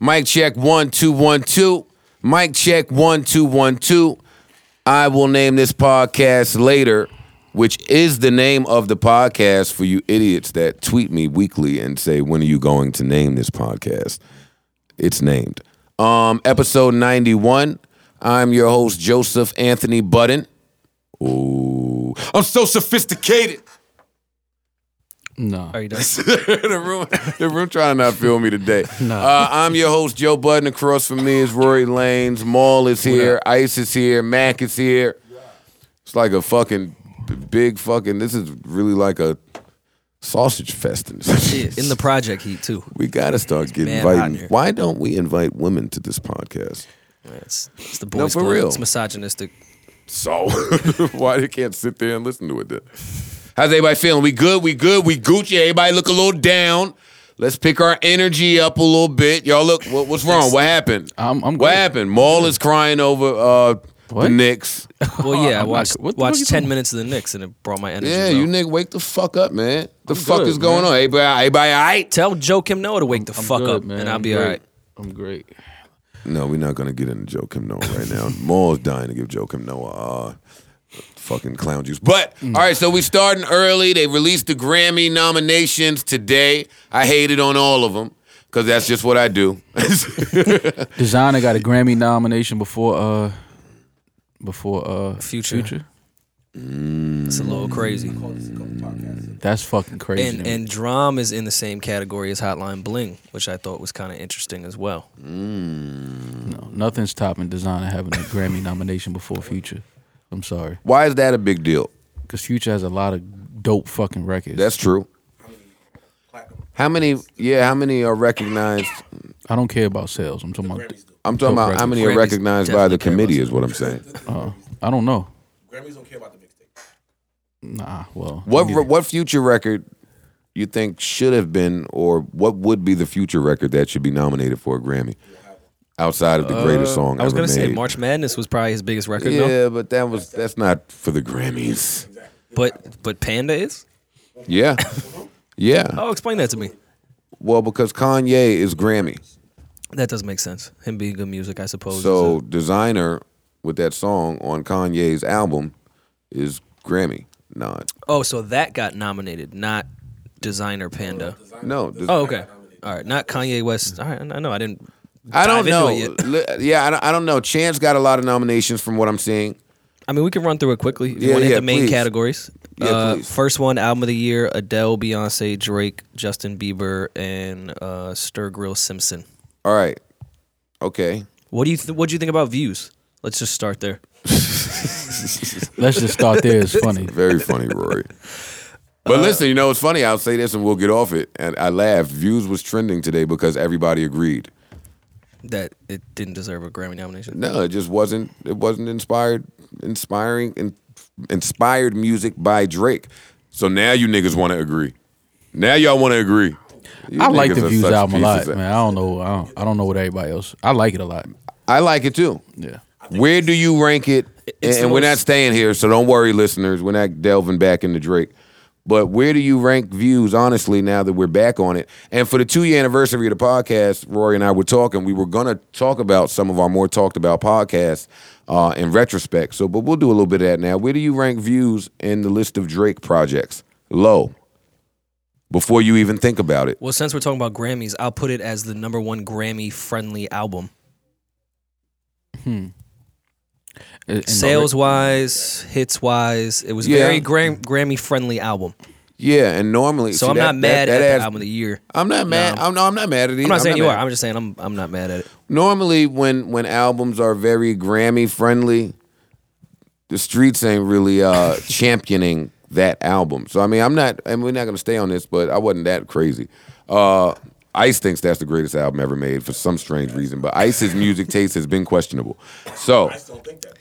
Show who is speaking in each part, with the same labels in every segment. Speaker 1: Mic check one two one two. Mic check one two one two. I will name this podcast later, which is the name of the podcast for you idiots that tweet me weekly and say, "When are you going to name this podcast?" It's named. Um, episode ninety one. I'm your host Joseph Anthony Button. Ooh, I'm so sophisticated.
Speaker 2: No.
Speaker 3: Are you done?
Speaker 1: the room, the room trying to not feel me today. Uh, I'm your host, Joe Budden. Across from me is Rory Lanes. Maul is here. Ice is here. Mac is here. It's like a fucking b- big fucking. This is really like a sausage fest. In, this
Speaker 3: Shit, in the project heat too.
Speaker 1: we gotta start getting
Speaker 3: mad hot in
Speaker 1: invited.
Speaker 3: here.
Speaker 1: Why don't we invite women to this podcast?
Speaker 3: It's, it's the boys'
Speaker 1: for
Speaker 3: club.
Speaker 1: real.
Speaker 3: It's misogynistic.
Speaker 1: So why they can't sit there and listen to it then? How's everybody feeling? We good? We good? We Gucci? Everybody look a little down. Let's pick our energy up a little bit. Y'all look. What, what's wrong? What happened?
Speaker 2: I'm- I'm
Speaker 1: what
Speaker 2: good.
Speaker 1: happened? Maul is crying over uh, the
Speaker 2: What?
Speaker 1: Knicks.
Speaker 3: Well, yeah,
Speaker 2: I'm
Speaker 3: I
Speaker 2: not-
Speaker 3: watched
Speaker 2: what the fuck you
Speaker 3: watched ten
Speaker 2: talking-
Speaker 3: minutes of the Knicks and it brought my energy.
Speaker 1: Yeah,
Speaker 3: low.
Speaker 1: you nigga, wake the fuck up, man. The fuck
Speaker 2: good,
Speaker 1: is going
Speaker 2: man.
Speaker 1: on? Everybody, everybody, all right?
Speaker 3: tell Joe Kim Noah to wake the fuck
Speaker 2: Good,
Speaker 3: up, and I'll
Speaker 2: I'm
Speaker 3: be
Speaker 2: great.
Speaker 3: all right.
Speaker 2: I'm great.
Speaker 1: No, we're not gonna get into Joe Kim Noah right now. Maul's dying to give Joe Kim Noah uh, fucking clown juice. But all right, so we starting early. They released the Grammy nominations today. I hated on all of them because that's just what I do.
Speaker 2: Designer got a Grammy nomination before uh before uh
Speaker 3: Future. It's a little crazy.
Speaker 1: Mm-hmm.
Speaker 2: That's fucking crazy. to
Speaker 3: And
Speaker 2: me.
Speaker 3: and Drum is in the same category as Hotline Bling, which I thought was kind of interesting as well.
Speaker 1: Mm-hmm.
Speaker 2: No, nothing's topping Designer having a Grammy nomination before Future. I'm sorry,
Speaker 1: Why is that a big deal?
Speaker 2: because Future has a lot of dope fucking records.
Speaker 1: That's true. How many? Yeah, how many are recognized?
Speaker 2: I don't care about sales. I'm talking about.
Speaker 1: I'm talking about how many are
Speaker 3: Grammys
Speaker 1: recognized by the
Speaker 3: definitely care
Speaker 1: committee
Speaker 3: about
Speaker 1: is what I'm saying.
Speaker 2: Uh, I don't know.
Speaker 4: Grammys don't care about the mixtape.
Speaker 2: Nah. Well.
Speaker 1: What
Speaker 2: neither.
Speaker 1: what future record you think should have been, or what would be the future record that should be nominated for a Grammy outside of the greatest song
Speaker 3: Uh, I was
Speaker 1: ever
Speaker 3: gonna say
Speaker 1: made?
Speaker 3: March Madness was probably his biggest record,
Speaker 1: yeah,
Speaker 3: no?
Speaker 1: but that was that's not for the Grammys.
Speaker 3: But but Panda is.
Speaker 1: Yeah, yeah.
Speaker 3: Oh, explain that to me.
Speaker 1: Well, because Kanye is Grammy,
Speaker 3: That does make sense. Him being good music, I suppose. is
Speaker 1: so
Speaker 3: a-
Speaker 1: designer with that song on Kanye's album is Grammy. Not
Speaker 3: oh, so that got nominated, not designer Panda.
Speaker 1: no. des-
Speaker 3: Oh, okay. All right, not Kanye West. All right, I know I didn't.
Speaker 1: I don't know.
Speaker 3: dive into it yet.
Speaker 1: Li- Yeah, I don't, I don't know. Chance got a lot of nominations from what I'm seeing.
Speaker 3: I mean, we can run through it quickly. If you
Speaker 1: Yeah,
Speaker 3: want to
Speaker 1: yeah,
Speaker 3: hit the main
Speaker 1: please.
Speaker 3: categories.
Speaker 1: Yeah,
Speaker 3: uh,
Speaker 1: please.
Speaker 3: first one, album of the year: Adele, Beyonce, Drake, Justin Bieber, and uh, Stir Grill Simpson.
Speaker 1: All right. Okay.
Speaker 3: What do you th- What do you think about views? Let's just start there.
Speaker 2: Let's just start there. It's funny.
Speaker 1: Very funny, Rory. But
Speaker 2: Uh,
Speaker 1: listen, you know it's funny. I'll say this, and we'll get off it. And I laughed. Views was trending today because everybody agreed.
Speaker 3: That it didn't deserve a Grammy nomination.
Speaker 1: No, it just wasn't. It wasn't inspired, inspiring, in, inspired music by Drake. So now you niggas want to agree. Now y'all want to agree. You
Speaker 2: I like
Speaker 1: niggas
Speaker 2: the
Speaker 1: are
Speaker 2: Views
Speaker 1: such
Speaker 2: album a lot,
Speaker 1: pieces of-
Speaker 2: man. I don't know. I don't, I don't know what everybody else. I like it a lot.
Speaker 1: I like it too.
Speaker 2: Yeah.
Speaker 1: Where do you rank it? And,
Speaker 3: It's the
Speaker 1: and we're
Speaker 3: most-
Speaker 1: not staying here, so don't worry, listeners. We're not delving back into Drake. But where do you rank views, honestly, now that we're back on it? And for the two year anniversary of the podcast, Rory and I were talking. We were going to talk about some of our more talked about podcasts uh, in retrospect. So, but we'll do a little bit of that now. Where do you rank views in the list of Drake projects? Low. Before you even think about it.
Speaker 3: Well, since we're talking about Grammys, I'll put it as the number one Grammy-friendly album,
Speaker 2: Hmm.
Speaker 3: Hmm.
Speaker 2: And- and-
Speaker 3: sales-wise, hits-wise. It was
Speaker 1: Yeah.
Speaker 3: very gram- Grammy-friendly album.
Speaker 1: Yeah, and normally.
Speaker 3: So
Speaker 1: see,
Speaker 3: I'm
Speaker 1: that-
Speaker 3: not mad
Speaker 1: that- that
Speaker 3: at
Speaker 1: adds-
Speaker 3: the album of the year.
Speaker 1: I'm not mad.
Speaker 3: No.
Speaker 1: I'm, no, I'm not mad at it.
Speaker 3: I'm not saying you
Speaker 1: mad.
Speaker 3: are. I'm just saying I'm I'm not mad at it.
Speaker 1: normally when when albums are very Grammy friendly, the streets ain't really uh championing that album. So I mean, I'm not, and we're not gonna stay on this, but I wasn't that crazy. Uh Ice thinks that's the greatest album ever made for some strange reason, but Ice's music taste has been questionable. So
Speaker 4: Ice don't think that. though.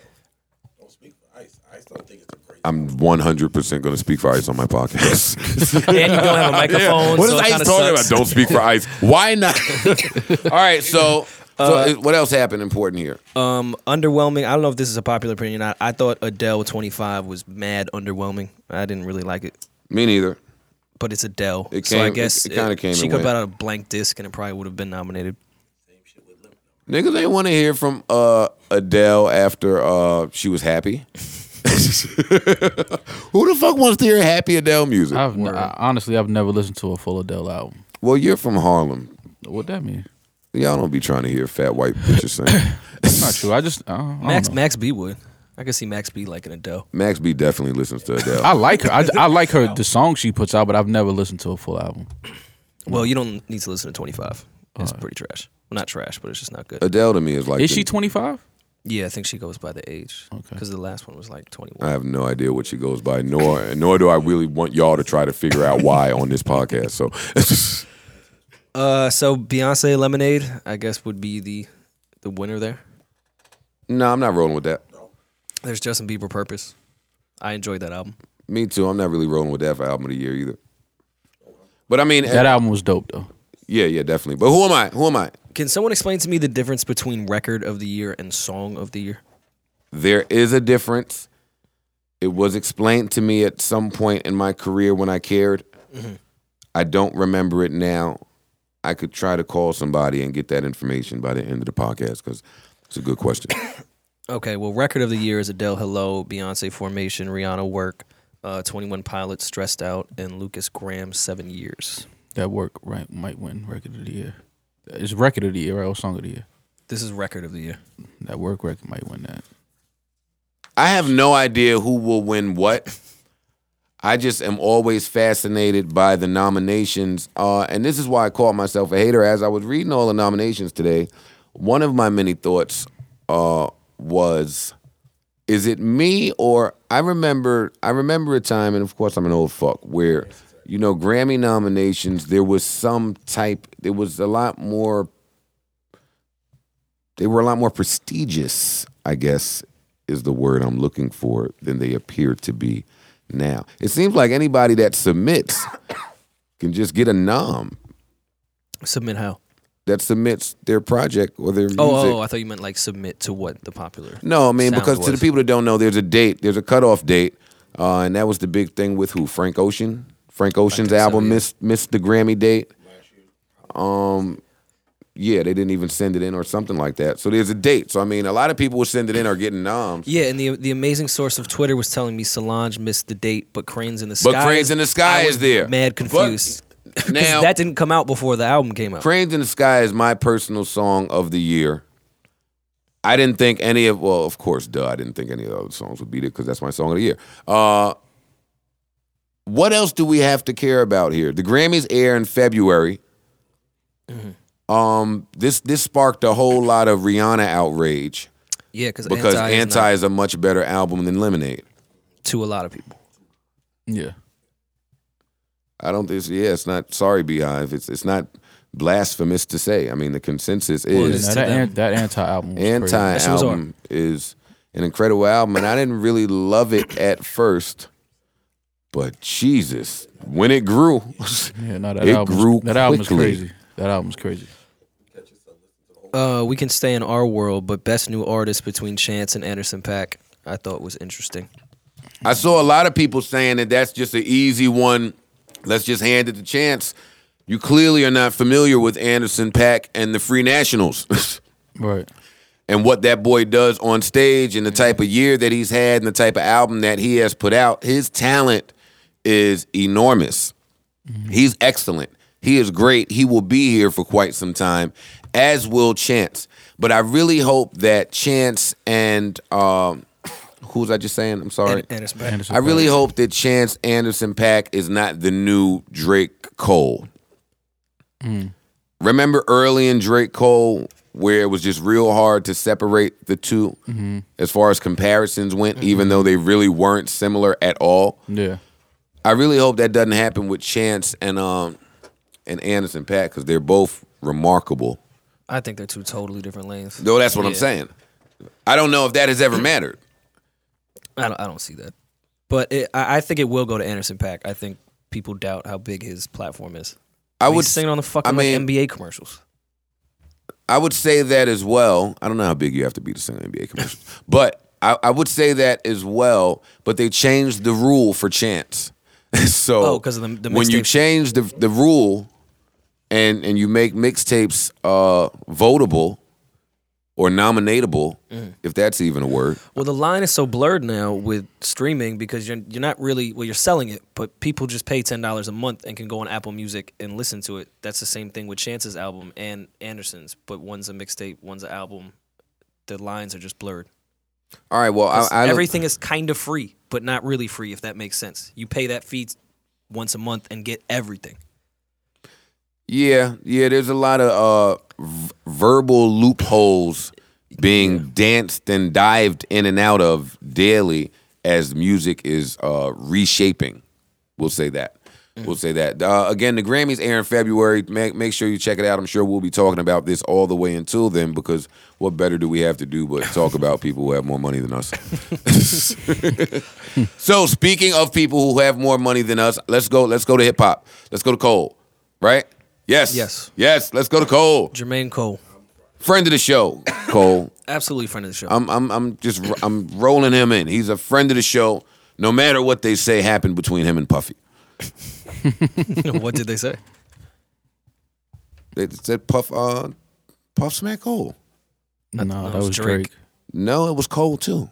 Speaker 4: Don't speak for Ice. Ice don't think it's a great.
Speaker 1: I'm 100% going to speak for Ice on my podcast.
Speaker 3: and you don't have a microphone.
Speaker 1: what is
Speaker 3: so it
Speaker 1: Ice
Speaker 3: kinda
Speaker 1: talking
Speaker 3: sucks.
Speaker 1: about? Don't speak for Ice. Why not? Uh, All right, so, so what else happened important here?
Speaker 3: Um, underwhelming. I don't know if this is a popular opinion. I, I thought Adele 25 was mad underwhelming. I didn't really like it,
Speaker 1: Me neither.
Speaker 3: but it's Adele.
Speaker 1: It
Speaker 3: so I
Speaker 1: came- it-
Speaker 3: guess
Speaker 1: it kinda came
Speaker 3: She
Speaker 1: and
Speaker 3: could
Speaker 1: went.
Speaker 3: have out a blank disc and it probably would have been nominated.
Speaker 1: Niggas ain't want to hear from uh, Adele after uh, she was happy. Who the fuck wants to hear happy Adele music?
Speaker 2: I've n- I- honestly, I've never listened to a full Adele album.
Speaker 1: well, you're from Harlem.
Speaker 2: What that mean?
Speaker 1: Y'all don't be trying to hear fat white bitches sing.
Speaker 2: It's not true. I just I don't, I don't
Speaker 3: Max
Speaker 2: know.
Speaker 3: Max B would. I could see Max B liking Adele.
Speaker 1: Max B definitely listens to Adele.
Speaker 2: I like her. I, I like her the songs she puts out, but I've never listened to a full album.
Speaker 3: Well, you don't need to listen to 25. It's pretty trash. Well, not trash, but it's just not good.
Speaker 1: Adele to me is like.
Speaker 2: Is
Speaker 1: the-
Speaker 2: she 25?
Speaker 3: Yeah, I think she goes by the age.
Speaker 2: Okay.
Speaker 3: Because the last one was like 21.
Speaker 1: I have no idea what she goes by, nor nor do I really want y'all to try to figure out why on this podcast. So,
Speaker 3: Uh, so Beyonce Lemonade, I guess, would be the the winner there.
Speaker 1: no, I'm not rolling with that.
Speaker 3: There's Justin Bieber Purpose. I enjoyed that album.
Speaker 1: Me too. I'm not really rolling with that for album of the year either. But I mean,
Speaker 2: That album was dope though.
Speaker 1: yeah, yeah, definitely. But who am I? Who am I?
Speaker 3: Can someone explain to me the difference between record of the year and song of the year?
Speaker 1: There is a difference. It was explained to me at some point in my career when I cared. I don't remember it now. I could try to call somebody and get that information by the end of the podcast because it's a good question.
Speaker 3: Okay, well, record of the year is Adele, Hello, Beyonce, Formation, Rihanna, Work, uh, Twenty One Pilots, Stressed Out, and Lucas Graham, Seven Years.
Speaker 2: That work right might win record of the year. It's record of the year right, or song of the year.
Speaker 3: This is record of the year.
Speaker 2: That work record might win that.
Speaker 1: I have no idea who will win what. I just am always fascinated by the nominations. Uh, and this is why I call myself a hater. As I was reading all the nominations today, one of my many thoughts uh, was is it me or I remember I remember a time, and of course I'm an old fuck, where you know Grammy nominations there was some type there was a lot more they were a lot more prestigious, I guess is the word I'm looking for than they appear to be now. It seems like anybody that submits can just get a nom
Speaker 3: Submit how?
Speaker 1: that submits their project or their music.
Speaker 3: Oh, oh, I thought you meant like submit to what the popular.
Speaker 1: No, I mean
Speaker 3: Sound
Speaker 1: because to the
Speaker 3: was.
Speaker 1: people that don't know, there's a date, there's a cutoff date, uh, and that was the big thing with who Frank Ocean. Frank Ocean's
Speaker 3: so,
Speaker 1: album
Speaker 3: yeah.
Speaker 1: missed missed the Grammy date. Um, yeah, they didn't even send it in or something like that. So there's a date. So I mean, a lot of people who send it in are getting noms.
Speaker 3: Yeah, and the the amazing source of Twitter was telling me Solange missed the date, but Cranes in the Sky.
Speaker 1: But Cranes in the Sky
Speaker 3: I
Speaker 1: is
Speaker 3: was
Speaker 1: there.
Speaker 3: Mad
Speaker 1: But
Speaker 3: confused. 'Cause
Speaker 1: now-
Speaker 3: that didn't come out before the album came out.
Speaker 1: Cranes in the Sky is my personal song of the year. I didn't think any of well, of course, duh, I didn't think any of the other songs would beat it because that's my song of the year. Uh, what else do we have to care about here? The Grammys air in February.
Speaker 3: Mm-hmm.
Speaker 1: Um, this this sparked a whole lot of Rihanna outrage
Speaker 3: yeah, because
Speaker 1: because
Speaker 3: anti,
Speaker 1: Anti,
Speaker 3: is
Speaker 1: is,
Speaker 3: not
Speaker 1: a much better album than Lemonade.
Speaker 3: to a lot of people.
Speaker 2: Yeah.
Speaker 1: I don't. It's, yeah, it's not. Sorry, Beehive. It's it's not blasphemous to say. I mean, the consensus is
Speaker 3: Well, Just
Speaker 2: Now,
Speaker 3: to
Speaker 2: that,
Speaker 3: them.
Speaker 2: an, that anti album was crazy.
Speaker 1: Anti
Speaker 3: shit was hard.
Speaker 1: album is an incredible album, and I didn't really love it at first, but Jesus, when it grew,
Speaker 2: Yeah, no, that
Speaker 1: It
Speaker 2: album
Speaker 1: grew
Speaker 2: that album is
Speaker 1: quickly.
Speaker 2: crazy. That album is crazy.
Speaker 3: Uh, we can stay in our world, but best new artist between Chance and Anderson Pack, I thought was interesting.
Speaker 1: I saw a lot of people saying that that's just an easy one. Let's just hand it the chance. You clearly are not familiar with Anderson Pack and the Free Nationals.
Speaker 2: Right.
Speaker 1: and what that boy does on stage and the type of year that he's had and the type of album that he has put out, his talent is enormous. He's excellent. He is great. He will be here for quite some time, as will Chance. But I really hope that Chance and um, who was I just saying? I'm sorry.
Speaker 3: An- Anderson Paak.
Speaker 2: Anderson
Speaker 1: I really hope that Chance Anderson Pack is not the new Drake Cole. Remember early in Drake Cole where it was just real hard to separate the 2 as far as comparisons went, even though they really weren't similar at all.
Speaker 2: Yeah.
Speaker 1: I really hope that doesn't happen with Chance and um and Anderson Pack because they're both remarkable.
Speaker 3: I think they're two totally different lanes.
Speaker 1: Though that's what I'm
Speaker 3: Yeah.
Speaker 1: saying. I don't know if that has ever mattered.
Speaker 3: I don't, I don't see that. But it, I, I think it will go to Anderson Pack. I think people doubt how big his platform is.
Speaker 1: I would
Speaker 3: He's singing on the fucking
Speaker 1: I mean-
Speaker 3: like, NBA commercials.
Speaker 1: I would say that as well. I don't know how big you have to be to sing an NBA commercial, but I, I would say that as well. But they changed the rule for chance. so
Speaker 3: Oh, 'cause of the- the
Speaker 1: when you
Speaker 3: mixtapes.
Speaker 1: change the the rule and and you make mixtapes uh, votable, or nominatable, if that's even a word.
Speaker 3: Well, the line is so blurred now with streaming because you're you're not really well, you're selling it, but people just pay ten dollars a month and can go on Apple Music and listen to it. That's the same thing with Chance's album and Anderson's, but one's a mixtape, one's an album. The lines are just blurred.
Speaker 1: All right. Well, I, I look-
Speaker 3: Everything is kind of free, but not really free, if that makes sense. You pay that fee once a month and get everything.
Speaker 1: Yeah, yeah. There's a lot of uh, v- verbal loopholes being danced and dived in and out of daily as music is uh, reshaping. We'll say that. We'll say that. Uh, again, the Grammys air in February. Make, make sure you check it out. I'm sure we'll be talking about this all the way until then because what better do we have to do but talk about people who have more money than us? so, speaking of people who have more money than us, let's go. Let's go to hip hop. Let's go to Cole. Right? Yes.
Speaker 3: Yes.
Speaker 1: Yes. Let's go to Cole,
Speaker 3: Jermaine Cole,
Speaker 1: friend of the show. Cole.
Speaker 3: absolutely friend of the show.
Speaker 1: I'm I'm I'm just I'm rolling him in. He's a friend of the show. No matter what they say happened between him and Puffy,
Speaker 3: what did they say?
Speaker 1: they said Puff uh Puff smack Cole.
Speaker 2: No,
Speaker 3: that
Speaker 2: that
Speaker 3: was
Speaker 2: was
Speaker 3: Drake.
Speaker 2: Drake.
Speaker 1: No, it was Cole too.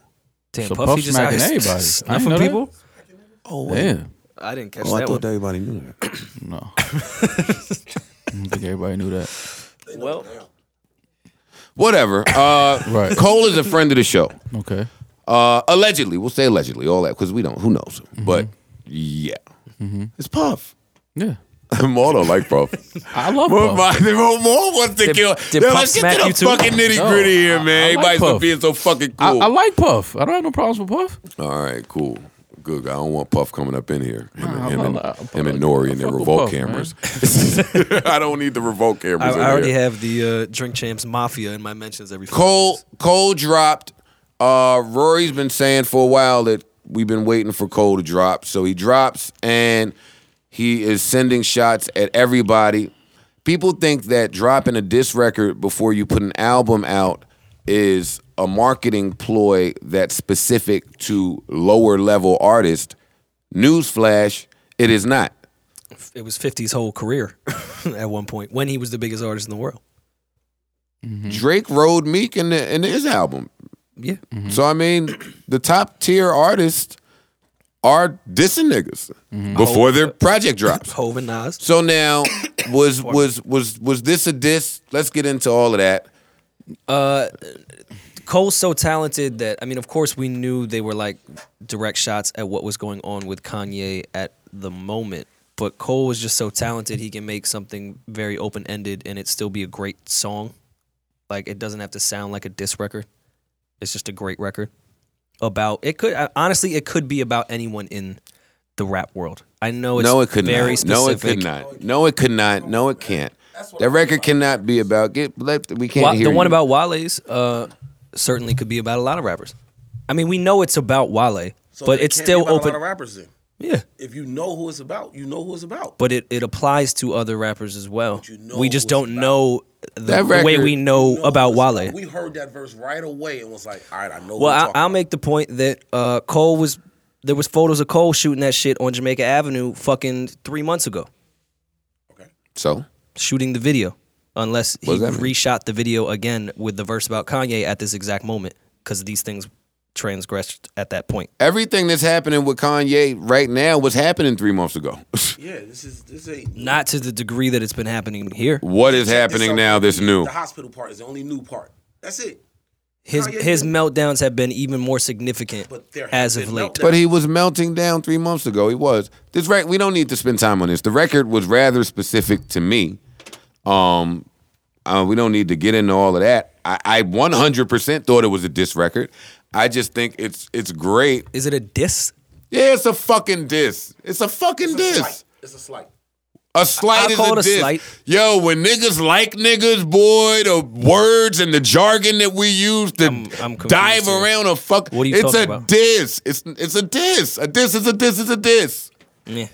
Speaker 3: Damn,
Speaker 2: So
Speaker 3: Puffy
Speaker 2: Puff
Speaker 3: just
Speaker 2: smacking
Speaker 3: out here
Speaker 2: everybody. I didn't
Speaker 3: snuffing
Speaker 2: know that.
Speaker 3: people.
Speaker 1: Oh
Speaker 2: Damn.
Speaker 3: I didn't catch
Speaker 1: Oh, I
Speaker 3: that
Speaker 1: thought
Speaker 3: one.
Speaker 1: everybody knew that.
Speaker 2: No. I don't think everybody knew that.
Speaker 3: Well,
Speaker 1: Whatever. Uh,
Speaker 2: Right.
Speaker 1: Cole is a friend of the show.
Speaker 2: Okay.
Speaker 1: Uh, allegedly, we'll say allegedly, all that because we don't. Who knows? But yeah, it's Puff.
Speaker 2: Yeah.
Speaker 1: More don't like Puff.
Speaker 2: I love
Speaker 1: More,
Speaker 2: Puff.
Speaker 1: mind- more, more wants to
Speaker 3: Did-
Speaker 1: kill.
Speaker 3: did
Speaker 1: Yo,
Speaker 3: Puff
Speaker 1: let's
Speaker 3: smack
Speaker 1: get to
Speaker 3: you
Speaker 1: the
Speaker 3: too?
Speaker 1: fucking nitty gritty here,
Speaker 2: I-
Speaker 1: man.
Speaker 2: I like
Speaker 1: Everybody's still
Speaker 2: Puff.
Speaker 1: being so fucking
Speaker 2: I,
Speaker 1: cool.
Speaker 2: I like Puff. I don't have no problems with Puff.
Speaker 1: all right, cool. Good. I don't want Puff coming up in here. Him,
Speaker 2: Nah,
Speaker 1: and, him,
Speaker 2: I'm
Speaker 1: and,
Speaker 2: not- I'm
Speaker 1: him and
Speaker 2: not-
Speaker 1: Nori
Speaker 2: I
Speaker 1: and their
Speaker 2: fuck with
Speaker 1: revolt
Speaker 2: Puff,
Speaker 1: cameras. I don't need the revolt
Speaker 3: I,
Speaker 1: cameras. in
Speaker 3: I already
Speaker 1: here.
Speaker 3: have the uh, Drink Champs Mafia in my mentions every. five
Speaker 1: Cole
Speaker 3: minutes.
Speaker 1: Cole dropped. Uh, Rory's been saying for a while that we've been waiting for Cole to drop, so he drops and he is sending shots at everybody. People think that dropping a diss record before you put an album out is a marketing ploy that's specific to lower level artists. Newsflash, it is not.
Speaker 3: It was 50's whole career at one point when he was the biggest artist in the world.
Speaker 1: Drake rode Meek in, the, in his album.
Speaker 3: Yeah.
Speaker 1: So I mean, the top tier artists are dissing niggas
Speaker 3: Mm-hmm.
Speaker 1: before their project drops.
Speaker 3: Hove and Nas.
Speaker 1: So now, was was was was this a diss? Let's get into all of that.
Speaker 3: Uh, Cole's so talented that I mean, of course, we knew they were like direct shots at what was going on with Kanye at the moment. But Cole was just so talented; he can make something very open ended and it still be a great song. Like it doesn't have to sound like a diss record. It's just a great record about it. Could I- honestly, it could be about anyone in the rap world. I know it's
Speaker 1: no, it could
Speaker 3: very
Speaker 1: not.
Speaker 3: specific.
Speaker 1: No, it could not. No, it could not. No, it can't. That record cannot be about get. Let, we can't
Speaker 3: Wa-
Speaker 1: hear
Speaker 3: the one
Speaker 1: you.
Speaker 3: about Wale's uh, certainly could be about a lot of rappers. I mean, we know it's about Wale,
Speaker 4: So
Speaker 3: but
Speaker 4: it
Speaker 3: it's
Speaker 4: can't
Speaker 3: still
Speaker 4: be about
Speaker 3: open.
Speaker 4: A lot of rappers then.
Speaker 3: yeah,
Speaker 4: If you know who it's about, you know who it's about.
Speaker 3: but it, it applies to other rappers as well.
Speaker 4: you know
Speaker 3: we just
Speaker 4: who
Speaker 3: don't
Speaker 4: it's
Speaker 3: know the,
Speaker 1: That
Speaker 3: the way
Speaker 1: record-
Speaker 3: we know,
Speaker 4: You know who
Speaker 3: about
Speaker 4: it's
Speaker 3: Wale.
Speaker 4: We heard that verse right away and was like, all right, I know.
Speaker 3: Well,
Speaker 4: who
Speaker 3: I, I'll make the point that uh, Cole was there was photos of Cole shooting that shit on Jamaica Avenue fucking three months ago,
Speaker 4: Okay.
Speaker 1: so
Speaker 3: shooting the video. Unless he
Speaker 1: What does that mean?
Speaker 3: reshot the video again with the verse about Kanye at this exact moment, because these things transgressed at that point.
Speaker 1: everything that's happening with Kanye right now was happening three months ago.
Speaker 4: Yeah, this is this ain't
Speaker 3: Not to the degree that it's been happening here.
Speaker 1: what
Speaker 4: Check
Speaker 1: is
Speaker 4: this
Speaker 1: happening
Speaker 4: out.
Speaker 1: now? This new.
Speaker 4: The hospital part is the only new part. That's it.
Speaker 3: His
Speaker 4: Kanye
Speaker 3: his
Speaker 4: did-
Speaker 3: meltdowns have been even more significant
Speaker 4: But there have
Speaker 3: as of
Speaker 4: been
Speaker 3: late.
Speaker 4: meltdowns.
Speaker 1: But he was melting down three months ago. He was. This right. We don't need to spend time on this. The record was rather specific to me. Um, uh, we don't need to get into all of that. I, I 100% thought it was a diss record. I just think it's it's great.
Speaker 3: Is it a diss?
Speaker 1: Yeah, it's a fucking diss. It's a fucking
Speaker 4: It's a
Speaker 1: diss.
Speaker 4: slight. It's a slight.
Speaker 1: A slight
Speaker 3: I
Speaker 1: is
Speaker 3: call
Speaker 1: a
Speaker 3: it a
Speaker 1: diss.
Speaker 3: slight.
Speaker 1: Yo, when niggas like niggas, boy, the words and the jargon that we use to
Speaker 3: I'm- I'm confused
Speaker 1: dive
Speaker 3: here.
Speaker 1: around a fuck.
Speaker 3: What are you
Speaker 1: it's
Speaker 3: talking
Speaker 1: a
Speaker 3: about?
Speaker 1: diss. It's it's a diss. A diss is a diss is a diss.
Speaker 3: Yeah,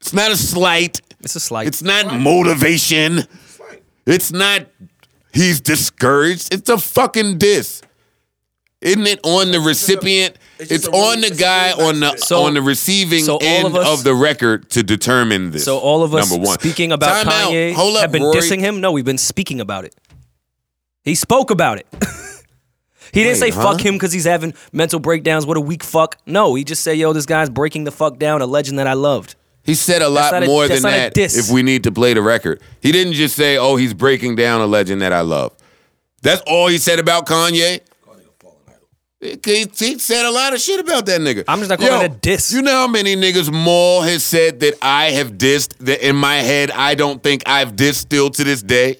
Speaker 1: It's not a slight.
Speaker 3: it's a slight.
Speaker 1: It's not motivation.
Speaker 4: Slight.
Speaker 1: It's not he's discouraged. It's a fucking diss. Isn't it on the recipient?
Speaker 4: it's
Speaker 1: It's,
Speaker 4: just a really-
Speaker 1: on the
Speaker 4: it's a
Speaker 1: guy
Speaker 4: really
Speaker 1: on the
Speaker 4: nice
Speaker 3: So-
Speaker 1: on the receiving
Speaker 3: so all
Speaker 1: end
Speaker 3: of
Speaker 1: of,
Speaker 3: us-
Speaker 1: the record to determine this.
Speaker 3: so all of us
Speaker 1: number one.
Speaker 3: speaking about
Speaker 1: Time out.
Speaker 3: Kanye
Speaker 1: Hold up,
Speaker 3: have been
Speaker 1: Rory.
Speaker 3: dissing him. No, we've been speaking about it. He spoke about it. he didn't say
Speaker 1: Wait, huh?
Speaker 3: fuck him because he's having mental breakdowns. What a weak fuck. No, he just said, yo, this guy's breaking the fuck down a legend that I loved.
Speaker 1: He said a
Speaker 3: not
Speaker 1: lot
Speaker 3: a-
Speaker 1: more
Speaker 3: that's
Speaker 1: than
Speaker 3: not a
Speaker 1: that
Speaker 3: diss.
Speaker 1: if we need to play the record. He didn't just say, oh, he's breaking down a legend that I love. That's all he said about Kanye. He, he said a lot of shit about that nigga.
Speaker 3: I'm just not calling it a diss.
Speaker 1: You know how many niggas Maul has said that I have dissed that in my head I don't think I've dissed still to this day?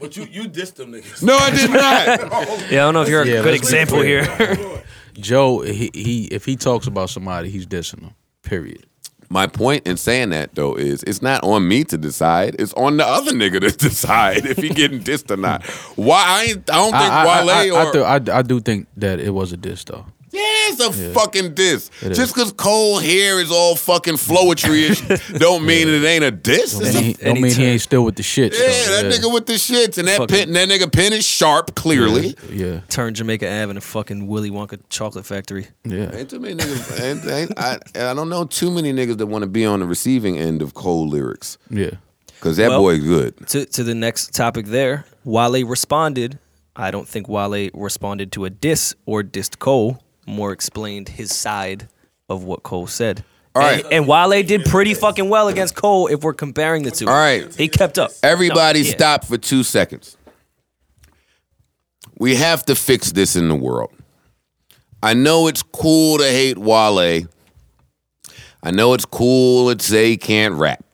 Speaker 4: But you you dissed them niggas. Oh,
Speaker 1: No, I did not.
Speaker 3: Yeah, I don't know if you're a
Speaker 2: Yeah,
Speaker 3: good
Speaker 2: let's be
Speaker 3: example
Speaker 2: clear.
Speaker 3: here.
Speaker 2: Joe, he, he if he talks about somebody, he's dissing them. Period.
Speaker 1: My point in saying that though is it's not on me to decide. It's on the other nigga to decide if he getting dissed or not. Why I, ain't, I don't think
Speaker 2: I, I,
Speaker 1: Wale
Speaker 2: I,
Speaker 1: or
Speaker 2: I, do- I- I do think that it was a diss though.
Speaker 1: Yeah, it's a fucking diss.
Speaker 2: It
Speaker 1: Just because Cole hair is all fucking floetry ish don't mean it ain't a diss. It's
Speaker 2: Don't
Speaker 1: a-
Speaker 2: mean, he, don't
Speaker 3: any
Speaker 2: mean he
Speaker 3: time.
Speaker 2: ain't still with the shit.
Speaker 1: yeah, that nigga with the shits and that pen,
Speaker 3: Fucking-
Speaker 1: that nigga pen is sharp. Clearly,
Speaker 2: Yeah,
Speaker 3: Turn Jamaica Ave into fucking Willy Wonka chocolate factory.
Speaker 2: yeah.
Speaker 1: ain't too many niggas. Ain't, ain't, I, I don't know too many niggas that want to be on the receiving end of Cole lyrics
Speaker 2: Yeah.
Speaker 1: because that
Speaker 3: Well-
Speaker 1: boy good.
Speaker 3: To, to the next topic there, Wale responded. I don't think Wale responded to a diss or dissed Cole, more explained his side of what Cole said.
Speaker 1: All
Speaker 3: and,
Speaker 1: right.
Speaker 3: and Wale did pretty fucking well against Cole if we're comparing the two.
Speaker 1: All right.
Speaker 3: He kept up.
Speaker 1: Everybody
Speaker 3: No, yeah.
Speaker 1: stop for two seconds. We have to fix this in the world. I know it's cool to hate Wale. I know it's cool to say he can't rap.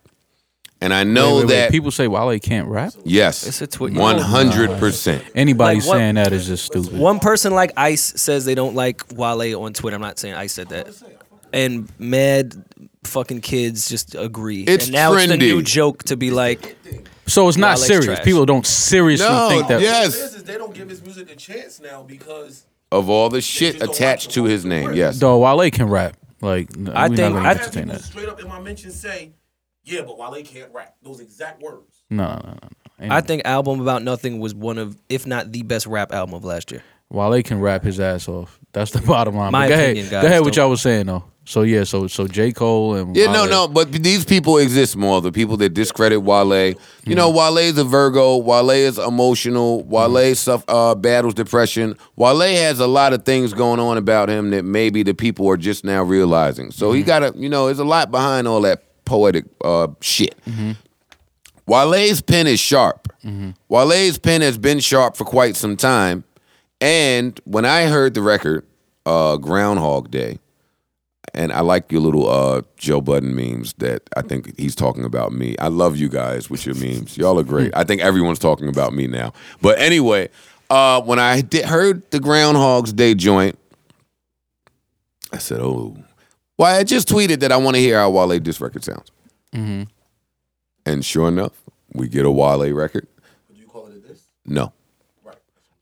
Speaker 1: And I know
Speaker 2: Wait, wait, wait.
Speaker 1: that
Speaker 2: people say Wale can't rap.
Speaker 1: yes,
Speaker 3: It's a twi- you
Speaker 1: one
Speaker 3: know-
Speaker 1: hundred percent.
Speaker 2: Anybody
Speaker 3: Like, what-
Speaker 2: saying that is just stupid.
Speaker 3: One person like Ice says they don't like Wale on Twitter. I'm not saying Ice said that. And mad fucking kids just agree.
Speaker 1: It's
Speaker 3: and now it's the
Speaker 1: trendy.
Speaker 3: new joke to be like,
Speaker 2: So it's not
Speaker 3: Wale's
Speaker 2: serious.
Speaker 3: trash.
Speaker 2: People don't seriously
Speaker 1: No,
Speaker 2: think that.
Speaker 1: yes,
Speaker 4: Is they don't give his music a chance now because
Speaker 1: of all the shit attached to his name, yes.
Speaker 2: Though Wale can rap. Like n-
Speaker 3: I
Speaker 2: we're
Speaker 3: think-
Speaker 2: not
Speaker 4: I
Speaker 2: gonna
Speaker 4: have
Speaker 2: entertain
Speaker 4: people
Speaker 2: that.
Speaker 4: straight up in my mentions say, "Yeah, but Wale can't rap." Those exact words.
Speaker 2: No, no, no, no. Ain't
Speaker 3: I think Album About Nothing was one of, if not the best rap album of last year.
Speaker 2: Wale can rap his ass off. That's the bottom line. But
Speaker 3: My
Speaker 2: go
Speaker 3: opinion,
Speaker 2: ahead,
Speaker 3: guys,
Speaker 2: go ahead. What
Speaker 3: don't-
Speaker 2: y'all was saying though. So yeah, so so J Cole and
Speaker 1: Yeah, no,
Speaker 2: Wale.
Speaker 1: no, but these people exist more. The people that discredit Wale. You know, Wale is a Virgo. Wale is emotional. Wale suff- uh, battles depression. Wale has a lot of things going on about him that maybe the people are just now realizing. So he got to, you know, there's a lot behind all that poetic uh, shit. Wale's pen is sharp. Wale's pen has been sharp for quite some time. And when I heard the record, uh, Groundhog Day, and I like your little uh, Joe Budden memes that I think he's talking about me. I love you guys with your memes. Y'all are great. I think everyone's talking about me now. But anyway, uh, when I did, heard the Groundhog's Day joint, I said, oh, why I just tweeted that I want to hear how Wale this record sounds. And sure enough, we get a Wale record.
Speaker 4: Would you call it a diss?
Speaker 1: No.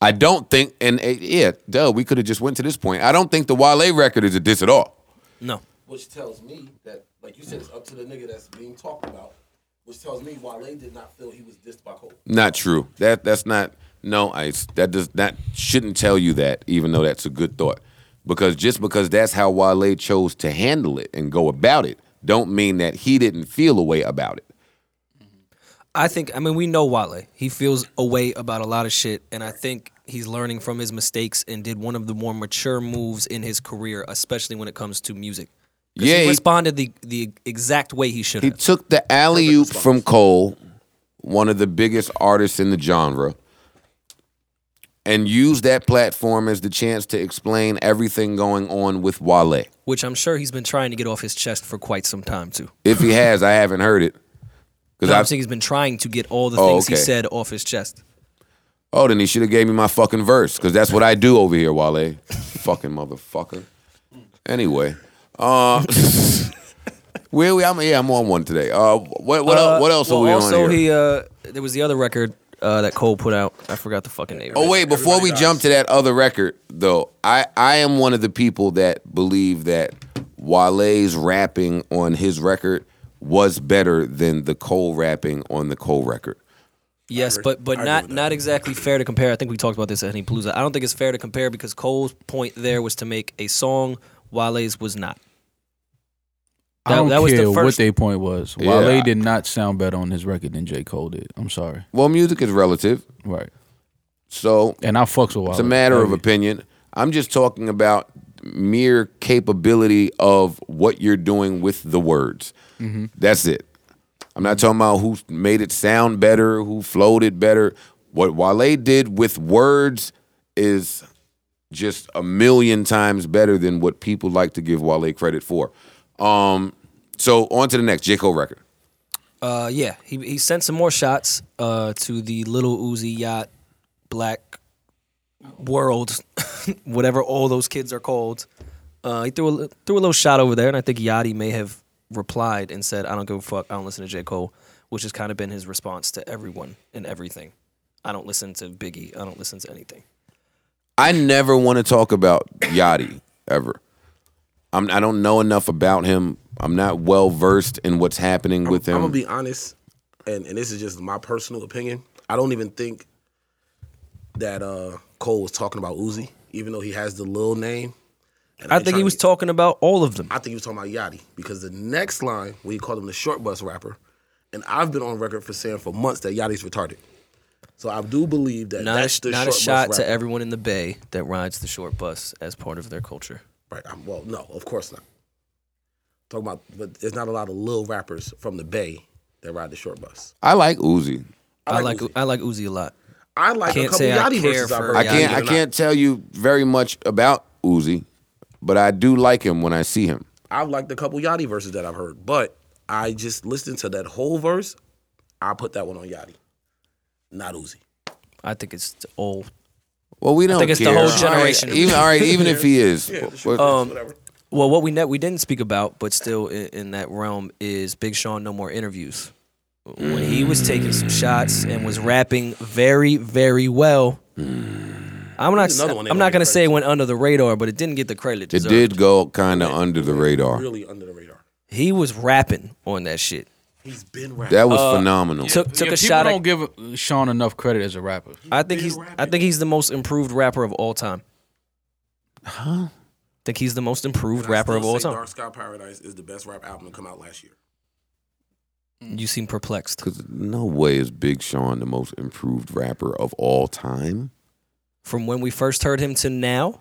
Speaker 1: I don't think, and uh, yeah, duh, we could have just went to this point. I don't think the Wale record is a diss at all.
Speaker 3: No.
Speaker 4: Which tells me that, like you said, it's up to the nigga that's being talked about. Which tells me Wale did not feel he was dissed by Cole.
Speaker 1: Not true. That that's not no ice. That does that shouldn't tell you that, even though that's a good thought. Because just because that's how Wale chose to handle it and go about it, don't mean that he didn't feel a way about it.
Speaker 3: I think I mean we know Wale. He feels a way about a lot of shit, and I think he's learning from his mistakes and did one of the more mature moves in his career, especially when it comes to music. 'Cause
Speaker 1: Yeah,
Speaker 3: he
Speaker 1: he-
Speaker 3: responded the the exact way he should
Speaker 1: He
Speaker 3: have.
Speaker 1: took the alley oop from Cole, one of the biggest artists in the genre, and used that platform as the chance to explain everything going on with Wale.
Speaker 3: which I'm sure he's been trying to get off his chest for quite some time too.
Speaker 1: If he has, I haven't heard it. Because
Speaker 3: No,
Speaker 1: I
Speaker 3: I'm saying he's been trying to get all the
Speaker 1: Oh,
Speaker 3: things he
Speaker 1: okay.
Speaker 3: said off his chest.
Speaker 1: Oh, then he should have gave me my fucking verse, cause that's what I do over here, Wale. fucking motherfucker. Anyway, uh, where we? I'm yeah, I'm on one today. Uh, what what,
Speaker 3: Uh,
Speaker 1: el what else
Speaker 3: well,
Speaker 1: are we
Speaker 3: also
Speaker 1: on here?
Speaker 3: he uh, there was the other record uh, that Cole put out. I forgot the fucking name.
Speaker 1: oh wait, before we jump to that other record, though, I I am one of the people that believe that Wale's rapping on his record was better than the Cole rapping on the Cole record.
Speaker 3: Yes, but but not not exactly fair to compare. I think we talked about this at Henny Palooza. I don't think it's fair to compare because Cole's point there was to make a song. Wale's was not.
Speaker 2: I
Speaker 3: That-
Speaker 2: don't
Speaker 3: that was the
Speaker 2: care what
Speaker 3: first-
Speaker 2: their point was.
Speaker 1: Yeah,
Speaker 2: Wale
Speaker 1: I-
Speaker 2: did not sound better on his record than J Cole did. I'm sorry.
Speaker 1: Well, music is relative.
Speaker 2: Right.
Speaker 1: So
Speaker 2: And I fucks with Wale.
Speaker 1: it's a matter of opinion. I'm just talking about mere capability of what you're doing with the words. That's it. I'm not talking about who made it sound better, who flowed it better. What Wale did with words is just a million times better than what people like to give Wale credit for. Um, so on to the next J. Cole record.
Speaker 3: Uh, yeah, he he sent some more shots uh, to the little Uzi yacht, black world, whatever all those kids are called. Uh, he threw a, li- threw a little shot over there, and I think Yachty may have replied and said, "I don't give a fuck. I don't listen to J Cole," which has kind of been his response to everyone and everything. I don't listen to Biggie. I don't listen to anything.
Speaker 1: I never want to talk about Yachty ever. I'm, I don't know enough about him. I'm not well versed in what's happening with
Speaker 4: I'm
Speaker 1: him.
Speaker 4: gonna be honest, and, and this is just my personal opinion. I don't even think that uh, Cole was talking about Uzi, even though he has the little name. And
Speaker 3: I
Speaker 4: ain't
Speaker 3: think he
Speaker 4: tryna
Speaker 3: was
Speaker 4: get-
Speaker 3: talking about all of them.
Speaker 4: I think he was talking about Yachty because the next line when he called him the short bus rapper, and I've been on record for saying for months that Yachty's retarded. So I do believe that
Speaker 3: Not, a,
Speaker 4: that's
Speaker 3: sh-
Speaker 4: the
Speaker 3: not
Speaker 4: short
Speaker 3: a
Speaker 4: bus
Speaker 3: shot to
Speaker 4: rapper.
Speaker 3: everyone in the Bay that rides the short bus as part of their culture.
Speaker 4: Right. I'm, well, no, of course not. Talking about, but there's not a lot of little rappers from the Bay that ride the short bus.
Speaker 1: I like Uzi.
Speaker 4: I
Speaker 3: I
Speaker 4: like
Speaker 3: like I like Uzi a lot.
Speaker 4: I like
Speaker 3: Can't
Speaker 4: a couple
Speaker 3: say I
Speaker 4: Yachty
Speaker 3: care
Speaker 4: verses I've
Speaker 3: for
Speaker 4: heard.
Speaker 1: I
Speaker 3: Yachty.
Speaker 1: can't.
Speaker 4: believe it
Speaker 1: I
Speaker 4: or not.
Speaker 1: can't tell you very much about Uzi, but I do like him when I see him.
Speaker 4: I've liked a couple Yachty verses that I've heard, but I just listened to that whole verse. I put that one on Yachty, not Uzi.
Speaker 3: I think it's all
Speaker 1: Well, we don't.
Speaker 3: think it's the
Speaker 1: care.
Speaker 3: whole
Speaker 1: All right,
Speaker 3: generation.
Speaker 1: even, all right, even if he is. what-
Speaker 3: Oh, Um,
Speaker 4: Whatever.
Speaker 3: Well, what we ne- we didn't speak about, but still in, in that realm, is Big Sean no more interviews. When he was taking some shots and was rapping very, very well. I'm not.
Speaker 4: Here's Hmm. another one they
Speaker 3: I'm
Speaker 4: don't
Speaker 3: not
Speaker 4: get
Speaker 3: gonna say
Speaker 4: credit
Speaker 3: it went under the radar, but it didn't get the credit.
Speaker 1: it
Speaker 3: deserved.
Speaker 1: did go kind of under the radar.
Speaker 4: Really under the radar.
Speaker 3: He was rapping on that shit.
Speaker 4: He's been rapping.
Speaker 1: That was
Speaker 3: Uh,
Speaker 1: phenomenal.
Speaker 3: Took took
Speaker 2: Yeah,
Speaker 3: a
Speaker 2: people
Speaker 3: shot.
Speaker 2: don't
Speaker 3: At,
Speaker 2: give Sean enough credit as a rapper.
Speaker 3: I think he's. I think he's the most improved rapper of all time.
Speaker 1: Huh?
Speaker 3: I think he's the most improved
Speaker 4: And I
Speaker 3: rapper of
Speaker 4: still
Speaker 3: all
Speaker 4: say
Speaker 3: time.
Speaker 4: Dark Sky Paradise is the best rap album to come out last year.
Speaker 3: You seem perplexed.
Speaker 1: Because no way is Big Sean the most improved rapper of all time.
Speaker 3: From when we first heard him to now.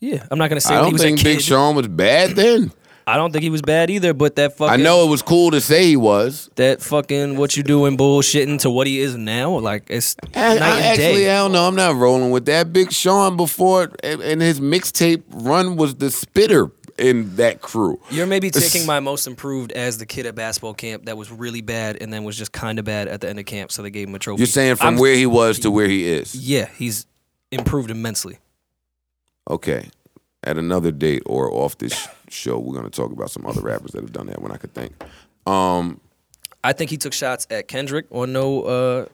Speaker 3: Yeah, I'm not gonna say
Speaker 1: I
Speaker 3: that he
Speaker 1: don't
Speaker 3: was
Speaker 1: think
Speaker 3: a kid.
Speaker 1: Big Sean was bad then.
Speaker 3: I don't think he was bad either, but that fucking
Speaker 1: I know it was cool to say he was.
Speaker 3: that fucking what you doing bullshitting to what he is now, like it's
Speaker 1: I,
Speaker 3: night
Speaker 1: I
Speaker 3: and
Speaker 1: actually,
Speaker 3: day.
Speaker 1: I don't know. I'm not rolling with that. Big Sean before and, and his mixtape run was the spitter in that crew.
Speaker 3: You're maybe taking my most improved as the kid at basketball camp that was really bad and then was just kind of bad at the end of camp, so they gave him a trophy.
Speaker 1: You're saying from
Speaker 3: I'm-
Speaker 1: where he was to where he is.
Speaker 3: Yeah, he's improved immensely.
Speaker 1: Okay. At another date or off this sh- show, we're gonna talk about some other rappers that have done that when I could think. Um,
Speaker 3: I think he took shots at Kendrick on no uh,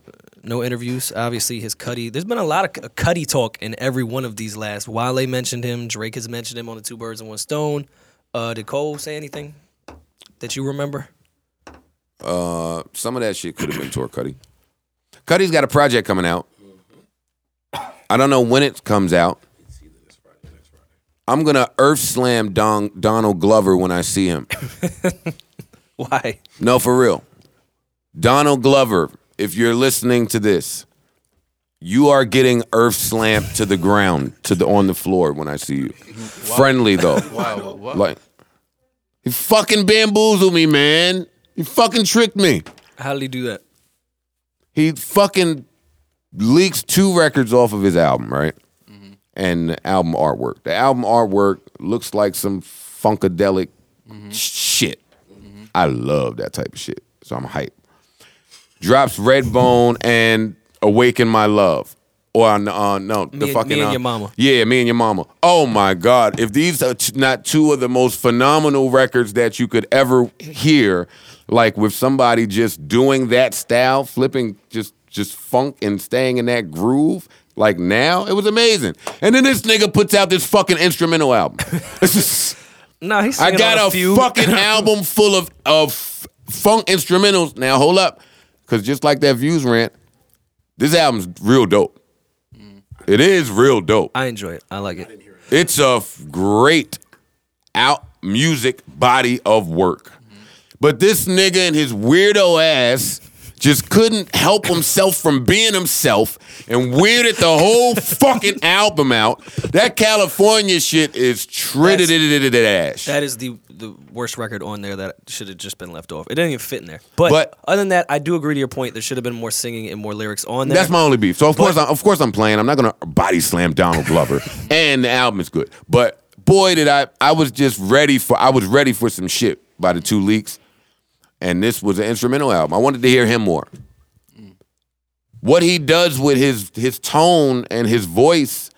Speaker 3: no interviews. Obviously, his Cuddy. There's been a lot of Cuddy talk in every one of these last. Wale mentioned him. Drake has mentioned him on the Two Birds and One Stone. Uh, did Cole say anything that you remember?
Speaker 1: uh, some of that shit could have been Tor Cuddy. Cuddy's got a project coming out. I don't know when it comes out. I'm gonna earth slam Don, Donald Glover when I see him.
Speaker 3: Why?
Speaker 1: No, for real. Donald Glover, if you're listening to this, you are getting earth slammed to the ground, to the on the floor when I see you. Friendly though.
Speaker 2: Wow, what?
Speaker 1: Like he fucking bamboozled me, man. He fucking tricked me.
Speaker 3: How did he do that?
Speaker 1: He fucking leaks two records off of his album, right? And the album artwork. The album artwork looks like some funkadelic shit. I love that type of shit. So I'm hype. Drops Redbone and Awaken My Love. Or uh, no, the
Speaker 3: and-
Speaker 1: fucking
Speaker 3: Me and
Speaker 1: uh,
Speaker 3: Your Mama.
Speaker 1: Yeah, me and your mama. Oh my God! If these are t- not two of the most phenomenal records that you could ever hear, like with somebody just doing that style, flipping just just funk and staying in that groove, like now, it was amazing. And then this nigga puts out this fucking instrumental album. This is-
Speaker 3: No, he's
Speaker 1: I
Speaker 3: singing
Speaker 1: got
Speaker 3: on
Speaker 1: a,
Speaker 3: few.
Speaker 1: fucking album full of of funk instrumentals. Now hold up, because just like that views rant, this album's real dope.
Speaker 3: Mm.
Speaker 1: It is real dope.
Speaker 3: I enjoy it. I like it.
Speaker 1: It's a f- great out
Speaker 3: Mm-hmm.
Speaker 1: music body of work. But this nigga and his weirdo ass just couldn't help himself from being himself and weirded the whole fucking album out. That California shit is trash.
Speaker 3: That is the the worst record on there that should have just been left off. It didn't even fit in there. But,
Speaker 1: But-
Speaker 3: other than that, I do agree to your point. There should have been more singing and more lyrics on there.
Speaker 1: That's my only beef. So of course, I, of course, I'm playing. I'm not gonna body slam Donald Glover, and the album is good. But boy, did I! I was just ready for. I was ready for some shit by the two leaks, and this was an instrumental album. I wanted to hear him more. What he does with his his tone and his voice,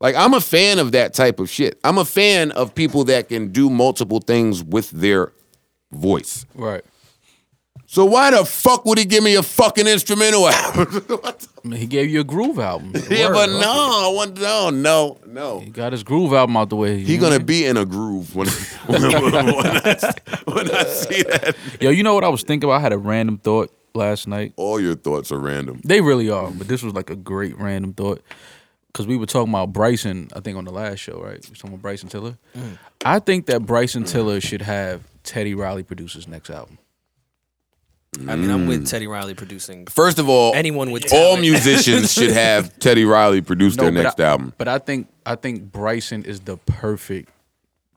Speaker 1: like I'm a fan of that type of shit. I'm a fan of people that can do multiple things with their voice.
Speaker 2: Right.
Speaker 1: So why the fuck would he give me a fucking instrumental album?
Speaker 2: I mean, he gave you a groove album.
Speaker 1: Yeah,
Speaker 2: Word,
Speaker 1: but
Speaker 2: huh?
Speaker 1: no, I want no, no, no.
Speaker 2: He got his groove album out the way.
Speaker 1: He
Speaker 2: you
Speaker 1: gonna
Speaker 2: know?
Speaker 1: be in a groove when when, I, when I see that.
Speaker 2: Yo, you know what I was thinking about? I had a random thought last night.
Speaker 1: All your thoughts are random.
Speaker 2: They really are, but this was like a great random thought because we were talking about Bryson. I think on the last show, right? We were talking about Bryson Tiller.
Speaker 3: Mm.
Speaker 2: I think that Bryson Tiller should have Teddy Riley produce his next album.
Speaker 3: I mean, I'm
Speaker 1: Mm.
Speaker 3: with Teddy Riley producing.
Speaker 1: First of all,
Speaker 3: Anyone with
Speaker 1: all
Speaker 3: talent.
Speaker 1: musicians should have Teddy Riley produce their
Speaker 2: but
Speaker 1: next
Speaker 2: I-
Speaker 1: album.
Speaker 2: But I think I think Bryson is the perfect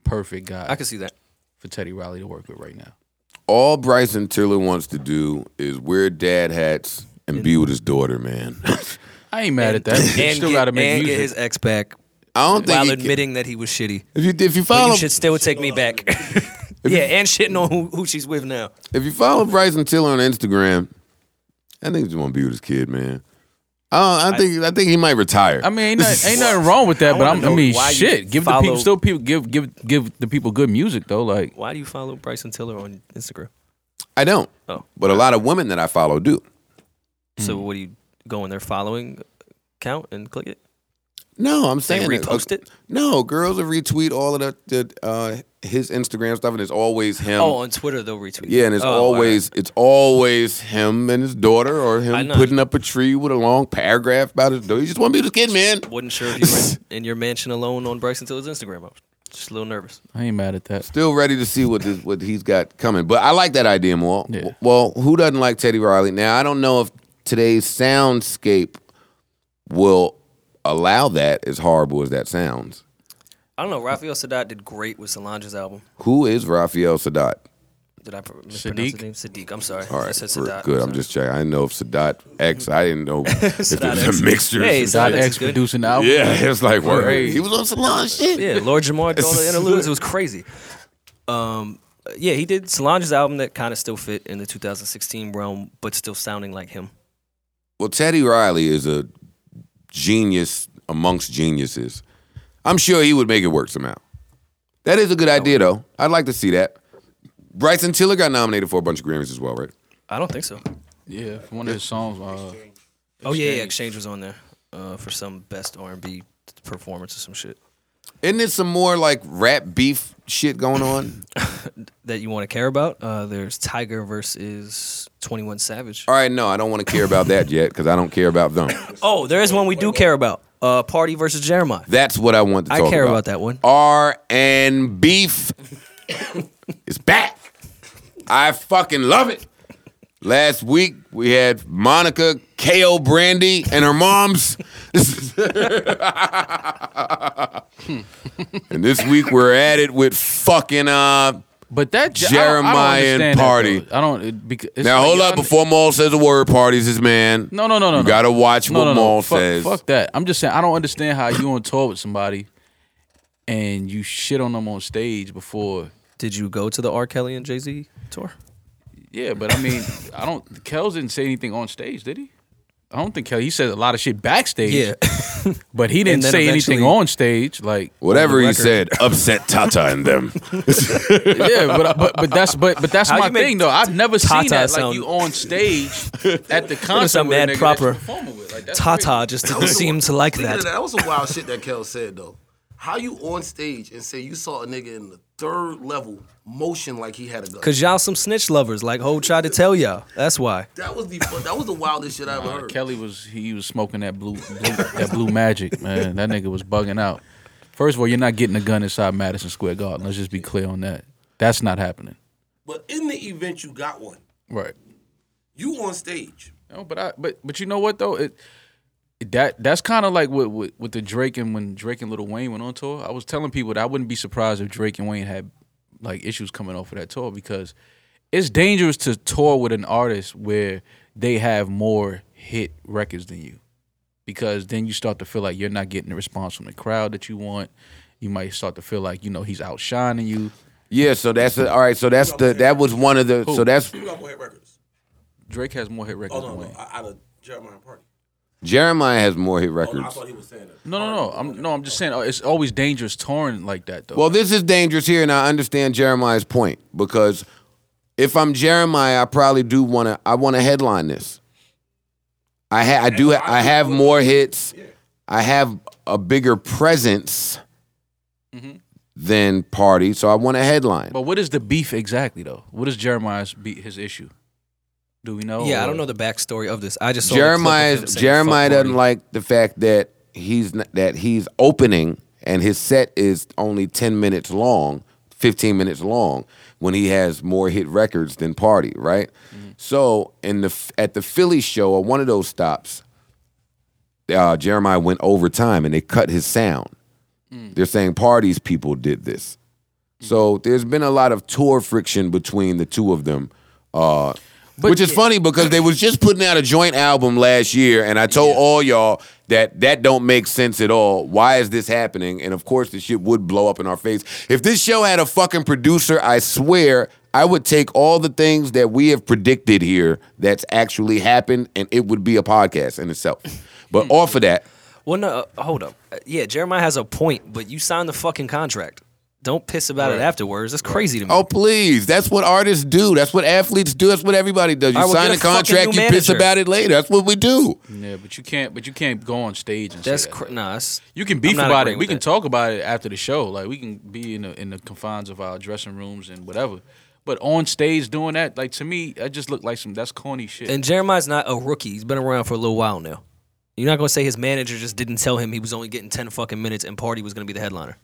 Speaker 2: perfect guy
Speaker 3: I can see that.
Speaker 2: for Teddy Riley to work with right now.
Speaker 1: All Bryson Tiller wants to do is wear dad hats and be with his daughter, man.
Speaker 2: I ain't mad at that. He
Speaker 3: And,
Speaker 2: still
Speaker 3: get,
Speaker 2: gotta make
Speaker 3: and
Speaker 2: music.
Speaker 3: get his ex back
Speaker 1: I don't think
Speaker 3: while
Speaker 1: he can-
Speaker 3: admitting that he was shitty.
Speaker 1: if you if you
Speaker 3: But
Speaker 1: follow
Speaker 3: you should still take me back. yeah, and shitting on who, who she's with now.
Speaker 1: If you follow Bryson Tiller on Instagram, I think he just want to be with his kid, man. I, don't, I think I, think he might retire.
Speaker 2: I mean, ain't, not, ain't nothing wrong with that, but
Speaker 3: wanna
Speaker 2: I'm, I
Speaker 3: know
Speaker 2: mean,
Speaker 3: why you
Speaker 2: shit. Give the
Speaker 3: follow-
Speaker 2: people still people give give give the people good music though. Like,
Speaker 3: Why do you follow Bryson Tiller on Instagram?
Speaker 1: I don't,
Speaker 3: Oh,
Speaker 1: but a lot of women that I follow do.
Speaker 3: so
Speaker 1: Hmm.
Speaker 3: what do you go in their following account and click it?
Speaker 1: No, I'm
Speaker 3: They
Speaker 1: saying that-
Speaker 3: repost it.
Speaker 1: No, girls will retweet all of the, the uh, his Instagram stuff, and it's always him.
Speaker 3: Oh, on Twitter they'll retweet.
Speaker 1: yeah, and it's
Speaker 3: Oh, all
Speaker 1: always it's always him and his daughter, or
Speaker 3: I
Speaker 1: him
Speaker 3: know.
Speaker 1: putting up a tree with a long paragraph about his daughter. He just want to be with his kid, man.
Speaker 3: right. Wasn't sure if you were in your mansion alone on Bryson Tiller's Instagram. I was just a little nervous.
Speaker 2: I ain't mad at that.
Speaker 1: Still ready to see what this, what he's got coming. But I like that idea more.
Speaker 2: Yeah.
Speaker 1: Well, who doesn't like Teddy Riley? Now I don't know if today's soundscape will allow that, as horrible as that sounds.
Speaker 3: I don't know. Rafael Sadat did great with Solange's album.
Speaker 1: Who is Rafael Sadat?
Speaker 3: Did I pr- mispronounce
Speaker 2: Sadiq?
Speaker 3: his name? Sadiq. I'm sorry.
Speaker 1: All right,
Speaker 3: I said
Speaker 1: we're
Speaker 3: Sadat.
Speaker 1: good. I'm
Speaker 3: sorry.
Speaker 1: just checking. I didn't know if Sadat X. I didn't know if it
Speaker 3: Sadat
Speaker 1: was
Speaker 3: X.
Speaker 1: a mixture.
Speaker 3: Hey,
Speaker 1: Sadat-
Speaker 2: Dot
Speaker 3: Sadat
Speaker 2: X
Speaker 3: is good.
Speaker 2: producing the album.
Speaker 1: yeah, it's like word.
Speaker 2: Right.
Speaker 1: He was on some long shit.
Speaker 3: Yeah, Lord Jamar did all the interludes. It was crazy. Um, yeah, he did Solange's album that kind of still fit in the 2016 realm, but still sounding like him.
Speaker 1: Well, Teddy Riley is a genius amongst geniuses. I'm sure he would make it work somehow. That is a good idea, though. I'd like to see that. Bryson Tiller got nominated for a bunch of Grammys as well, right?
Speaker 3: I don't think so.
Speaker 2: Yeah, for one of his songs. Uh,
Speaker 3: Oh yeah, yeah, Exchange was on there uh, for some best R&B performance or some shit
Speaker 1: Isn't there some more like rap beef shit going on?
Speaker 3: that you want to care about. Uh, there's Tiger versus 21 Savage.
Speaker 1: All right, no, I don't want to care about that yet because I don't care about them.
Speaker 3: Oh, there is one we do care about. Uh, Party versus Jeremiah.
Speaker 1: That's what I want to
Speaker 3: I
Speaker 1: talk
Speaker 3: care
Speaker 1: about
Speaker 3: about that one.
Speaker 1: R and beef is back. I fucking love it. Last week we had Monica, KO Brandy, and her moms. and this week we're at it with fucking uh
Speaker 2: but that J-
Speaker 1: Jeremiah
Speaker 2: I don't, I don't
Speaker 1: and
Speaker 2: understand that,
Speaker 1: Party.
Speaker 2: though. I don't. It, because, it's
Speaker 1: now
Speaker 2: like,
Speaker 1: hold
Speaker 2: yo,
Speaker 1: up
Speaker 2: I-
Speaker 1: before Maul says a word, parties his man.
Speaker 2: No, no, no, no.
Speaker 1: You
Speaker 2: no.
Speaker 1: gotta watch
Speaker 2: No,
Speaker 1: what
Speaker 2: no, no.
Speaker 1: Maul
Speaker 2: fuck,
Speaker 1: says.
Speaker 2: Fuck that. I'm just saying. I don't understand how you on tour with somebody and you shit on them on stage before.
Speaker 3: Did you go to the R. Kelly and Jay Z tour?
Speaker 2: Yeah, but I mean, I don't. Kels didn't say anything on stage, did he? I don't think Kel. He said a lot of shit backstage.
Speaker 3: Yeah.
Speaker 2: but he didn't
Speaker 3: then
Speaker 2: say anything
Speaker 3: eventually-
Speaker 2: on stage. Like
Speaker 1: Whatever
Speaker 3: On the
Speaker 1: he
Speaker 3: record.
Speaker 1: said, upset Tata and them.
Speaker 2: yeah, but but but that's but but that's
Speaker 3: How
Speaker 2: my
Speaker 3: you make
Speaker 2: thing though. I've never seen
Speaker 3: Tata
Speaker 2: that. Like
Speaker 3: sound-
Speaker 2: you on stage at the concert
Speaker 3: sound
Speaker 2: with a
Speaker 3: mad
Speaker 2: nigga that
Speaker 3: proper.
Speaker 2: you performing with. Like, that's
Speaker 3: Tata just didn't seem to like
Speaker 4: Speaking of
Speaker 3: that.
Speaker 4: that, that was some wild shit that Kel said though. How you on stage and say you saw a nigga in the third level motion like he had a gun?
Speaker 3: Cause y'all some snitch lovers, like Ho tried to tell y'all. That's why.
Speaker 4: That was the fu- that was the wildest shit I ever
Speaker 2: crazy.
Speaker 4: heard.
Speaker 2: Kelly was he was smoking that blue, blue that blue magic man. That nigga was bugging out. First of all, you're not getting a gun inside Madison Square Garden. Let's just be clear on that. That's not happening.
Speaker 4: But in the event you got one,
Speaker 2: Right.
Speaker 5: You on stage.
Speaker 2: No, but I but but you know what though it. That that's kind of like what with, with the Drake and when Drake and Little Wayne went on tour. I was telling people that I wouldn't be surprised if Drake and Wayne had like issues coming off of that tour because it's dangerous to tour with an artist where they have more hit records than you because then you start to feel like you're not getting the response from the crowd that you want. You might start to feel like you know he's outshining you.
Speaker 1: Yeah, so that's the, all right. So that's the that was one of the so that's
Speaker 5: Who got more hit records?
Speaker 2: Drake has more hit
Speaker 5: Oh
Speaker 2: records
Speaker 5: no,
Speaker 2: than
Speaker 5: no,
Speaker 2: Wayne.
Speaker 5: out of Jeremiah Party.
Speaker 1: Jeremiah has more hit
Speaker 5: Oh, no, I
Speaker 1: records.
Speaker 5: thought he was saying that.
Speaker 2: No, no, no. I'm no. I'm just saying uh, it's always dangerous touring like that though.
Speaker 1: Well, this is dangerous here, and I understand Jeremiah's point because if I'm Jeremiah, I probably do want to. I want to headline this. I ha- I do. I have more hits. I have a bigger presence
Speaker 5: Mm-hmm.
Speaker 1: than Party, so I want a headline.
Speaker 2: But what is the beef exactly though? What is Jeremiah's be- his issue? Do we know?
Speaker 3: yeah, I
Speaker 2: or-
Speaker 3: don't know the backstory of this. I just saw the clip of him
Speaker 1: Jeremiah's
Speaker 3: saying,
Speaker 1: Oh. Jeremiah
Speaker 3: "Fuck
Speaker 1: doesn't
Speaker 3: Cardi."
Speaker 1: like the fact that he's not, that he's opening and his set is only 10 minutes long, 15 minutes long when he has more hit records than Party, right?
Speaker 3: Mm-hmm.
Speaker 1: So, in the at the Philly show or one of those stops, uh, Jeremiah went overtime and they cut his sound.
Speaker 3: Mm.
Speaker 1: They're saying Party's people did this. So there's been a lot of tour friction between the two of them, uh, which is funny because they was just putting out a joint album last year, and I told all y'all that that don't make sense at all. Why is this happening? And of course, the shit would blow up in our face. If this show had a fucking producer, I swear I would take all the things that we have predicted here that's actually happened, and it would be a podcast in itself. But off of that,
Speaker 3: Well, no, uh, hold up. Uh, Yeah, Jeremiah has a point, but you signed the fucking contract. Don't piss about it afterwards. That's crazy to me.
Speaker 1: Oh please! That's what artists do. That's what athletes do. That's what everybody does. You
Speaker 3: All right, well,
Speaker 1: sign
Speaker 3: get
Speaker 1: a
Speaker 3: a fucking
Speaker 1: contract,
Speaker 3: new
Speaker 1: you piss
Speaker 3: manager.
Speaker 1: about it later. That's what we do.
Speaker 2: Yeah, but you can't. But you can't go on stage and
Speaker 3: That's
Speaker 2: say that.
Speaker 3: cr- nah. That's,
Speaker 2: You can beef
Speaker 3: I'm not
Speaker 2: about
Speaker 3: agreeing
Speaker 2: it. We
Speaker 3: with
Speaker 2: can
Speaker 3: that.
Speaker 2: talk about it after the show. Like we can be in the in the confines of our dressing rooms and whatever. But on stage doing that, like to me, that just looked like some that's corny shit.
Speaker 3: And Jeremiah's not a rookie. He's been around for a little while now. You're not gonna say his manager just didn't tell him he was only getting ten fucking minutes and Party was gonna be the headliner.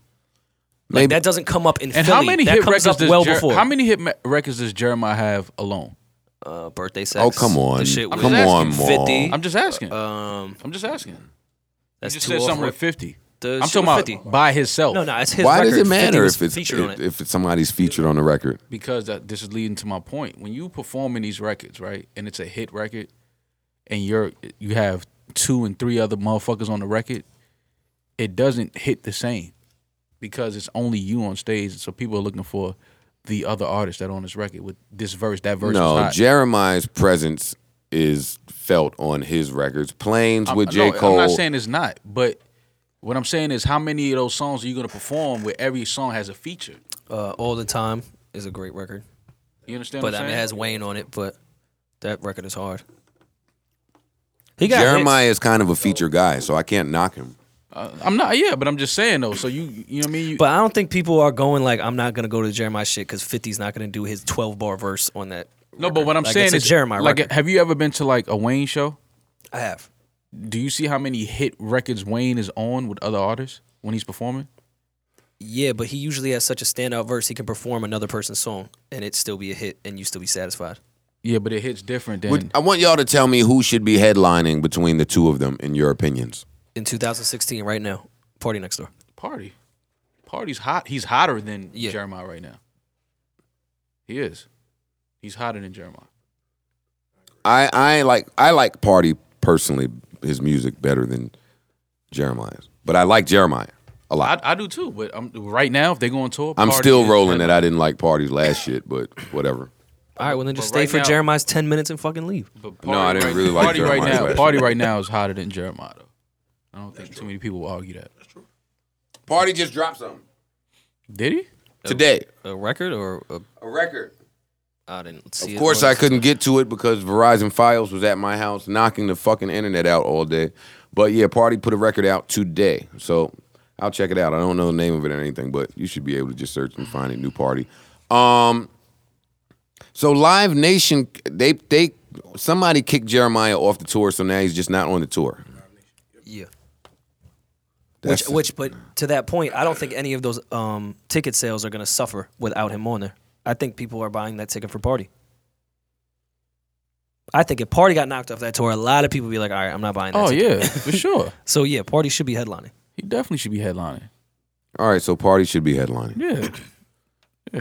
Speaker 3: Like
Speaker 1: Maybe-
Speaker 3: that doesn't come up in
Speaker 2: and
Speaker 3: Philly.
Speaker 2: how many
Speaker 3: that
Speaker 2: hit
Speaker 3: comes
Speaker 2: records
Speaker 3: up
Speaker 2: does
Speaker 3: well
Speaker 2: Jer-
Speaker 3: before.
Speaker 2: how many hit ma- records does Jeremiah have alone?
Speaker 3: uh, birthday sex?
Speaker 1: Oh come on,
Speaker 3: The shit was
Speaker 1: come
Speaker 2: just
Speaker 1: on,
Speaker 3: asking.
Speaker 1: Maul.
Speaker 3: 50.
Speaker 2: I'm just asking.
Speaker 3: Um,
Speaker 2: I'm just asking.
Speaker 3: that's
Speaker 2: you just
Speaker 3: two
Speaker 2: said
Speaker 3: off
Speaker 2: something
Speaker 3: rip. uh,
Speaker 2: with fifty.
Speaker 3: The
Speaker 2: I'm
Speaker 3: shit
Speaker 2: talking about Oh.
Speaker 3: with 50.
Speaker 2: by himself.
Speaker 3: No, no, it's his
Speaker 1: Why
Speaker 3: record.
Speaker 1: does it
Speaker 3: 50
Speaker 1: matter
Speaker 3: was
Speaker 1: if it's
Speaker 3: featured on
Speaker 1: if,
Speaker 3: it?
Speaker 1: if it's somebody's featured on the record?
Speaker 2: because that, this is leading to my point. When you perform in these records, right, and it's a hit record, and you're you have two and three other motherfuckers on the record, it doesn't hit the same because it's only you on stage. So people are looking for the other artists that are on this record with this verse, that verse.
Speaker 1: no,
Speaker 2: is hot.
Speaker 1: Jeremiah's presence is felt on his records. Planes with J
Speaker 2: no,
Speaker 1: Cole.
Speaker 2: I'm not saying it's not, but what I'm saying is how many of those songs are you gonna perform where every song has a feature?
Speaker 3: uh, all the time is a great record,
Speaker 2: You understand?
Speaker 3: but
Speaker 2: what
Speaker 3: I
Speaker 2: I'm
Speaker 3: mean, it
Speaker 2: saying?
Speaker 3: has Wayne on it. But that record is hard. He got
Speaker 1: Jeremiah is kind of a feature guy, so I can't knock him.
Speaker 2: Uh, I'm not. Yeah, but I'm just saying though. So you, you know what I mean? You,
Speaker 3: But I don't think people are going like I'm not gonna go to Jeremiah shit because 50's not gonna do his 12 bar verse on that.
Speaker 2: No, but what I'm
Speaker 3: Like,
Speaker 2: saying
Speaker 3: it's a
Speaker 2: is,
Speaker 3: Jeremiah
Speaker 2: like,
Speaker 3: record.
Speaker 2: have you ever been to like a Wayne show?
Speaker 3: I have.
Speaker 2: Do you see how many hit records Wayne is on with other artists when he's performing?
Speaker 3: Yeah, but he usually has such a standout verse he can perform another person's song and it still be a hit and you still be satisfied.
Speaker 2: Yeah, but it hits different than.
Speaker 1: Would- I want y'all to tell me who should be headlining between the two of them, in your opinions.
Speaker 3: In 2016, right now, Party Next Door.
Speaker 2: Party. Party's hot. He's hotter than
Speaker 3: Yeah.
Speaker 2: Jeremiah right now. He is. He's hotter than Jeremiah.
Speaker 1: I I like I like Party personally his music better than Jeremiah's, but I like Jeremiah a lot.
Speaker 2: I, I do too, but I'm, right now, if they go on tour,
Speaker 1: I'm
Speaker 2: Party
Speaker 1: still
Speaker 2: is
Speaker 1: rolling
Speaker 2: better.
Speaker 1: that I didn't like Party's last shit, but whatever.
Speaker 3: All Oh, right, well then just
Speaker 2: But
Speaker 3: stay
Speaker 2: right
Speaker 3: for
Speaker 2: now-
Speaker 3: Jeremiah's 10 minets and fucking leave.
Speaker 2: But
Speaker 1: No, I didn't really like
Speaker 2: Party right
Speaker 1: Jeremiah's
Speaker 2: now.
Speaker 1: last
Speaker 2: Party right now is hotter than Jeremiah. Though. I don't think too many people will argue that.
Speaker 1: Party just dropped something
Speaker 2: Did he?
Speaker 1: today,
Speaker 3: A record or a,
Speaker 1: a record.
Speaker 3: I didn't see
Speaker 1: Of
Speaker 3: it
Speaker 1: course,
Speaker 3: on-
Speaker 1: I couldn't get to it because Verizon Files was at my house knocking the fucking internet out all day. But yeah, Party put a record out today, so I'll check it out. I don't know the name of it or anything, but you should be able to just search and find it. New Party. Um, so Live Nation, they they somebody kicked Jeremiah off the tour, so now he's just not on the tour.
Speaker 3: Yeah.
Speaker 1: That's-
Speaker 3: which, which, but to that point, I don't think any of those um, ticket sales are going to suffer without him on there. I think people are buying that ticket for party. I think if Party got knocked off that tour, a lot of people would be like, all right, I'm not buying that.
Speaker 2: Oh
Speaker 3: ticket."
Speaker 2: yeah, for sure.
Speaker 3: So yeah, Party should be headlining.
Speaker 2: He definitely should be headlining.
Speaker 1: All right, so party should be headlining.
Speaker 2: Yeah.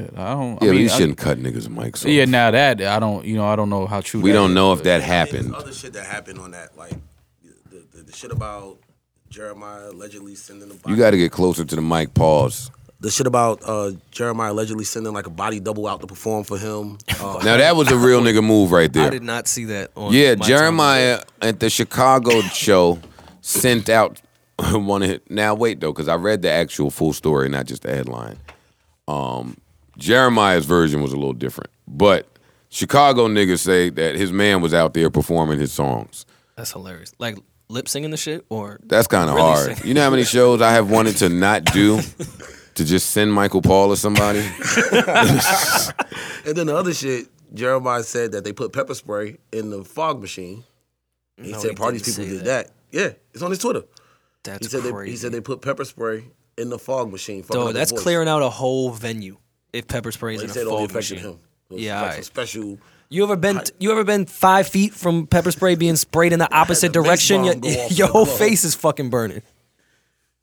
Speaker 2: Yeah, I don't.
Speaker 1: Yeah,
Speaker 2: I
Speaker 1: but
Speaker 2: mean,
Speaker 1: you
Speaker 2: I-
Speaker 1: shouldn't cut niggas' mics off.
Speaker 2: yeah, now that I don't, you know, I don't know how true.
Speaker 1: we
Speaker 2: that
Speaker 1: don't
Speaker 2: is.
Speaker 1: know if that
Speaker 5: There's
Speaker 1: happened.
Speaker 5: other shit that happened on that, like the, the, the shit about Jeremiah allegedly sending the body.
Speaker 1: You got to get closer to the mic. Pause.
Speaker 4: The shit about uh, Jeremiah allegedly sending like a body double out to perform for him. Uh,
Speaker 1: Now that was a real nigga move right
Speaker 3: I
Speaker 1: there.
Speaker 3: did not see that. on
Speaker 1: Yeah,
Speaker 3: my
Speaker 1: Jeremiah at the Chicago show sent out one of his, now wait though because I read the actual full story not just the headline. Um, Jeremiah's version was a little different, but Chicago niggas say that his man was out there performing his songs.
Speaker 3: timeline. That's hilarious. Like lip singing the shit, or
Speaker 1: That's kind of
Speaker 3: Really
Speaker 1: hard.
Speaker 3: sick.
Speaker 1: You know how many shows I have wanted to not do to just send Michael Paul or somebody.
Speaker 4: and then the other shit, Jeremiah said that they put pepper spray in the fog machine. He
Speaker 3: No,
Speaker 4: said
Speaker 3: he
Speaker 4: parties
Speaker 3: didn't
Speaker 4: people
Speaker 3: say
Speaker 4: did that. Yeah, it's on his Twitter.
Speaker 3: that's
Speaker 4: He said
Speaker 3: crazy.
Speaker 4: they he said they put pepper spray in the fog machine. fucking up
Speaker 3: Dog,
Speaker 4: his
Speaker 3: that's
Speaker 4: voice.
Speaker 3: clearing out a whole venue if pepper sprays
Speaker 4: He
Speaker 3: in a
Speaker 4: said it only
Speaker 3: fog
Speaker 4: affected
Speaker 3: machine.
Speaker 4: him. It was
Speaker 3: Yeah,
Speaker 4: like
Speaker 3: alright.
Speaker 4: some special.
Speaker 3: You ever been? You ever been five feet from pepper spray being sprayed in the opposite
Speaker 4: the mace
Speaker 3: direction? Your,
Speaker 4: bomb go off in
Speaker 3: your
Speaker 4: the
Speaker 3: whole
Speaker 4: club.
Speaker 3: face is fucking burning.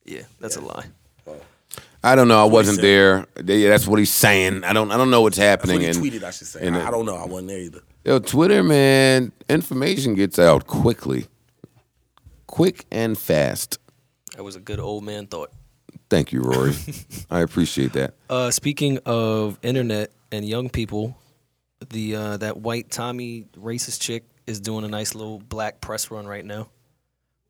Speaker 3: Yeah, that's a lie.
Speaker 1: I don't know. I wasn't there. They- that's what he's saying. I don't. I don't know what's
Speaker 4: That's what
Speaker 1: happening.
Speaker 4: he
Speaker 1: and-
Speaker 4: tweeted, I should say.
Speaker 1: and
Speaker 4: I,
Speaker 1: it-
Speaker 4: I don't know. I wasn't there either.
Speaker 1: Yo, Twitter, man, information gets out quickly. Quick and fast.
Speaker 3: That was a good old man thought.
Speaker 1: Thank you, Rory. I appreciate that.
Speaker 3: Uh, speaking of internet and young people, the uh, that white Tommy racist chick is doing a nice little black press run right now.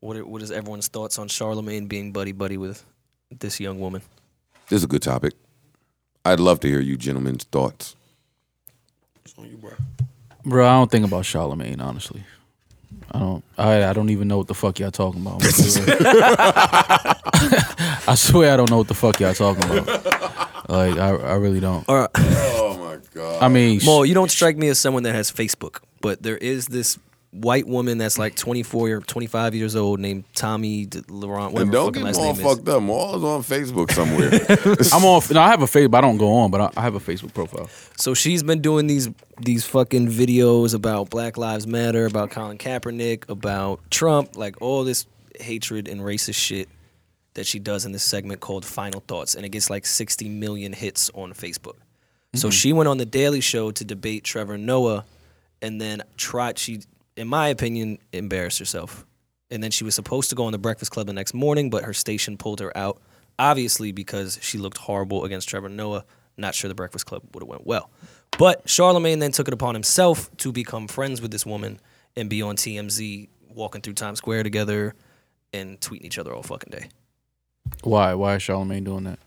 Speaker 3: What are, what is everyone's thoughts on Charlemagne being buddy buddy with this young woman?
Speaker 1: This is a good topic. I'd love to hear you gentlemen's thoughts.
Speaker 5: It's on you, bro.
Speaker 2: Bro, I don't think about Charlemagne, honestly. I don't. I I don't even know what the fuck y'all talking about. I swear I don't know what the fuck y'all talking about. Like I, I really don't.
Speaker 3: All right,
Speaker 1: Oh my god.
Speaker 2: I mean, sh-
Speaker 3: Mo, you don't strike me as someone that has Facebook, but there is this white woman that's like 24 or 25 years old named Tommy D- Laurent. Whatever
Speaker 1: And don't
Speaker 3: fucking
Speaker 1: get
Speaker 3: last
Speaker 1: all
Speaker 3: name is.
Speaker 1: fucked up. Maul's on Facebook somewhere.
Speaker 2: I'm on. No, I have a Facebook. I don't go on, but I, I have a Facebook profile.
Speaker 3: So she's been doing these these fucking videos about Black Lives Matter, about Colin Kaepernick, about Trump, like all this hatred and racist shit that she does in this segment called Final Thoughts, and it gets like 60 million hits on Facebook. So she went on the Daily Show to debate Trevor Noah, and then tried she, in my opinion, embarrassed herself. And then she was supposed to go on the Breakfast Club the next morning, but her station pulled her out, obviously because she looked horrible against Trevor Noah. Not sure the Breakfast Club would have went well. But Charlemagne then took it upon himself to become friends with this woman and be on TMZ, walking through Times Square together and tweeting each other all fucking day
Speaker 2: Why? Why is Charlemagne doing that?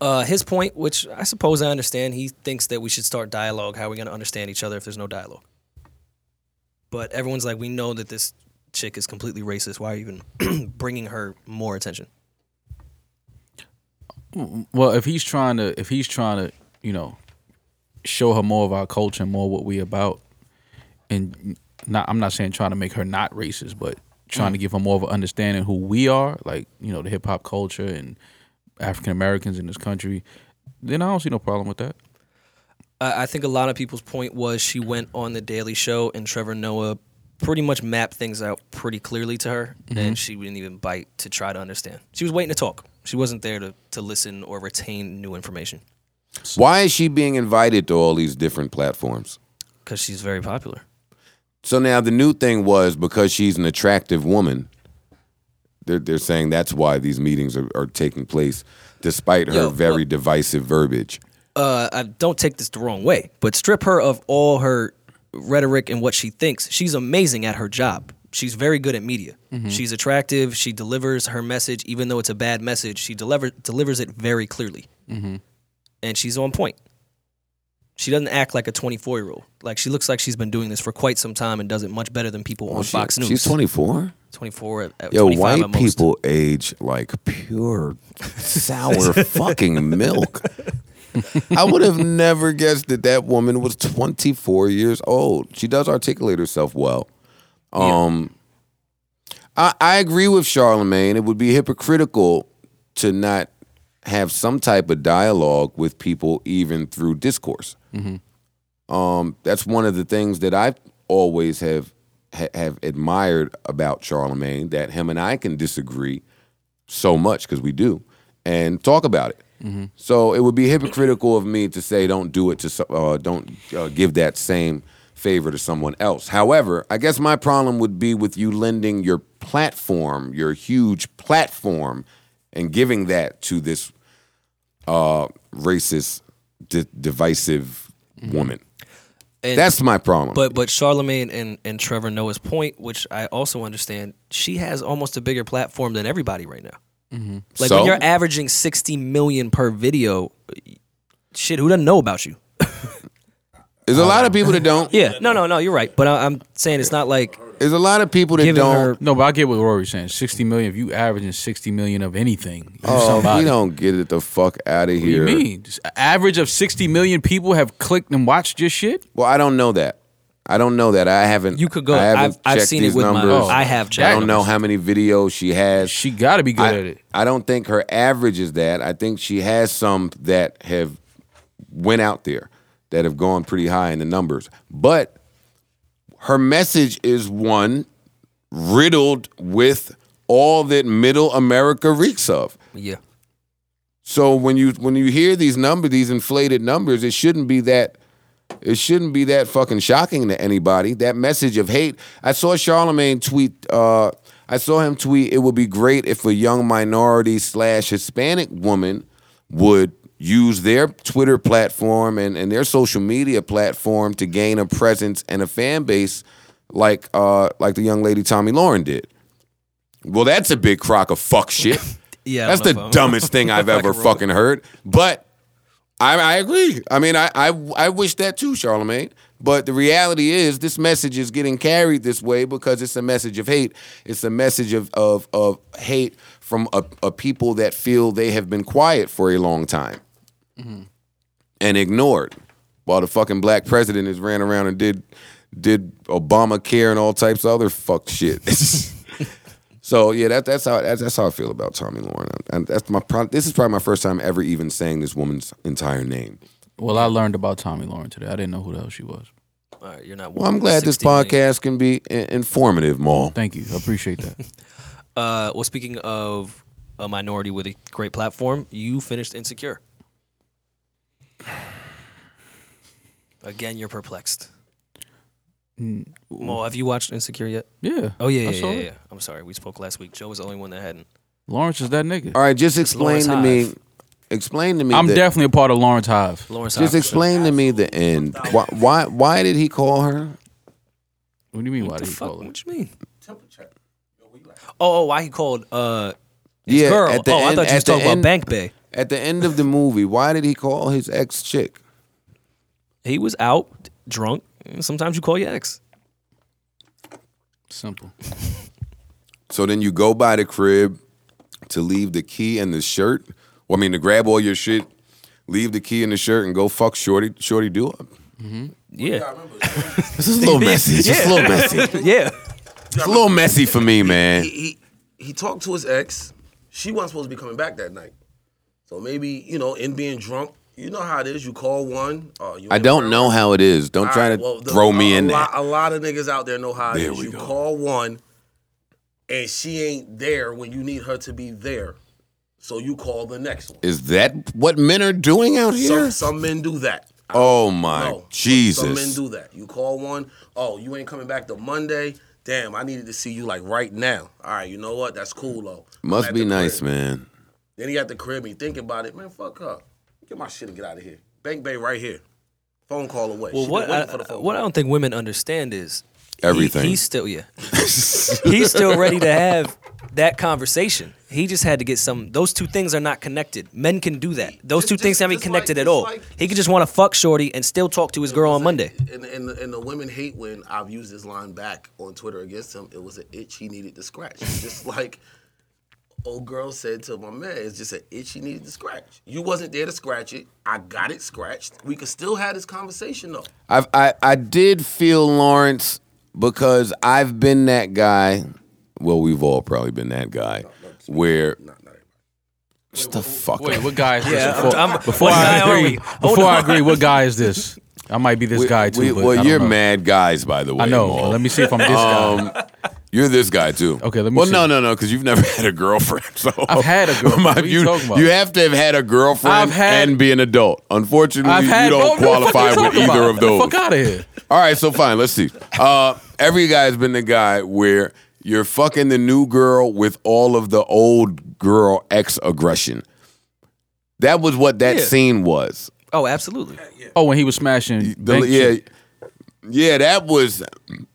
Speaker 3: uh, his point, which I suppose I understand, he thinks that we should start dialogue. How are we going to understand each other if there's no dialogue? But everyone's like, we know that this chick is completely racist. Why are you even bringing her more attention?
Speaker 2: Well, if he's trying to, if he's trying to, you know, show her more of our culture and more what we about, and not, I'm not saying trying to make her not racist, but trying
Speaker 1: Mm.
Speaker 2: to give her more of an understanding of who we are, like you know, the hip hop culture and African Americans in this country. Then I don't see no problem with that.
Speaker 3: I I think a lot of people's point was she went on the Daily Show and Trevor Noah pretty much mapped things out pretty clearly to her, and she didn't even bite to try to understand. She was waiting to talk. She wasn't there to, to listen or retain new information
Speaker 1: Why is she being invited to all these different platforms?
Speaker 3: because she's very popular.
Speaker 1: So now the new thing was because she's an attractive woman, they're, they're saying that's why these meetings are, are taking place, despite her
Speaker 3: Yo,
Speaker 1: very divisive verbiage.
Speaker 3: uh, I don't take this the wrong way, but strip her of all her rhetoric and what she thinks. She's amazing at her job. She's very good at media. She's attractive. She delivers her message, even though it's a bad message. She deliver, delivers it very clearly, and she's on point. She doesn't act like a 24 year old. Like she looks like she's been doing this for quite some time and does it much better than people on
Speaker 1: Oh, She-
Speaker 3: Fox News.
Speaker 1: She's 24?
Speaker 3: 24. At, at
Speaker 1: Yo,
Speaker 3: 25
Speaker 1: white
Speaker 3: at most.
Speaker 1: people age like pure sour fucking milk. I would have never guessed that that woman was 24 years old. She does articulate herself well. Um, I, I agree with Charlemagne. It would be hypocritical to not have some type of dialogue with people, even through discourse. Um, that's one of the things that I always have ha- have admired about Charlemagne that him and I can disagree so much because we do and talk about it.
Speaker 3: Mm-hmm.
Speaker 1: So it would be hypocritical of me to say don't do it to so- uh, don't uh, give that same favor to someone else. However, I guess my problem would be with you lending your platform, your huge platform, and giving that to this uh, racist, d- divisive woman.
Speaker 3: Mm-hmm. And-
Speaker 1: That's my problem.
Speaker 3: But but Charlemagne and, and Trevor know his point, which I also understand. She has almost a bigger platform than everybody right now. Like
Speaker 1: So?
Speaker 3: when you're averaging sixty million per video, shit, who doesn't know about you?
Speaker 1: there's a lot of people that don't.
Speaker 3: Yeah, no, no, no, you're right. But I, I'm saying it's not like
Speaker 1: There's a lot of people that
Speaker 3: giving
Speaker 1: don't.
Speaker 3: her.
Speaker 2: No, but I get what Rory's saying. Sixty million. If you averaging sixty million of anything, you're
Speaker 1: oh,
Speaker 2: somebody.
Speaker 1: we don't get it the fuck out of
Speaker 2: what do
Speaker 1: here.
Speaker 2: you mean? Just a average of sixty million people have clicked and watched your shit.
Speaker 1: Well, I don't know that. I don't know that. I haven't.
Speaker 3: You could go-
Speaker 1: I haven't
Speaker 3: I've- I've
Speaker 1: checked
Speaker 3: seen
Speaker 1: these
Speaker 3: it with my-
Speaker 1: numbers.
Speaker 3: Oh, I have checked
Speaker 1: I don't know
Speaker 2: numbers.
Speaker 1: how many videos she has.
Speaker 2: She got to be good
Speaker 1: I,
Speaker 2: at it.
Speaker 1: I don't think her average is that. I think she has some that have went out there that have gone pretty high in the numbers. But her message is one riddled with all that middle America reeks of.
Speaker 3: Yeah,
Speaker 1: So when you when you hear these numbers, these inflated numbers, it shouldn't be that it shouldn't be that fucking shocking to anybody. That message of hate. I saw Charlemagne tweet. Uh, I saw him tweet. It would be great if a young minority slash Hispanic woman would use their Twitter platform and, and their social media platform to gain a presence and a fan base like uh, like the young lady Tommy Lauren did. Well, that's a big crock of fuck shit.
Speaker 3: yeah. I
Speaker 1: That's
Speaker 3: don't know
Speaker 1: the
Speaker 3: if I'm-
Speaker 1: dumbest thing I've
Speaker 3: if I
Speaker 1: ever
Speaker 3: can roll
Speaker 1: fucking heard. But I, I agree. I mean, I, I I wish that too, Charlemagne. But the reality is, this message is getting carried this way because it's a message of hate. It's a message of of, of hate from a, a people that feel they have been quiet for a long time and ignored, while the fucking black president has ran around and did did Obamacare and all types of other fuck shit. So yeah, that, that's how that's, that's how I feel about Tommy Lauren. And that's my pro- this is probably my first time ever even saying this woman's entire name.
Speaker 2: Well, I learned about Tommy Lauren today. I didn't know who the hell she was.
Speaker 3: All right, you're not.
Speaker 1: Well, I'm glad this
Speaker 3: 60 million.
Speaker 1: podcast can be in- informative, Maul.
Speaker 2: Thank you. I appreciate that.
Speaker 3: Uh, well, speaking of a minority with a great platform, you finished Insecure. Again, you're perplexed. Mo, have you watched Insecure yet?
Speaker 2: yeah.
Speaker 3: Mm. Oh yeah,
Speaker 2: I
Speaker 3: yeah,
Speaker 2: saw
Speaker 3: yeah,
Speaker 2: it.
Speaker 3: yeah. I'm sorry, we spoke last week. Joe was the only one that hadn't.
Speaker 2: Lawrence is that nigga.
Speaker 1: All right, just explain
Speaker 3: Lawrence
Speaker 1: to me.
Speaker 3: Hive.
Speaker 1: Explain to me.
Speaker 2: I'm
Speaker 1: the,
Speaker 2: definitely a part of Lawrence Hive.
Speaker 3: Lawrence,
Speaker 1: Just
Speaker 3: Hopkins.
Speaker 1: explain to me the end. Why, why why did he call her?
Speaker 2: What do you mean? Why
Speaker 3: what the
Speaker 2: did he
Speaker 3: fuck?
Speaker 2: call it?
Speaker 3: What you mean? Oh, oh, why he called? Uh, his
Speaker 1: Yeah,
Speaker 3: girl.
Speaker 1: at the
Speaker 3: oh, I
Speaker 1: end-
Speaker 3: thought you
Speaker 1: at
Speaker 3: was
Speaker 1: the
Speaker 3: talking
Speaker 1: end-
Speaker 3: about Bank Bay.
Speaker 1: At the end of the movie, why did he call his ex chick?
Speaker 3: He was out drunk. Sometimes you call your ex.
Speaker 2: Simple.
Speaker 1: So then you go by the crib to leave the key and the shirt. Well, I mean, to grab all your shit, leave the key and the shirt, and go fuck Shorty. Shorty, do it.
Speaker 3: Yeah,
Speaker 1: This is a little messy. It's just a little messy. It's
Speaker 3: yeah.
Speaker 1: a little messy for me, man.
Speaker 5: He, he he talked to his ex. She wasn't supposed to be coming back that night. So maybe you know, in being drunk, you know how it is. You call one. Uh, you
Speaker 1: I don't know how it is. Don't
Speaker 5: All
Speaker 1: try
Speaker 5: right,
Speaker 1: to
Speaker 5: well, the- uh,
Speaker 1: throw
Speaker 5: a,
Speaker 1: me
Speaker 5: a
Speaker 1: in there.
Speaker 5: lot, A lot of niggas out there know how it
Speaker 1: There
Speaker 5: is.
Speaker 1: we
Speaker 5: You
Speaker 1: go.
Speaker 5: call one, and she ain't there when you need her to be there. So you call the next one.
Speaker 1: Is that what men are doing out
Speaker 5: Some,
Speaker 1: here?
Speaker 5: some men do that. I
Speaker 1: Oh
Speaker 5: don't
Speaker 1: my
Speaker 5: know. Some men
Speaker 1: Jesus!
Speaker 5: do that. You call one, oh, you ain't coming back till Monday. Damn, I needed to see you like right now. All right, you know what? That's cool though. I'm
Speaker 1: Must
Speaker 5: at
Speaker 1: be
Speaker 5: the
Speaker 1: nice,
Speaker 5: crib.
Speaker 1: man.
Speaker 5: Then he at the crib, he thinking about it. Man, fuck her. Get my shit and get out of here. Bank Bay right here. Phone call away.
Speaker 3: Well,
Speaker 5: She been
Speaker 3: what
Speaker 5: waiting for the
Speaker 3: I,
Speaker 5: phone
Speaker 3: what I
Speaker 5: call.
Speaker 3: don't think women understand is he-
Speaker 1: Everything.
Speaker 3: he's still yeah. he's still ready to have that conversation. He just had to get some. Those two things are not connected. Men can do that. Those
Speaker 5: Just-
Speaker 3: two things
Speaker 5: just-
Speaker 3: can't be
Speaker 5: just like-
Speaker 3: connected at
Speaker 5: just
Speaker 3: all.
Speaker 5: like-
Speaker 3: he could just want to fuck shorty and still talk to his girl on Monday.
Speaker 5: And, and and the women hate when I've used this line back on Twitter against him. It was an itch he needed to scratch. just like old girl said to my man, it's just an itch he needed to scratch. You wasn't there to scratch it. I got it scratched. We could still have this conversation though.
Speaker 1: I've, I I did feel Lawrence because I've been that guy. Well, we've all probably been that guy where. Just the fuck
Speaker 2: Wait,
Speaker 1: up.
Speaker 2: what guy is this?
Speaker 3: Yeah, I'm-
Speaker 2: before before
Speaker 3: I'm- what
Speaker 2: I
Speaker 3: guy are
Speaker 2: agree,
Speaker 3: we? Hold
Speaker 2: before I
Speaker 3: on.
Speaker 2: agree, what guy is this? I might be this
Speaker 1: We-
Speaker 2: guy too.
Speaker 1: we-
Speaker 2: but
Speaker 1: well,
Speaker 2: I don't
Speaker 1: you're
Speaker 2: know.
Speaker 1: mad guys, by the way.
Speaker 2: I know.
Speaker 1: Maul.
Speaker 2: Let me see if I'm this
Speaker 3: Um,
Speaker 2: guy.
Speaker 1: You're this guy too.
Speaker 2: Okay, let me
Speaker 1: Well,
Speaker 2: see.
Speaker 1: no, no, no, because you've never had a girlfriend. So
Speaker 2: I've had a girlfriend. What are you
Speaker 1: you,
Speaker 2: talking about?
Speaker 1: you have to have had a girlfriend
Speaker 2: I've had-
Speaker 1: and be an adult. Unfortunately,
Speaker 2: I've had
Speaker 1: you don't
Speaker 2: no, what the fuck
Speaker 1: qualify
Speaker 2: you
Speaker 1: with
Speaker 2: talking
Speaker 1: either
Speaker 2: about?
Speaker 1: of those.
Speaker 2: Get the fuck out of here.
Speaker 1: All right, so fine. Let's see. Uh, every guy's been the guy where you're fucking the new girl with all of the old girl ex aggression. That was what that scene was.
Speaker 3: Oh, absolutely.
Speaker 2: Oh, when he was smashing.
Speaker 1: The-
Speaker 2: bank
Speaker 1: yeah,
Speaker 2: shit.
Speaker 1: yeah, that was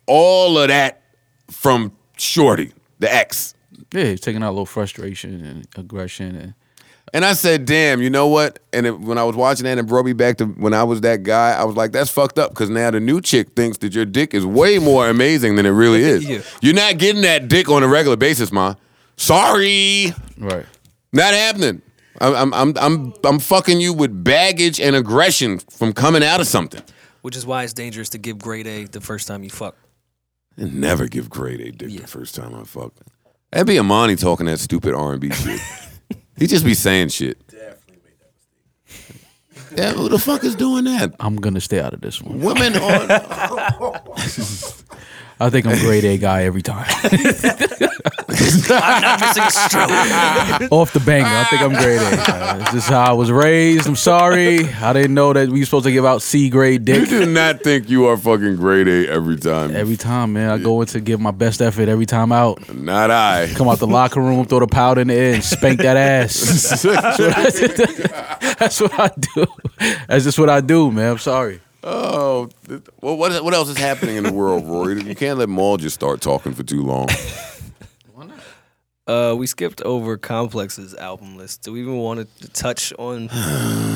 Speaker 1: all of that from Shorty, the ex.
Speaker 2: Yeah, he's taking out a little frustration and aggression and
Speaker 1: And I said, damn, you know what? And it, when I was watching that and brought me back to when I was that guy, I was like, that's fucked up because now the new chick thinks that your dick is way more amazing than it really is.
Speaker 3: Yeah.
Speaker 1: You're not getting that dick on a regular basis, ma. Sorry,
Speaker 2: right.
Speaker 1: not happening. I'm, I'm, I'm, I'm, I'm fucking you with baggage and aggression from coming out of something.
Speaker 3: Which is why it's dangerous to give grade A the first time you fuck.
Speaker 1: I never give grade A dick
Speaker 3: Yeah.
Speaker 1: the first time I fucked. That'd be Imani talking that stupid R and B shit. he just be saying shit. Yeah, who the fuck is doing that?
Speaker 2: I'm gonna stay out of this one.
Speaker 1: Women on
Speaker 2: I think I'm grade A guy every time.
Speaker 3: I'm not missing a stroke.
Speaker 2: Off the banger, I think I'm grade A. guy. This is how I was raised. I'm sorry. I didn't know that we were supposed to give out C grade
Speaker 1: You
Speaker 2: dick
Speaker 1: do not think you are fucking grade A every time.
Speaker 2: every time, man. I go in to give my best effort every time out.
Speaker 1: not I.
Speaker 2: Come out the locker room, throw the powder in the air, and spank that ass. That's what I do. That's just what I do, man. I'm sorry.
Speaker 1: oh, th- well, what what else is happening in the world, Rory? You can't let Maul just start talking for too long.
Speaker 3: Uh, we skipped over Complex's album list. Do we even want to touch on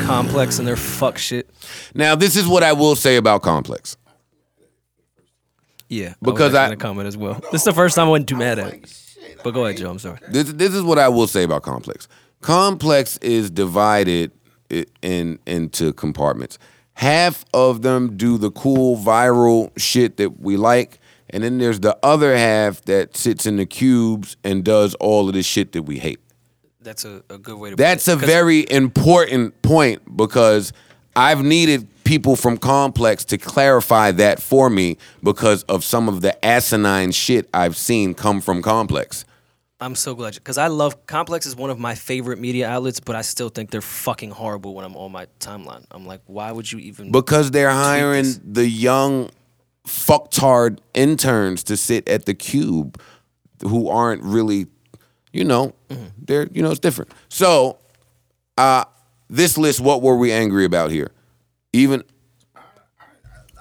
Speaker 3: Complex and their fuck shit?
Speaker 1: Now, this is what I will say about Complex.
Speaker 3: Yeah,
Speaker 1: Because I-
Speaker 3: I was actually gonna comment as well. This is the first time I wasn't too mad at. it. But go ahead, Joe. I'm sorry.
Speaker 1: This this is what I will say about Complex. Complex is divided i- in into compartments. Half of them do the cool viral shit that we like, and then there's the other half that sits in the cubes and does all of the shit that we hate.
Speaker 3: That's a, a good way to.
Speaker 1: That's
Speaker 3: put
Speaker 1: a
Speaker 3: it. 'Cause
Speaker 1: very important point because I've needed people from Complex to clarify that for me because of some of the asinine shit I've seen come from Complex.
Speaker 3: I'm so glad because I love Complex is one of my favorite media outlets, but I still think they're fucking horrible when I'm on my timeline. I'm like, why would you even?
Speaker 1: Because they're hiring
Speaker 3: this.
Speaker 1: the young fucktard interns to sit at the cube who aren't really, you know,
Speaker 5: Mm-hmm.
Speaker 1: they're, you know, it's different. So, uh, this list, what were we angry about here? Even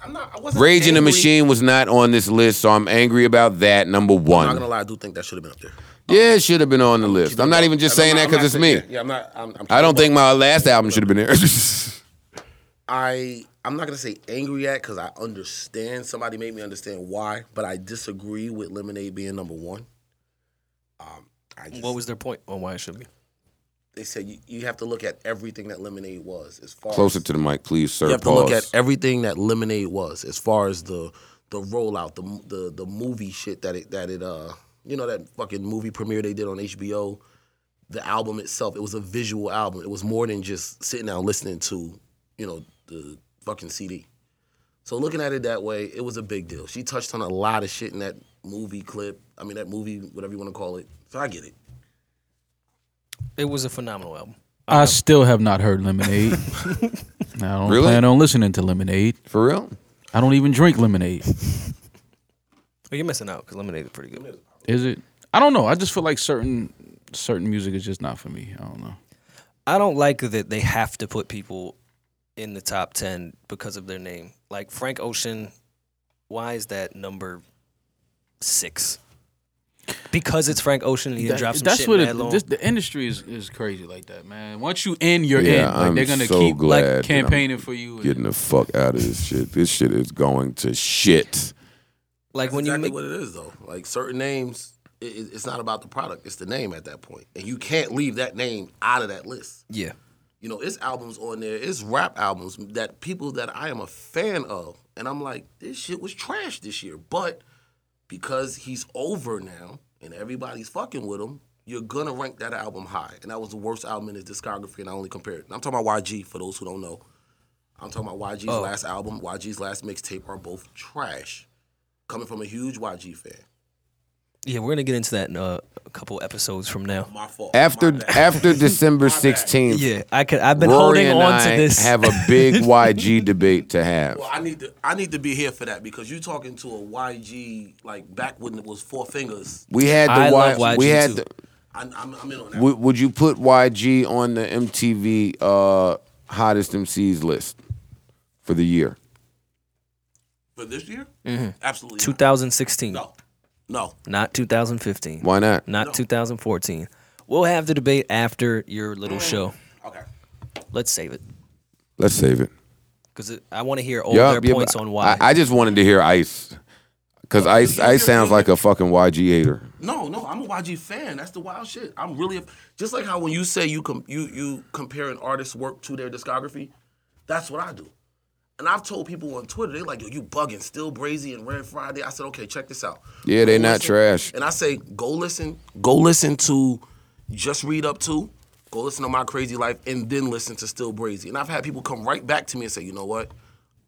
Speaker 5: I'm not. I wasn't
Speaker 1: Rage in the
Speaker 5: angry.
Speaker 1: Machine was not on this list, so I'm angry about that. Number
Speaker 5: I'm not gonna
Speaker 1: one.
Speaker 5: lie. I do think that should have been up there.
Speaker 1: Yeah, it should have been on the list. I'm not even just saying
Speaker 5: I'm
Speaker 1: that
Speaker 5: not- I'm
Speaker 1: because it's
Speaker 5: not
Speaker 1: me.
Speaker 5: saying- Yeah, I'm not. I'm, I'm
Speaker 1: I don't think my last album should have been there.
Speaker 5: I I'm not gonna say angry at because I understand somebody made me understand why, but I disagree with Lemonade being number one. Um, I just,
Speaker 3: What was their point on why it should be?
Speaker 5: they said you, you have to look at everything that Lemonade was as far
Speaker 1: Closer
Speaker 5: as,
Speaker 1: to the mic, please, sir.
Speaker 5: you have
Speaker 1: Pause.
Speaker 5: to look at everything that Lemonade was as far as the the rollout, the m- the the movie shit that it that it uh you know that fucking movie premiere they did on HBO, the album itself. It was a visual album. It was more than just sitting down listening to you know the fucking CD. So looking at it that way, it was a big deal. She touched on a lot of shit in that movie clip. I mean that movie, whatever you want to call it. So I get it.
Speaker 3: It was a phenomenal album.
Speaker 2: I still have not heard Lemonade. I don't
Speaker 1: Really?
Speaker 2: plan on listening to Lemonade.
Speaker 1: For real?
Speaker 2: I don't even drink lemonade.
Speaker 3: Well, Oh, you're missing out because Lemonade is pretty good.
Speaker 2: Is it? I don't know. I just feel like certain certain music is just not for me. I don't know.
Speaker 3: I don't like that they have to put people in the top ten because of their name. Like Frank Ocean, why is that number six? Because it's Frank Ocean and he
Speaker 2: That-
Speaker 3: dropped some
Speaker 2: that's
Speaker 3: shit
Speaker 2: what
Speaker 3: mad
Speaker 2: it,
Speaker 3: long.
Speaker 2: this, the industry is, is crazy like that, man. Once you in, you're
Speaker 1: Yeah,
Speaker 2: in. Like
Speaker 1: I'm
Speaker 2: they're gonna
Speaker 1: so
Speaker 2: keep
Speaker 1: glad that I'm
Speaker 2: like campaigning for you. and-
Speaker 1: Getting the fuck out of this shit. This shit is going to shit.
Speaker 3: like when
Speaker 5: exactly
Speaker 3: you make,
Speaker 5: what it is though. Like certain names, it, it- it's not about the product; it's the name at that point, and you can't leave that name out of that list.
Speaker 3: yeah,
Speaker 5: You know, it's albums on there, it's rap albums that people that I am a fan of, and I'm like, this shit was trash this year, but because he's over now and everybody's fucking with him, you're gonna rank that album high. And that was the worst album in his discography, and I only compare it. And I'm talking about YG for those who don't know. I'm talking about YG's last album, YG's last mixtape are both trash. Coming from a huge YG fan.
Speaker 3: Yeah, we're gonna get into that in uh, a couple episodes from now.
Speaker 5: My fault.
Speaker 1: After
Speaker 5: My bad.
Speaker 1: after December sixteenth,
Speaker 3: Yeah, I could. I've been
Speaker 1: Rory
Speaker 3: holding
Speaker 1: and
Speaker 3: on
Speaker 1: I
Speaker 3: to this.
Speaker 1: have a big YG debate to have.
Speaker 5: Well, I need to I need to be here for that because you talking to a YG like back when it was four fingers.
Speaker 1: We had the
Speaker 3: I
Speaker 1: y,
Speaker 3: love YG
Speaker 1: we had
Speaker 3: too.
Speaker 1: the,
Speaker 5: I, I'm, I'm in on that.
Speaker 1: w- would you put YG on the MTV uh, hottest MCs list for the year?
Speaker 5: for this year, absolutely. not.
Speaker 3: 2016,
Speaker 5: No, no.
Speaker 3: not 2015,
Speaker 1: Why not?
Speaker 3: not 2014. We'll have the debate after your little
Speaker 2: Mm.
Speaker 3: show.
Speaker 5: Okay.
Speaker 3: Let's save it
Speaker 1: Let's save it.
Speaker 3: because I want to hear all
Speaker 1: Yeah,
Speaker 3: their
Speaker 1: yeah,
Speaker 3: points
Speaker 1: but
Speaker 3: on
Speaker 1: I,
Speaker 3: why.
Speaker 1: I just wanted to hear Ice, because Ice Ice sounds like a fucking YG hater.
Speaker 5: No, no. I'm a YG fan. That's the wild shit. I'm really a, just like how when you say you com- you you compare an artist's work to their discography. That's what I do. And I've told people on Twitter, they're like, "Yo, you bugging?" Still Brazy and Red Friday. I said, "Okay, check this out."
Speaker 1: Yeah, they
Speaker 5: Go
Speaker 1: not
Speaker 5: listen-
Speaker 1: trash.
Speaker 5: And I say, go listen, go listen to Just Read Up To, go listen to My Crazy Life, and then listen to Still Brazy. And I've had people come right back to me and say, you know what?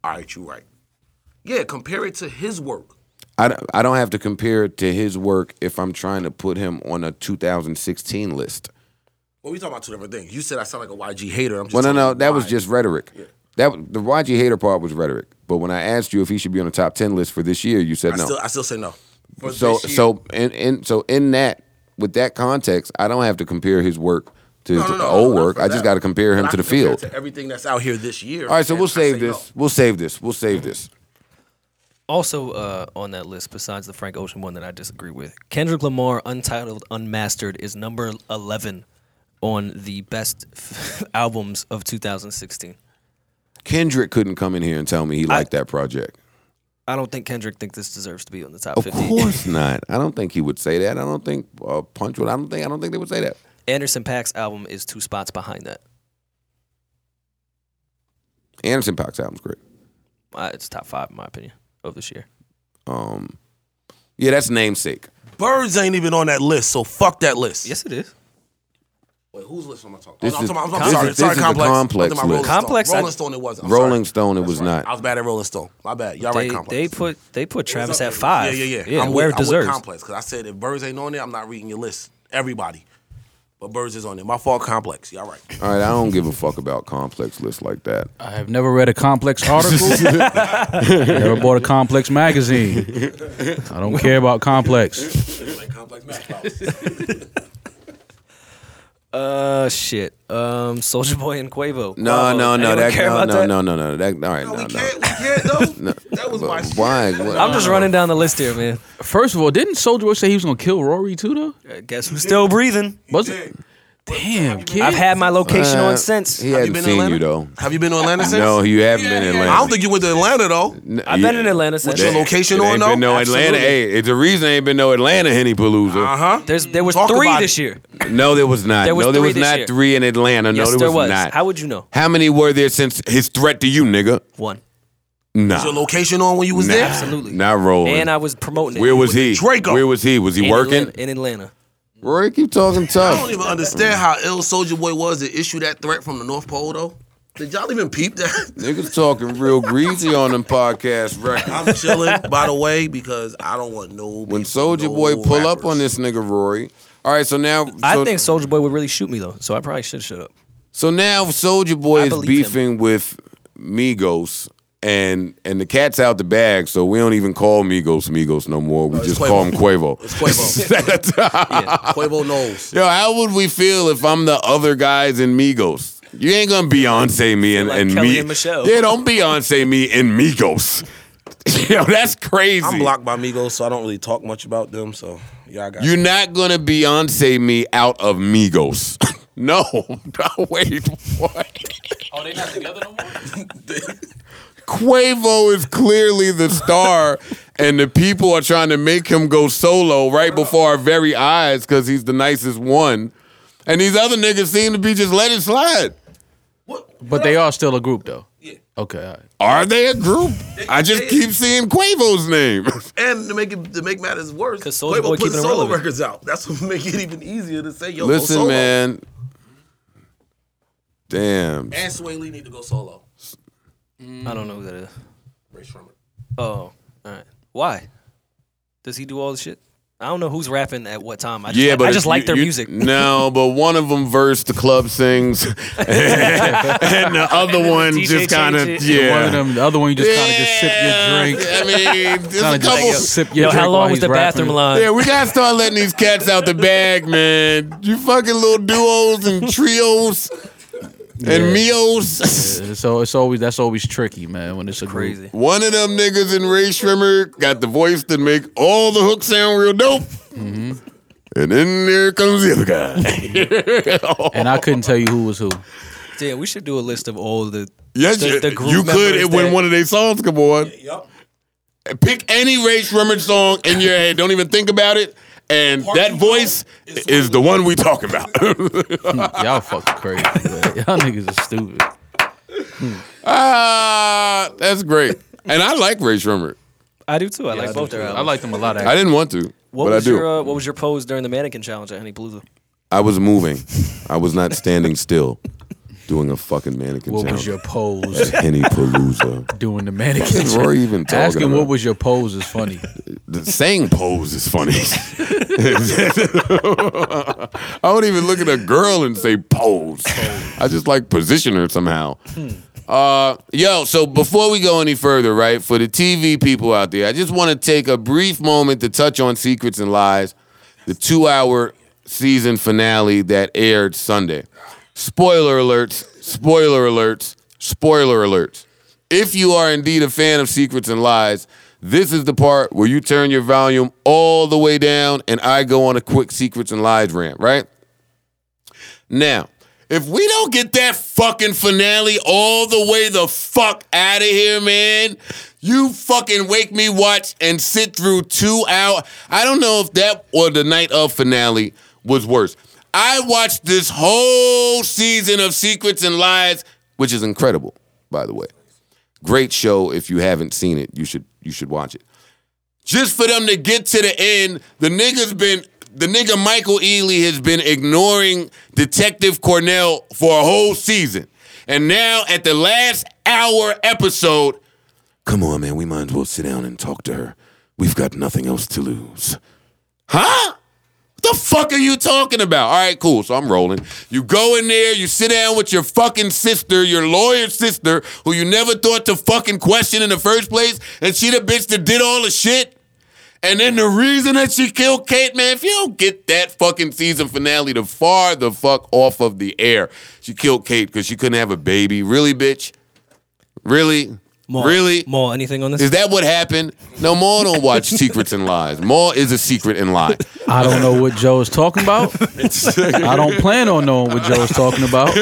Speaker 5: All right, you right. Yeah, compare it to his work.
Speaker 1: I, don't- I don't have to compare it to his work if I'm trying to put him on a 2016 list.
Speaker 5: Well, we talking about two different things. You said I sound like a YG hater. I'm just
Speaker 1: Well, no,
Speaker 5: telling
Speaker 1: no,
Speaker 5: you
Speaker 1: that was
Speaker 5: why.
Speaker 1: just rhetoric. That the YG hater part was rhetoric. But when I asked you if he should be on the top 10 list for this year, you said
Speaker 5: I
Speaker 1: no.
Speaker 5: still, I still say no. For
Speaker 1: so
Speaker 5: this year.
Speaker 1: so in, in so in that with that context, I don't have to compare his work to his old
Speaker 5: not
Speaker 1: work.
Speaker 5: for
Speaker 1: I just
Speaker 5: that.
Speaker 1: got to compare him
Speaker 5: But I
Speaker 1: to the
Speaker 5: can compare it
Speaker 1: field.
Speaker 5: to everything that's out here this year.
Speaker 1: All right, so
Speaker 5: and
Speaker 1: we'll
Speaker 5: I
Speaker 1: save
Speaker 5: say no.
Speaker 1: this. We'll save this. We'll save this.
Speaker 3: also uh, on that list, besides the Frank Ocean one that I disagree with, Kendrick Lamar, Untitled Unmastered, is number 11 on the best albums of 2016.
Speaker 1: Kendrick couldn't come in here and tell me he liked that project.
Speaker 3: I don't think Kendrick thinks this deserves to be on the top
Speaker 1: Of
Speaker 3: 50.
Speaker 1: course not. I don't think he would say that. I don't think uh, Punch would. I don't think. I don't think they would say that.
Speaker 3: Anderson Pack's album is two spots behind that.
Speaker 1: Anderson Paak's album's great.
Speaker 3: Uh, it's top five, in my opinion, of this year.
Speaker 1: Um, yeah, that's namesake.
Speaker 5: Birds ain't even on that list, so fuck that list.
Speaker 3: Yes, it is.
Speaker 5: Wait, whose list am I talking?
Speaker 1: This
Speaker 5: oh, no,
Speaker 1: is-
Speaker 5: I'm talking, I'm
Speaker 1: this
Speaker 5: sorry,
Speaker 1: is-
Speaker 5: sorry,
Speaker 1: this is the
Speaker 5: complex. I'm
Speaker 1: Complex
Speaker 5: talking about
Speaker 1: list.
Speaker 5: Rolling
Speaker 3: Complex,
Speaker 5: Stone.
Speaker 3: I-
Speaker 5: Rolling Stone. It wasn't. I'm
Speaker 1: Rolling
Speaker 5: sorry.
Speaker 1: Stone, it was
Speaker 5: That's right.
Speaker 1: not.
Speaker 5: I was bad at Rolling Stone. My bad. Y'all
Speaker 3: They,
Speaker 5: right. Complex.
Speaker 3: they put they put Travis
Speaker 5: It's up
Speaker 3: at
Speaker 5: there.
Speaker 3: five.
Speaker 5: Yeah, yeah, yeah.
Speaker 3: Yeah,
Speaker 5: I'm
Speaker 3: where
Speaker 5: with,
Speaker 3: it deserves.
Speaker 5: I'm with complex because I said if Birds ain't on there, I'm not reading your list. Everybody, but Birds is on there. My fault. Complex. Y'all right.
Speaker 1: All right, I don't give a fuck about complex lists like that.
Speaker 2: I have never read a complex article. never bought a complex magazine. I don't care about complex.
Speaker 5: like complex Mac.
Speaker 3: Uh, shit. Um, Soldier Boy and Quavo.
Speaker 1: No, no,
Speaker 3: Quavo.
Speaker 1: no,
Speaker 3: Anyone
Speaker 1: that,
Speaker 3: care
Speaker 1: no,
Speaker 3: about
Speaker 1: no,
Speaker 3: that?
Speaker 1: no, no, no, that. All right,
Speaker 5: no,
Speaker 1: no,
Speaker 5: we
Speaker 1: no.
Speaker 5: can't. We can't though. That was my
Speaker 1: But
Speaker 5: shit.
Speaker 1: Why?
Speaker 3: I'm just running down the list here, man.
Speaker 2: First of all, didn't Soldier Boy say he was gonna kill Rory too? Though
Speaker 3: Uh, Guess who's still breathing?
Speaker 2: was it? Damn, kid.
Speaker 3: I've had my location
Speaker 1: Uh,
Speaker 3: on since.
Speaker 1: He
Speaker 5: Have you
Speaker 1: hasn't
Speaker 5: been to
Speaker 1: seen you
Speaker 5: Atlanta?
Speaker 1: though.
Speaker 5: Have you been to Atlanta since?
Speaker 1: No, you haven't been in Atlanta.
Speaker 5: I don't think you went to Atlanta though.
Speaker 3: I've been in Atlanta since.
Speaker 5: your location?
Speaker 1: It
Speaker 5: on,
Speaker 1: ain't
Speaker 5: though?
Speaker 1: been no Atlanta.
Speaker 5: Absolutely.
Speaker 1: Hey, it's the reason ain't been no Atlanta Henny Palooza.
Speaker 5: Uh huh.
Speaker 3: There's there was
Speaker 5: Talk
Speaker 3: three
Speaker 5: about
Speaker 3: this
Speaker 5: it.
Speaker 3: year.
Speaker 1: No, there was not.
Speaker 3: There was
Speaker 1: no, there
Speaker 3: three
Speaker 1: was
Speaker 3: this
Speaker 1: not
Speaker 3: year.
Speaker 1: three in Atlanta. No,
Speaker 3: yes,
Speaker 1: there,
Speaker 3: there was.
Speaker 1: not.
Speaker 3: How would you know?
Speaker 1: How many were there since his threat to you, nigga?
Speaker 3: One.
Speaker 1: Nah.
Speaker 5: Your location on when you was
Speaker 1: Nah.
Speaker 5: there?
Speaker 3: Absolutely.
Speaker 1: Not rolling.
Speaker 3: And I was promoting it.
Speaker 1: Where was he?
Speaker 5: Draco.
Speaker 1: Where was he? Was he
Speaker 3: in
Speaker 1: working?
Speaker 3: Atlanta, in Atlanta?
Speaker 1: Roy, keep talking
Speaker 5: I don't
Speaker 1: tough.
Speaker 5: even understand how ill Soldier Boy was to issue that threat from the North Pole though. Did y'all even peep that?
Speaker 1: Niggas talking real greasy on them podcast records.
Speaker 5: I'm chilling, by the way, because I don't want no.
Speaker 1: When Soldier Boy pull up on this nigga Rory. All right, so now
Speaker 3: I
Speaker 1: so-
Speaker 3: think Soldier Boy would really shoot me though, so I probably should shut up.
Speaker 1: So now Soldier Boy
Speaker 3: I
Speaker 1: is
Speaker 3: believe him.
Speaker 1: beefing with Migos, and and the cat's out the bag, so we don't even call Migos Migos no more. We just
Speaker 5: Quavo.
Speaker 1: call him Quavo. It's
Speaker 5: Quavo.
Speaker 3: Yeah.
Speaker 5: Quavo knows.
Speaker 1: Yo, how would we feel if I'm the other guys in Migos? You ain't gonna Beyonce me and,
Speaker 3: Like
Speaker 1: and
Speaker 3: Kelly
Speaker 1: me.
Speaker 3: and Michelle.
Speaker 1: Yeah, don't Beyonce me and Migos. Yo, that's crazy.
Speaker 4: I'm blocked by Migos, so I don't really talk much about them. So y'all got
Speaker 1: You're not gonna Beyonce me out of Migos. no, no, wait, what?
Speaker 2: Oh, they not together no more.
Speaker 1: Quavo is clearly the star, and the people are trying to make him go solo right before our very eyes because he's the nicest one. And these other niggas seem to be just letting slide.
Speaker 2: But they are still a group though. Yeah. Okay. All right.
Speaker 1: Are they a group? I just keep seeing Quavo's name.
Speaker 5: And to make it to make matters worse,
Speaker 3: 'Cause Soulja Boy
Speaker 5: Quavo put
Speaker 3: keeping it
Speaker 5: solo
Speaker 3: relevant.
Speaker 5: records out. That's what make it even easier to say, yo, go
Speaker 1: Listen,
Speaker 5: solo.
Speaker 1: man. Damn.
Speaker 5: And Sway Lee need to go solo.
Speaker 3: I don't know who that is.
Speaker 5: Ray Shrummer.
Speaker 3: Oh, all right. Why? Does he do all the shit? I don't know who's rapping at what time. I just, like, I
Speaker 1: it's-
Speaker 3: just like
Speaker 1: you-
Speaker 3: their
Speaker 1: you-
Speaker 3: music.
Speaker 1: No, but one of them versed the club sings, and the other one
Speaker 3: DJ
Speaker 1: just kind of
Speaker 3: changed it.
Speaker 1: yeah.
Speaker 2: One of them, the other one, you just kind of just sip your
Speaker 1: Yeah,
Speaker 2: drink.
Speaker 1: I mean, there's
Speaker 2: Kinda
Speaker 1: a
Speaker 2: just
Speaker 1: couple.
Speaker 2: sip your
Speaker 3: Yo,
Speaker 2: drink
Speaker 3: how
Speaker 2: while
Speaker 3: long was
Speaker 2: he's
Speaker 3: the bathroom
Speaker 2: rapping.
Speaker 3: line?
Speaker 1: Yeah, we gotta start letting these cats out the bag, man. You fucking little duos and trios and meos.
Speaker 2: Yeah, So it's always that's always tricky, man. When it's, a group.
Speaker 3: Crazy.
Speaker 1: One of them niggas in Ray Shrimmer got the voice to make all the hooks sound real dope.
Speaker 2: Mm-hmm.
Speaker 1: And then there comes the other guy.
Speaker 2: and I couldn't tell you who was who.
Speaker 3: Damn, we should do a list of all the.
Speaker 1: Yes,
Speaker 3: The-
Speaker 1: you-
Speaker 3: the group
Speaker 1: you could
Speaker 3: members
Speaker 1: it when
Speaker 3: that-
Speaker 1: one of their songs come on.
Speaker 5: Yep.
Speaker 1: Pick any Ray Shrimmer song in your head. Don't even think about it. And that voice is the one we talking about.
Speaker 2: Y'all fucking crazy. man. Y'all niggas are stupid.
Speaker 1: Ah, that's great. And I like Ray Shrimmer.
Speaker 3: I do too. I like both their albums.
Speaker 2: I liked them a lot.
Speaker 1: I
Speaker 2: Actually.
Speaker 1: didn't want to,
Speaker 3: What
Speaker 1: but I
Speaker 3: was
Speaker 1: do.
Speaker 3: your uh, What was your pose during the mannequin challenge at Honey Palooza?
Speaker 1: I was moving. I was not standing still, doing a fucking mannequin
Speaker 2: What
Speaker 1: challenge.
Speaker 2: was your pose
Speaker 1: Penny Palooza.
Speaker 2: doing the mannequin?
Speaker 1: What are you even talking
Speaker 2: Asking
Speaker 1: about?
Speaker 2: what was your pose is funny.
Speaker 1: the saying pose is funny. I wouldn't even look at a girl and say pose. I just like position her somehow. Uh, yo, so before we go any further, right, for the TV people out there, I just want to take a brief moment to touch on Secrets and Lies, the two hour season finale that aired Sunday. Spoiler alerts, spoiler alerts, spoiler alerts. If you are indeed a fan of Secrets and Lies, this is the part where you turn your volume all the way down and I go on a quick Secrets and Lies rant, right? Now, if we don't get that fucking finale all the way the fuck out of here, man, you fucking wake me watch and sit through two hours. I don't know if that or the night of finale was worse. I watched this whole season of Secrets and Lies, which is incredible, by the way. Great show. If you haven't seen it, you should you should watch it just for them to get to the end, the nigga's been the nigga Michael Ealy has been ignoring Detective Cornell for a whole season. And now at the last hour episode, come on man, we might as well sit down and talk to her. We've got nothing else to lose. Huh? What the fuck are you talking about? All right, cool. So I'm rolling. You go in there, you sit down with your fucking sister, your lawyer sister, who you never thought to fucking question in the first place, and she the bitch that did all the shit. And then the reason that she killed Kate, man, if you don't get that fucking season finale to far the fuck off of the air, she killed Kate because she couldn't have a baby. Really, bitch? Really? really?
Speaker 3: More anything on this?
Speaker 1: Is that what happened? No, Maul don't watch Secrets and Lies. Maul is a secret and lie.
Speaker 2: I don't know what Joe is talking about. I don't plan on knowing what Joe is talking about.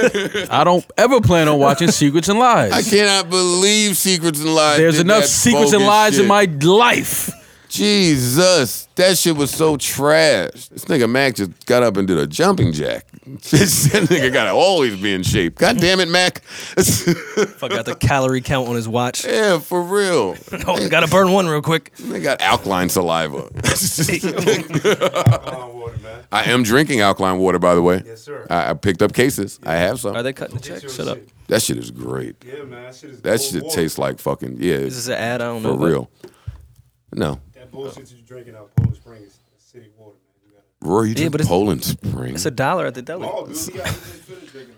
Speaker 2: I don't ever plan on watching Secrets and
Speaker 1: I
Speaker 2: Lies.
Speaker 1: cannot believe Secrets and Lies.
Speaker 2: There's
Speaker 1: did
Speaker 2: enough
Speaker 1: that
Speaker 2: secrets and
Speaker 1: bogus
Speaker 2: lies
Speaker 1: shit.
Speaker 2: in my life.
Speaker 1: Jesus, that shit was so trash. This nigga Mac just got up and did a jumping jack. that nigga gotta always be in shape. God damn it, Mac.
Speaker 3: Fuck, got the calorie count on his watch.
Speaker 1: yeah, for real.
Speaker 3: Oh, gotta burn one real quick.
Speaker 1: They got alkaline saliva. I am drinking alkaline water, by the way. Yes,
Speaker 6: sir.
Speaker 1: I, I picked up cases. I have some.
Speaker 3: Are they cutting the check? Shut up.
Speaker 1: that shit is great.
Speaker 6: Yeah, man, that shit is
Speaker 1: That
Speaker 6: cold
Speaker 1: shit
Speaker 6: water.
Speaker 1: tastes like fucking yeah,
Speaker 3: Is this an ad? I don't know.
Speaker 1: for
Speaker 3: but-
Speaker 1: real. No,
Speaker 6: That bullshit that you drinking out Poland Springs, is city water, man. You gotta-
Speaker 1: Rory, you
Speaker 3: Yeah,
Speaker 1: drink
Speaker 3: but it's-
Speaker 1: Poland Spring.
Speaker 3: It's a dollar at the deli.
Speaker 6: Oh, dude, we got we just finished drinking.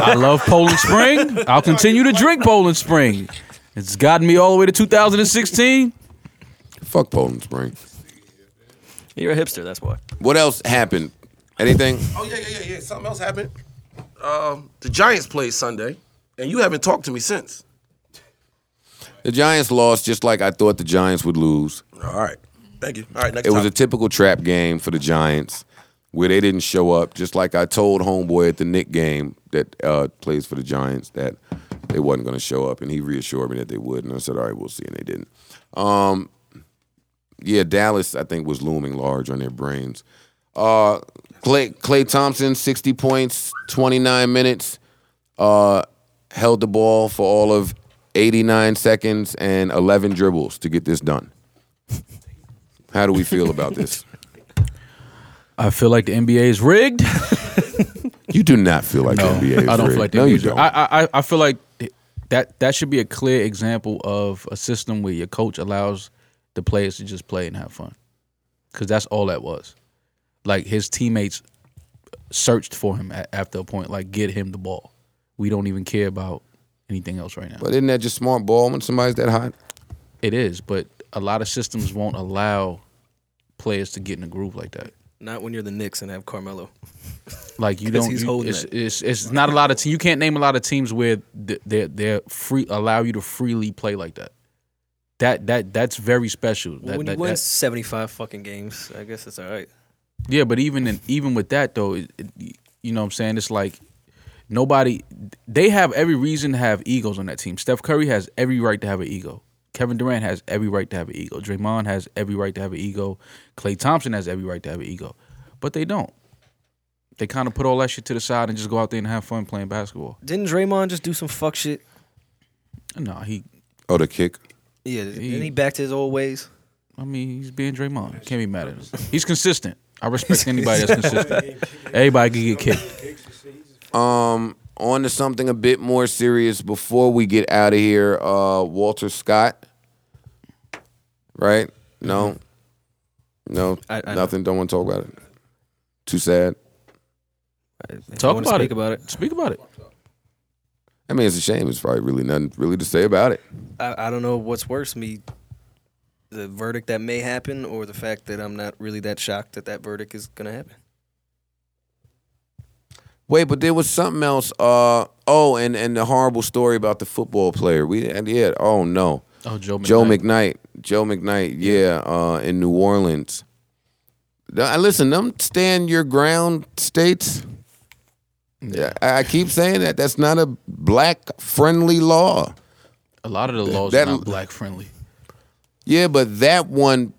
Speaker 2: I love Poland Spring. I'll continue to drink Poland Spring. It's gotten me all the way to 2016.
Speaker 1: Fuck Poland Spring.
Speaker 3: You're a hipster, that's why.
Speaker 1: What else happened? Anything?
Speaker 5: Oh yeah, yeah, yeah, yeah. Something else happened. Um, the Giants played Sunday, and you haven't talked to me since.
Speaker 1: The Giants lost, just like I thought the Giants would lose.
Speaker 5: All right. Thank you. All right. Next
Speaker 1: It was a
Speaker 5: topic.
Speaker 1: typical trap game for the Giants, where they didn't show up. Just like I told homeboy at the Nick game that uh, plays for the Giants that they wasn't going to show up, and he reassured me that they would. And I said, "All right, we'll see," and they didn't. Um, yeah, Dallas, I think, was looming large on their brains. Uh, Clay, Clay Thompson, 60 points, 29 minutes, uh, held the ball for all of 89 seconds and 11 dribbles to get this done. How do we feel about this?
Speaker 2: I feel like the NBA is rigged.
Speaker 1: You do not feel like the NBA is
Speaker 2: I don't
Speaker 1: rigged.
Speaker 2: feel like the
Speaker 1: no,
Speaker 2: NBA
Speaker 1: you
Speaker 2: is rigged.
Speaker 1: don't.
Speaker 2: I, I I feel like that that should be a clear example of a system where your coach allows the players to just play and have fun, because that's all that was. Like his teammates searched for him at, after a point, like get him the ball. We don't even care about anything else right now.
Speaker 1: But isn't that just smart ball when somebody's that hot?
Speaker 2: it is, but a lot of systems won't allow players to get in a groove like that.
Speaker 3: Not when you're the Knicks and have Carmelo.
Speaker 2: Like you
Speaker 3: 'Cause
Speaker 2: don't.
Speaker 3: he's
Speaker 2: you-
Speaker 3: holding
Speaker 2: it's,
Speaker 3: it.
Speaker 2: it's it's not a lot of teams. You can't name a lot of teams where th- they're they're free allow you to freely play like that. That that that's very special. That,
Speaker 3: when
Speaker 2: that-
Speaker 3: you win
Speaker 2: that-
Speaker 3: 75 fucking games, I guess it's all right.
Speaker 2: yeah, but even in, even with that though, it, it- you know what I'm saying? It's like nobody. They have every reason to have egos on that team. Steph Curry has every right to have an ego. Kevin Durant has every right to have an ego. Draymond has every right to have an ego. Klay Thompson has every right to have an ego, but they don't. They kind of put all that shit to the side and just go out there and have fun playing basketball.
Speaker 3: Didn't Draymond just do some fuck shit?
Speaker 2: No, he.
Speaker 1: Oh, the kick.
Speaker 3: Yeah, did
Speaker 2: He-
Speaker 3: he back to his old ways?
Speaker 2: I mean, he's being Draymond. Can't be mad at him. He's consistent. I respect anybody that's consistent. Everybody can get kicked.
Speaker 1: Um, on to something a bit more serious before we get out of here. Uh, Walter Scott, right? No,
Speaker 2: Mm-hmm.
Speaker 1: no,
Speaker 3: I- I-
Speaker 1: nothing. Don't want to talk about it. Too sad.
Speaker 2: Talk about
Speaker 3: speak
Speaker 2: it.
Speaker 3: about it.
Speaker 2: Speak about it.
Speaker 1: I mean, it's a shame. It's probably really nothing really to say about it.
Speaker 3: I, I don't know what's worse, me the verdict that may happen or the fact that I'm not really that shocked that that verdict is going to happen.
Speaker 1: Wait, but there was something else. Uh, oh, and and the horrible story about the football player. We and yeah. Oh no.
Speaker 2: Oh, Joe. McKnight.
Speaker 1: Joe McKnight. Joe McKnight, yeah, uh, in New Orleans. Th- I listen, them stand your ground states. Yeah, I, I keep saying that. That's not a black friendly law.
Speaker 2: A lot of the laws
Speaker 1: That-
Speaker 2: are not black friendly.
Speaker 1: Yeah, but that one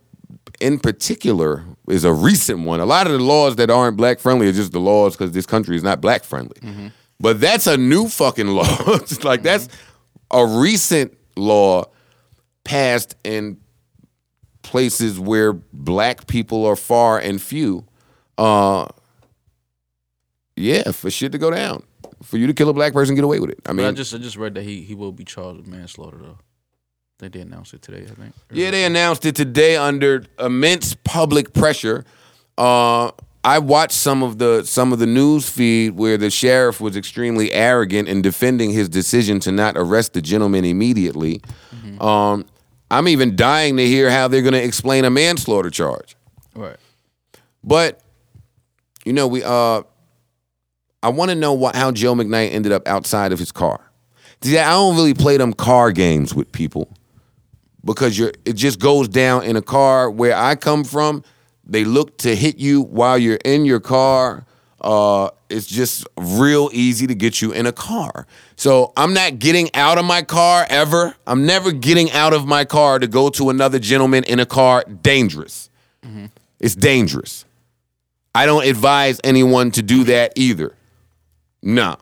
Speaker 1: in particular is a recent one. A lot of the laws that aren't black friendly are just the laws because this country is not black friendly. But that's a new fucking law. It's like that's a recent law passed in places where black people are far and few. Uh, yeah, for shit to go down, for you to kill a black person, get away with it. I
Speaker 2: But
Speaker 1: mean,
Speaker 2: I just I just read that he he will be charged with manslaughter though. I think they announced it today. I think.
Speaker 1: Yeah, they announced it today under immense public pressure. Uh, I watched some of the some of the news feed where the sheriff was extremely arrogant in defending his decision to not arrest the gentleman immediately. Um, I'm even dying to hear how they're going to explain a manslaughter charge.
Speaker 2: Right.
Speaker 1: But you know, we uh, I want to know what, how Joe McKnight ended up outside of his car. See, I don't really play them car games with people because you're it just goes down in a car. Where I come from, they look to hit you while you're in your car. Uh, it's just real easy to get you in a car. So I'm not getting out of my car ever. I'm never getting out of my car to go to another gentleman in a car. Dangerous. It's dangerous. I don't advise anyone to do that either. Nah.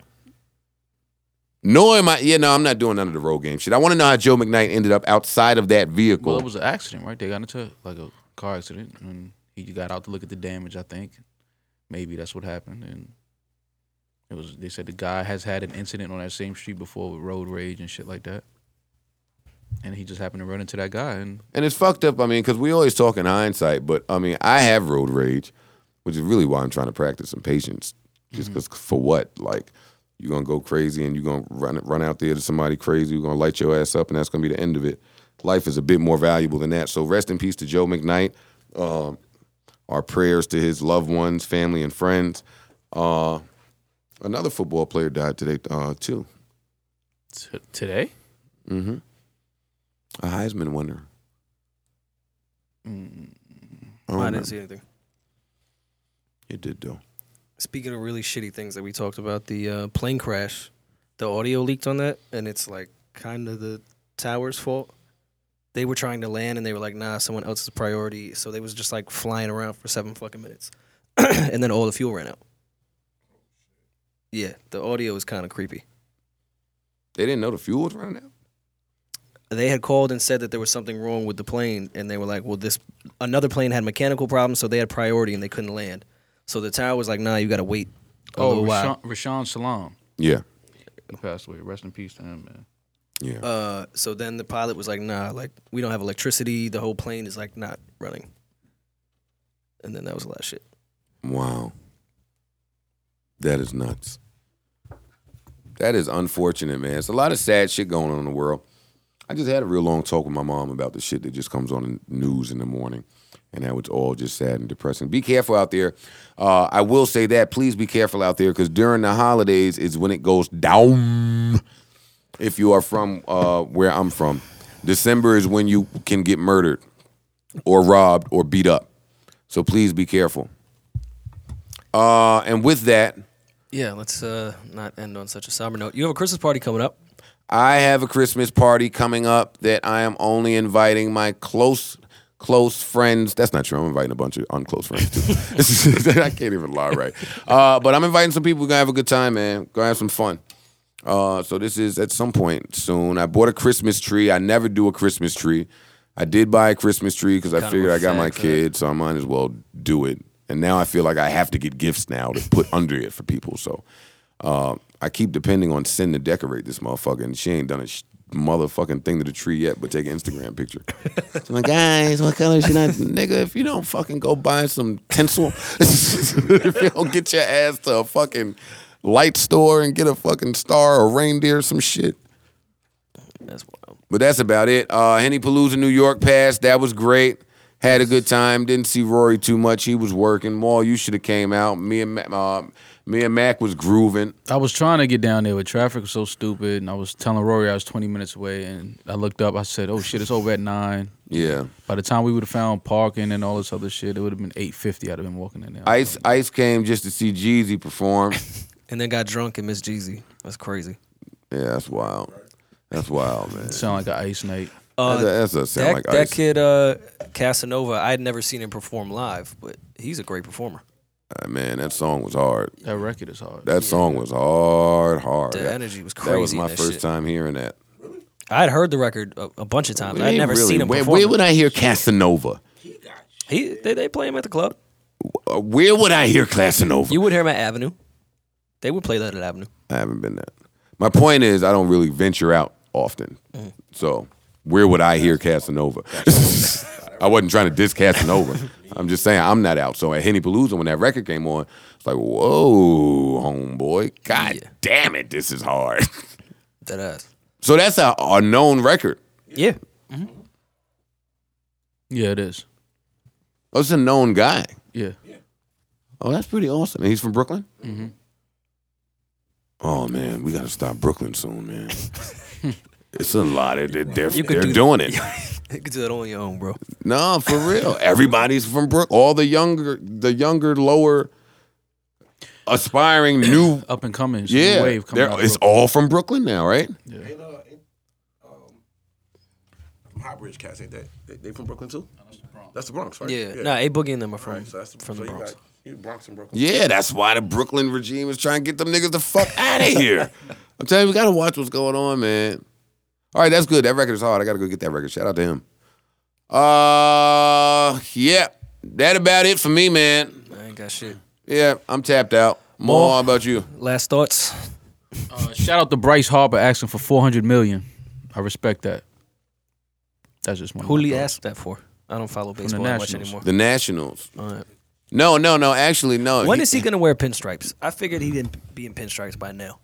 Speaker 1: Nor am I, yeah, no, I'm not doing none of the road game shit. I want to know how Joe McKnight ended up outside of that vehicle.
Speaker 2: Well, it was an accident, right? They got into like a car accident, and he got out to look at the damage. I think maybe that's what happened, and it was. They said the guy has had an incident on that same street before with road rage and shit like that, and he just happened to run into that guy, and
Speaker 1: and it's fucked up, I mean, because we always talk in hindsight, but I mean, I have road rage, which is really why I'm trying to practice some patience. Just because for what? Like, you're going to go crazy and you're going to run, run out there to somebody crazy who's going to light your ass up, and that's going to be the end of it. Life is a bit more valuable than that. So rest in peace to Joe McKnight. Um, our prayers to his loved ones, family, and friends. Uh, another football player died today, uh, too.
Speaker 2: t- today.
Speaker 1: hmm A Heisman winner.
Speaker 2: Mm.
Speaker 1: Oh, I
Speaker 3: I,
Speaker 1: don't
Speaker 3: didn't
Speaker 1: remember.
Speaker 3: see anything.
Speaker 1: It did, though.
Speaker 3: Speaking of really shitty things that we talked about, the uh, plane crash, the audio leaked on that, and it's like kind of the tower's fault. They were trying to land, and they were like, "Nah, someone else is a priority." So they was just like flying around for seven fucking minutes, and then all the fuel ran out. Yeah, the audio is kind of creepy.
Speaker 1: They didn't know the fuel was running out.
Speaker 3: they had called and said that there was something wrong with the plane, and they were like, "Well, this another plane had mechanical problems, so they had priority and they couldn't land." So the tower was like, "Nah, you got to wait." A
Speaker 2: Oh,
Speaker 3: little while.
Speaker 2: Rashawn, Rashawn Salam,
Speaker 1: Yeah.
Speaker 2: he passed away. Rest in peace to him, man.
Speaker 1: Yeah.
Speaker 3: Uh, so then the pilot was like, "Nah, like we don't have electricity. The whole plane is like not running." And then that was the last shit.
Speaker 1: Wow. That is nuts. That is unfortunate, man. It's a lot of sad shit going on in the world. I just had a real long talk with my mom about the shit that just comes on the news in the morning and how it's all just sad and depressing. Be careful out there. Uh, I will say that. Please be careful out there because during the holidays is when it goes down. If you are from uh, where I'm from, December is when you can get murdered or robbed or beat up. So please be careful. Uh, and with that,
Speaker 3: Yeah, let's uh, not end on such a somber note. You have a Christmas party coming up.
Speaker 1: I have a Christmas party coming up that I am only inviting my close, close friends. That's not true. I'm inviting a bunch of unclose friends too. I can't even lie, right? Uh, but I'm inviting some people. We're gonna have a good time, man. Gonna have some fun. Uh, so this is at some point soon. I bought a Christmas tree. I never do a Christmas tree. I did buy a Christmas tree because I
Speaker 3: Kinda
Speaker 1: figured I got
Speaker 3: fag
Speaker 1: my
Speaker 3: for that.
Speaker 1: kid, so I might as well do it. And now I feel like I have to get gifts now to put under it for people. So uh, I keep depending on Sin to decorate this motherfucker, and she ain't done a sh- motherfucking thing to the tree yet, but take an Instagram picture. so I'm like, guys, what color should I? Nigga, if you don't fucking go buy some tinsel, if you don't get your ass to a fucking light store and get a fucking star or reindeer or some shit.
Speaker 3: That's wild.
Speaker 1: But that's about it. Uh, Henny Palooza, New York passed. That was great. Had a good time. Didn't see Rory too much. He was working. Maul, you should have came out. Me and Ma- uh, me and Mac was grooving.
Speaker 2: I was trying to get down there, but traffic was so stupid, and I was telling Rory I was 20 minutes away, and I looked up. I said, "Oh shit, it's over at nine.
Speaker 1: Yeah.
Speaker 2: By the time we would have found parking and all this other shit, it would have been 8:50. I'd have been walking in there.
Speaker 1: Ice Ice came just to see Jeezy perform.
Speaker 3: And then got drunk and missed Jeezy. That's crazy.
Speaker 1: Yeah, that's wild. That's wild, man.
Speaker 2: sound like an ice night.
Speaker 1: That- that's a sound
Speaker 3: that,
Speaker 1: like
Speaker 3: that
Speaker 1: Ice.
Speaker 3: kid uh, Casanova, I had never seen him perform live, but he's a great performer.
Speaker 1: Uh, man, that song was hard.
Speaker 2: That record is hard.
Speaker 1: That song was hard, hard.
Speaker 3: The
Speaker 1: That-
Speaker 3: energy was crazy.
Speaker 1: That was
Speaker 3: in
Speaker 1: my
Speaker 3: that
Speaker 1: first
Speaker 3: shit.
Speaker 1: time hearing that.
Speaker 3: I had heard the record a, a bunch of times. I
Speaker 1: Ain't
Speaker 3: had never
Speaker 1: really-
Speaker 3: seen him
Speaker 1: Where,
Speaker 3: perform.
Speaker 1: where would I hear Casanova?
Speaker 3: he they, they play him at the club.
Speaker 1: Uh, Where would I hear Casanova?
Speaker 3: You would hear him at Avenue. They would play that at Avenue.
Speaker 1: I haven't been there. My point is, I don't really venture out often.
Speaker 3: Mm.
Speaker 1: So, where would I hear Casanova? I wasn't trying to diss Casanova. I'm just saying I'm not out. So at Henny Palooza, when that record came on, it's like, whoa, homeboy, god
Speaker 3: Yeah.
Speaker 1: damn it, this is hard.
Speaker 3: That ass.
Speaker 1: so that's a, a known record.
Speaker 3: Yeah.
Speaker 2: Yeah, it is.
Speaker 1: That's Oh, a known guy.
Speaker 2: Yeah,
Speaker 1: Oh, that's pretty awesome. And he's from Brooklyn. Mm-hmm. Oh man, we gotta stop Brooklyn soon, man. it's a lot of they're, they're,
Speaker 3: You could
Speaker 1: they're
Speaker 3: do-
Speaker 1: doing it.
Speaker 3: You could do that on your own, bro.
Speaker 1: No, for real. Everybody's from Brook. All the younger, the younger, lower, aspiring new.
Speaker 2: up and coming. It's a new
Speaker 1: yeah,
Speaker 2: wave coming.
Speaker 1: they're-
Speaker 2: out
Speaker 1: it's
Speaker 2: real-
Speaker 1: all from Brooklyn now, right?
Speaker 2: Yeah.
Speaker 5: Ain't, uh, ain't, um, Hot Bridge cats ain't that? They, they from Brooklyn too? That's the Bronx, right?
Speaker 3: Yeah. Nah, A Boogie and them are from,
Speaker 5: Right, so that's the,
Speaker 3: from
Speaker 5: so
Speaker 3: the
Speaker 5: you
Speaker 3: Bronx.
Speaker 5: got- You Bronx and Brooklyn.
Speaker 1: Yeah, that's why the Brooklyn regime is trying to get them niggas the fuck out of here. I'm telling you, we gotta watch what's going on, man. All right, that's good. That record is hard. I gotta go get that record. Shout out to him. Uh, yeah, that about it for me, man.
Speaker 3: I ain't got shit.
Speaker 1: Yeah, I'm tapped out. More
Speaker 3: Mo?
Speaker 1: how about you.
Speaker 3: Last thoughts.
Speaker 2: Uh, shout out to Bryce Harper asking for 400 million. I respect that. That's just one. of my
Speaker 3: Who Lee
Speaker 2: thoughts.
Speaker 3: asked that for? I don't follow baseball that much
Speaker 2: Nationals.
Speaker 3: anymore.
Speaker 1: The Nationals.
Speaker 3: All right.
Speaker 1: No, no, no. Actually, no.
Speaker 3: When is he gonna wear pinstripes? I figured he didn't be in pinstripes by now.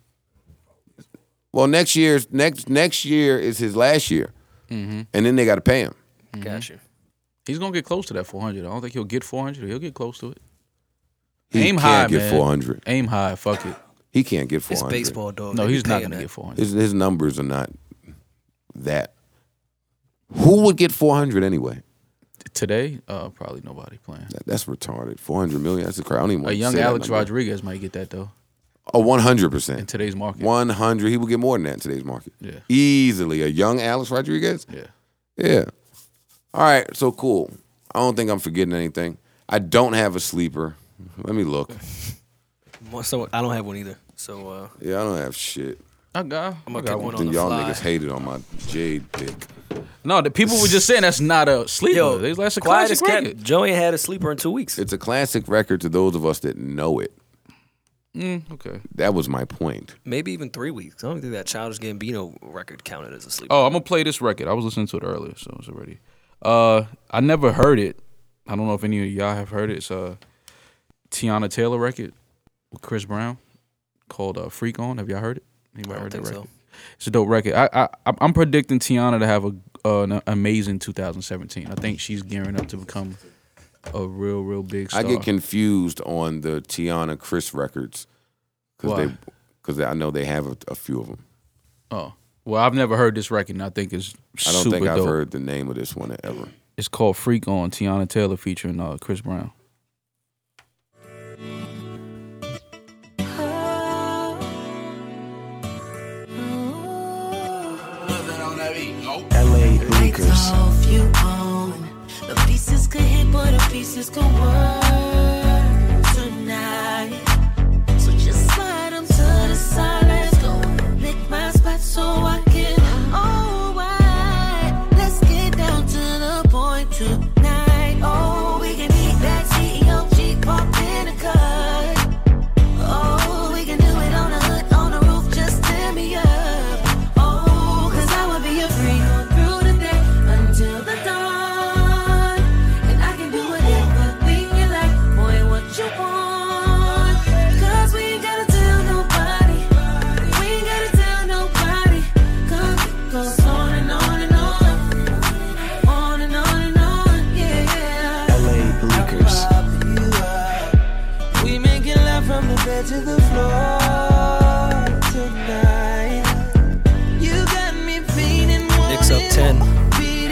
Speaker 1: Well, next year's next next year is his last year,
Speaker 2: Mm-hmm.
Speaker 1: and then they got to pay him.
Speaker 3: Got you.
Speaker 2: He's gonna get close to that 400. I don't think he'll get 400. He'll get close to it.
Speaker 1: He
Speaker 2: Aim
Speaker 1: can't
Speaker 2: high,
Speaker 1: get
Speaker 2: man.
Speaker 1: 400.
Speaker 2: Aim high. Fuck it.
Speaker 1: He can't get four
Speaker 3: It's
Speaker 1: hundred.
Speaker 3: baseball, dog.
Speaker 2: No,
Speaker 3: They be
Speaker 2: he's not
Speaker 3: paying
Speaker 2: gonna
Speaker 3: that.
Speaker 2: get 400.
Speaker 1: His his numbers are not that. Who would get four hundred anyway?
Speaker 2: Today, uh, probably nobody playing.
Speaker 1: That, that's retarded. Four hundred million. That's a crowd. I don't even.
Speaker 2: A
Speaker 1: want to
Speaker 2: young
Speaker 1: say that
Speaker 2: Alex
Speaker 1: number.
Speaker 2: Rodriguez might get that though
Speaker 1: Oh, one hundred
Speaker 2: in
Speaker 1: percent.
Speaker 2: today's market.
Speaker 1: One hundred. He would get more than that in today's market.
Speaker 2: Yeah.
Speaker 1: Easily, a young Alex Rodriguez.
Speaker 2: Yeah.
Speaker 1: Yeah. All right. So cool. I don't think I'm forgetting anything. I don't have a sleeper. Let me look.
Speaker 3: Mo- So I don't have one either. So uh,
Speaker 1: Yeah, I don't have shit.
Speaker 2: I got.
Speaker 3: I'm
Speaker 2: I got
Speaker 3: gonna pick
Speaker 2: one.
Speaker 3: one on
Speaker 1: Then
Speaker 3: the
Speaker 1: y'all
Speaker 3: fly.
Speaker 1: niggas hated on my Jade dick.
Speaker 2: No, the people were just saying that's not a sleeper.
Speaker 3: Yo,
Speaker 2: They- that's a
Speaker 3: quiet
Speaker 2: classic
Speaker 3: as cat.
Speaker 2: record.
Speaker 3: Joey had a sleeper in two weeks.
Speaker 1: It's a classic record to those of us that know it.
Speaker 2: Mm, okay.
Speaker 1: That was my point.
Speaker 3: Maybe even three weeks. I don't think that Childish Gambino record counted as a sleeper.
Speaker 2: Oh, I'm gonna play this record. I was listening to it earlier, so it's already. Uh, I never heard it. I don't know if any of y'all have heard it. It's a Tiana Taylor record with Chris Brown called uh, "Freak On." Have y'all heard it? Anybody
Speaker 3: I don't
Speaker 2: heard that
Speaker 3: think so.
Speaker 2: record? It's a dope record. I, I I'm- I'm predicting Tiana to have a uh, an amazing 2017. I think she's gearing up to become a real, real big star.
Speaker 1: I get confused on the Tiana Chris records because
Speaker 2: Why?
Speaker 1: they because I know they have a, a few of them.
Speaker 2: oh, well, I've never heard this record. and I think it's
Speaker 1: I don't
Speaker 2: super
Speaker 1: think I've
Speaker 2: dope.
Speaker 1: heard the name of this one ever.
Speaker 2: It's called "Freak On." Tiana Taylor featuring uh, Chris Brown.
Speaker 7: LA Lakers. The pieces could hit, but the pieces could work tonight. So just slide 'em to the side. Let's go. Lick my spot so I can. Alright. Let's get down to the point tonight. Oh, we can eat that CEOG pop in a cut. Oh, we can do it on the hood, on the roof, just tear me up. Oh, 'cause I would be a freak through the day until the dawn. And I can do whatever thing you like, boy, what you want. 'Cause we ain't gotta tell nobody. We ain't gotta tell nobody. 'Cause it goes on and on and on. On and on and on, yeah.
Speaker 8: We making love from the bed to the floor tonight. You got me feeling
Speaker 3: Knicks up 10,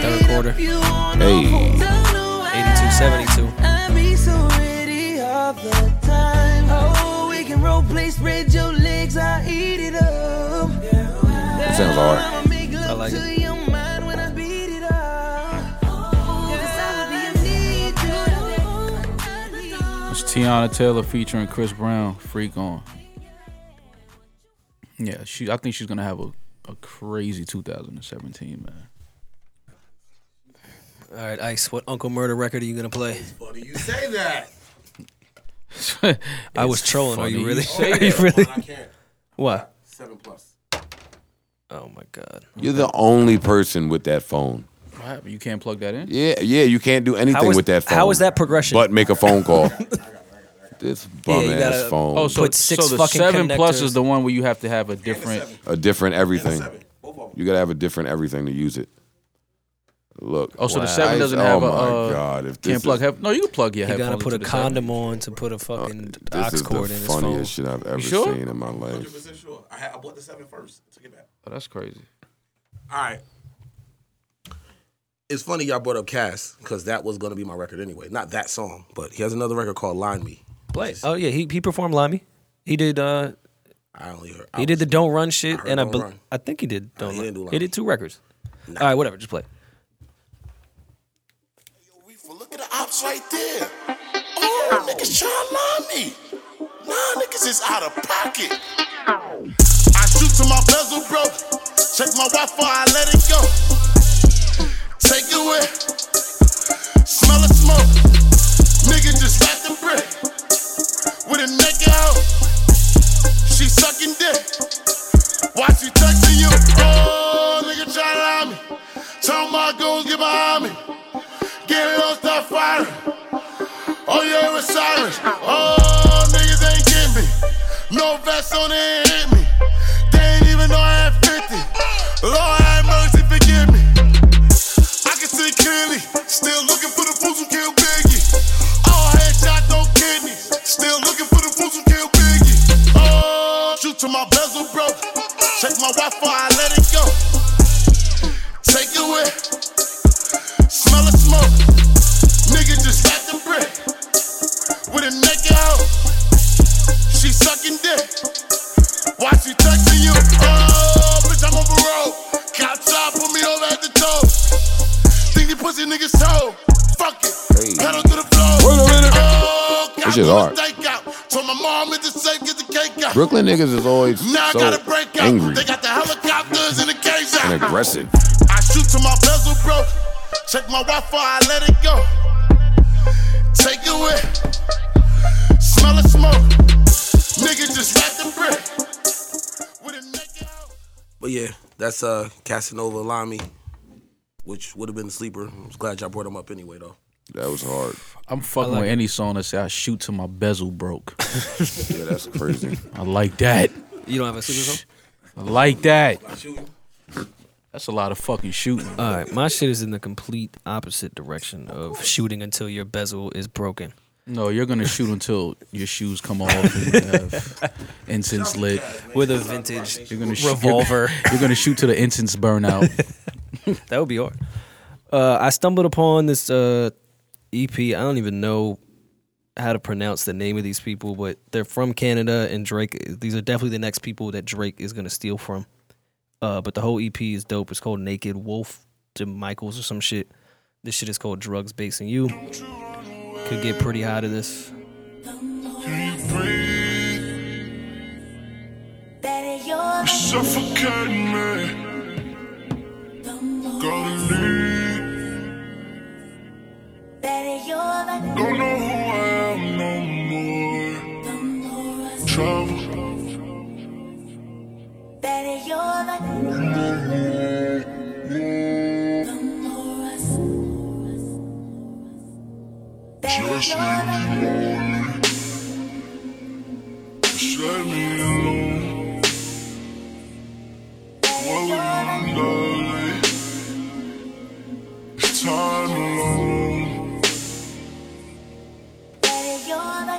Speaker 3: third quarter,
Speaker 1: Hey,
Speaker 3: 82-72.
Speaker 8: I be so ready all the time. Oh, we can role play, spread your legs, I eat it up.
Speaker 1: that sounds hard.
Speaker 8: I'ma make love
Speaker 3: I like
Speaker 8: to
Speaker 3: it.
Speaker 8: your mind when I beat it up.
Speaker 1: Oh,
Speaker 2: It's Tiana Taylor featuring Chris Brown, Freak On. Yeah, she. I think she's gonna have a, a crazy 2017, man.
Speaker 3: All right, Ice, what Uncle Murder record are you going to play?
Speaker 5: Funny you say that.
Speaker 3: I was trolling. Are
Speaker 2: funny
Speaker 3: you
Speaker 2: you
Speaker 3: really?
Speaker 2: say
Speaker 3: Are you really?
Speaker 5: I can't.
Speaker 3: What?
Speaker 5: Seven plus.
Speaker 3: Oh, my God.
Speaker 1: You're the only person with that phone.
Speaker 2: What happened? You can't plug that in.
Speaker 1: Yeah, yeah, you can't do anything
Speaker 3: How is,
Speaker 1: with that phone.
Speaker 3: how is that progression?
Speaker 1: But make a phone call. this bum
Speaker 3: you
Speaker 1: ass
Speaker 3: gotta-
Speaker 1: phone.
Speaker 2: Oh, so,
Speaker 3: Put six
Speaker 2: so the
Speaker 3: fucking
Speaker 2: seven plus
Speaker 3: connectors.
Speaker 2: is the one where you have to have a different.
Speaker 1: a different everything. You gotta have a different everything to use it. Look.
Speaker 2: Oh, so
Speaker 1: Wow.
Speaker 2: the seven
Speaker 1: I-
Speaker 2: doesn't
Speaker 1: oh
Speaker 2: have a.
Speaker 1: my
Speaker 2: uh,
Speaker 1: God, if this
Speaker 2: can't plug.
Speaker 1: is-
Speaker 2: Head, no, you can plug your
Speaker 3: you
Speaker 2: headphones.
Speaker 3: gotta put a
Speaker 2: into the seven.
Speaker 3: condom on to put a fucking
Speaker 1: Oh, This
Speaker 3: ox
Speaker 1: is the
Speaker 3: cord in his phone.
Speaker 1: funniest shit I've ever
Speaker 2: sure?
Speaker 1: seen in my life.
Speaker 5: 100% sure. I, had, I bought the seven first. Took it back.
Speaker 2: Oh, that's crazy.
Speaker 5: All right. It's funny y'all brought up Cass because that was gonna be my record anyway. Not that song, but he has another record called "Line Me."
Speaker 3: Play. Oh yeah, he he performed Limey. He did uh
Speaker 5: I only heard.
Speaker 3: he did the Don't Run shit,
Speaker 5: heard
Speaker 3: and I
Speaker 5: Don't
Speaker 3: bel-
Speaker 5: Run.
Speaker 3: I think he did Don't
Speaker 5: he
Speaker 3: Run.
Speaker 5: didn't do
Speaker 3: He
Speaker 5: Limey.
Speaker 3: did two records. All right, whatever. Just play.
Speaker 9: Look at the ops right there. Oh, niggas tryna lie me. Nah, niggas is out of pocket. I shoot to my bezel, bro. Check my Wi-Fi, I let it go. Take it away. Smell of smoke. Nigga just wrapped the brick. With a naked hoe. She sucking dick. Why she texting you? Oh, nigga tryna lie me. Tell my goons get behind me. Get lost, stop firing. Oh, yeah, it was sirens. Oh, niggas ain't get me. No vest on, they ain't hit me. They ain't even know I had 50. Lord have mercy, forgive me. I can see clearly. Still looking for the fools who kill Biggie. All headshot, no kidneys. Still looking for the fools who kill Biggie. Oh, shoot to my bezel, bro. Check my Wi-Fi, I let it go. Take it away. Smell of smoke. Nigga just slapped the brick. With a naked hoe. She sucking dick. Why she texting you? Oh, bitch, I'm on parole. Cop top, put me over at the toe. Think the pussy niggas told. Fuck it. Pedal to the floor.
Speaker 1: Wait a minute.
Speaker 9: Oh,
Speaker 1: This
Speaker 9: got
Speaker 1: shit
Speaker 9: me
Speaker 1: hard.
Speaker 9: the steak out. Told my mom at the safe, get the cake out.
Speaker 1: Brooklyn niggas is always
Speaker 9: Now I
Speaker 1: so
Speaker 9: gotta break out.
Speaker 1: angry
Speaker 9: They got the helicopters and the cage out.
Speaker 1: and aggressive.
Speaker 9: I shoot to my bezel broke. Check my Wi-Fi, I let it go. Take it away. Smell of smoke. Nigga nigga just wrapped the brick. With a naked out.
Speaker 4: But yeah, that's uh Casanova Lamy, which would have been the sleeper. I'm just glad y'all brought him up anyway though.
Speaker 1: That was hard.
Speaker 2: I'm fucking with any song that say I shoot till my bezel broke.
Speaker 1: Yeah, that's crazy.
Speaker 2: I like that.
Speaker 3: You don't have a sleeper song?
Speaker 2: I like that. That's a lot of fucking shooting.
Speaker 3: All right, my shit is in the complete opposite direction of shooting until your bezel is broken.
Speaker 2: No, you're gonna shoot until your shoes come off and you have incense lit.
Speaker 3: With a vintage
Speaker 2: You're gonna shoot-
Speaker 3: revolver.
Speaker 2: You're gonna shoot till the incense burn out.
Speaker 3: that would be hard. Uh, I stumbled upon this uh, EP. I don't even know how to pronounce the name of these people, but they're from Canada, and Drake. These are definitely the next people that Drake is gonna steal from. Uh, but the whole EP is dope. It's called Naked Wolf to Michaels or some shit. This shit is called Drugs Basing You. Could get pretty high to this.
Speaker 7: Better your
Speaker 9: Suffocate me. Gotta leave.
Speaker 7: better your
Speaker 9: Don't know who I am no more. Travel.
Speaker 7: better your
Speaker 9: Just leave me alone. Just let me alone. Well, I'm lonely. It's time alone.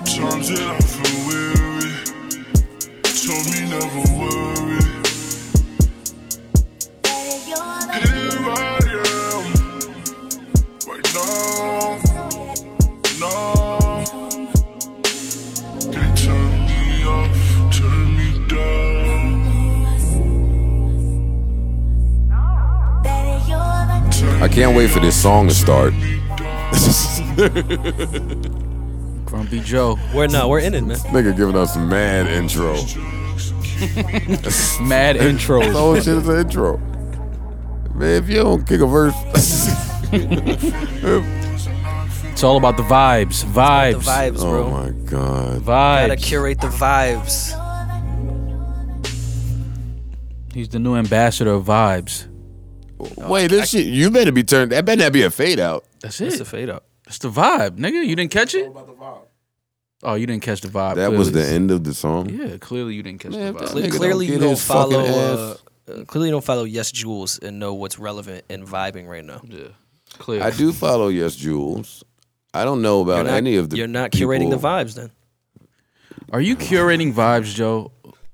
Speaker 9: Times that I feel weary. Told me never worry. Here I am. Right now. No. They turn me off, turn me down.
Speaker 1: I can't wait for this song to start.
Speaker 2: Grumpy Joe,
Speaker 3: We're not. We're in it, man.
Speaker 1: Nigga giving us mad intro.
Speaker 2: mad
Speaker 1: The
Speaker 2: intros.
Speaker 1: whole shit is an intro. Man, if you don't kick a verse,
Speaker 2: It's all about the vibes,
Speaker 3: The
Speaker 2: vibes,
Speaker 3: vibes, bro.
Speaker 1: oh my god,
Speaker 3: Gotta
Speaker 2: vibes.
Speaker 3: curate the vibes.
Speaker 2: He's the new ambassador of vibes.
Speaker 1: wait, this shit you better be turned. That better not be a fade out.
Speaker 2: That's
Speaker 3: It's a
Speaker 2: it.
Speaker 3: fade up.
Speaker 2: That's the vibe, nigga. You didn't catch it. Oh, you didn't catch the vibe.
Speaker 1: That was the
Speaker 2: clearly.
Speaker 1: end of the song.
Speaker 2: Yeah, clearly you didn't catch
Speaker 1: Man, if
Speaker 2: the
Speaker 1: that
Speaker 2: vibe.
Speaker 1: nigga don't
Speaker 3: clearly
Speaker 1: get
Speaker 3: you don't
Speaker 1: his fucking
Speaker 3: follow. Uh,
Speaker 1: ass-
Speaker 3: uh, clearly you don't follow Yes Jules and know what's relevant and vibing right now.
Speaker 2: Yeah, clear.
Speaker 1: I do follow Yes Jules. I don't know about
Speaker 3: not,
Speaker 1: any of the.
Speaker 3: you're not curating the
Speaker 1: people.
Speaker 3: vibes then.
Speaker 2: Are you curating vibes, Joe?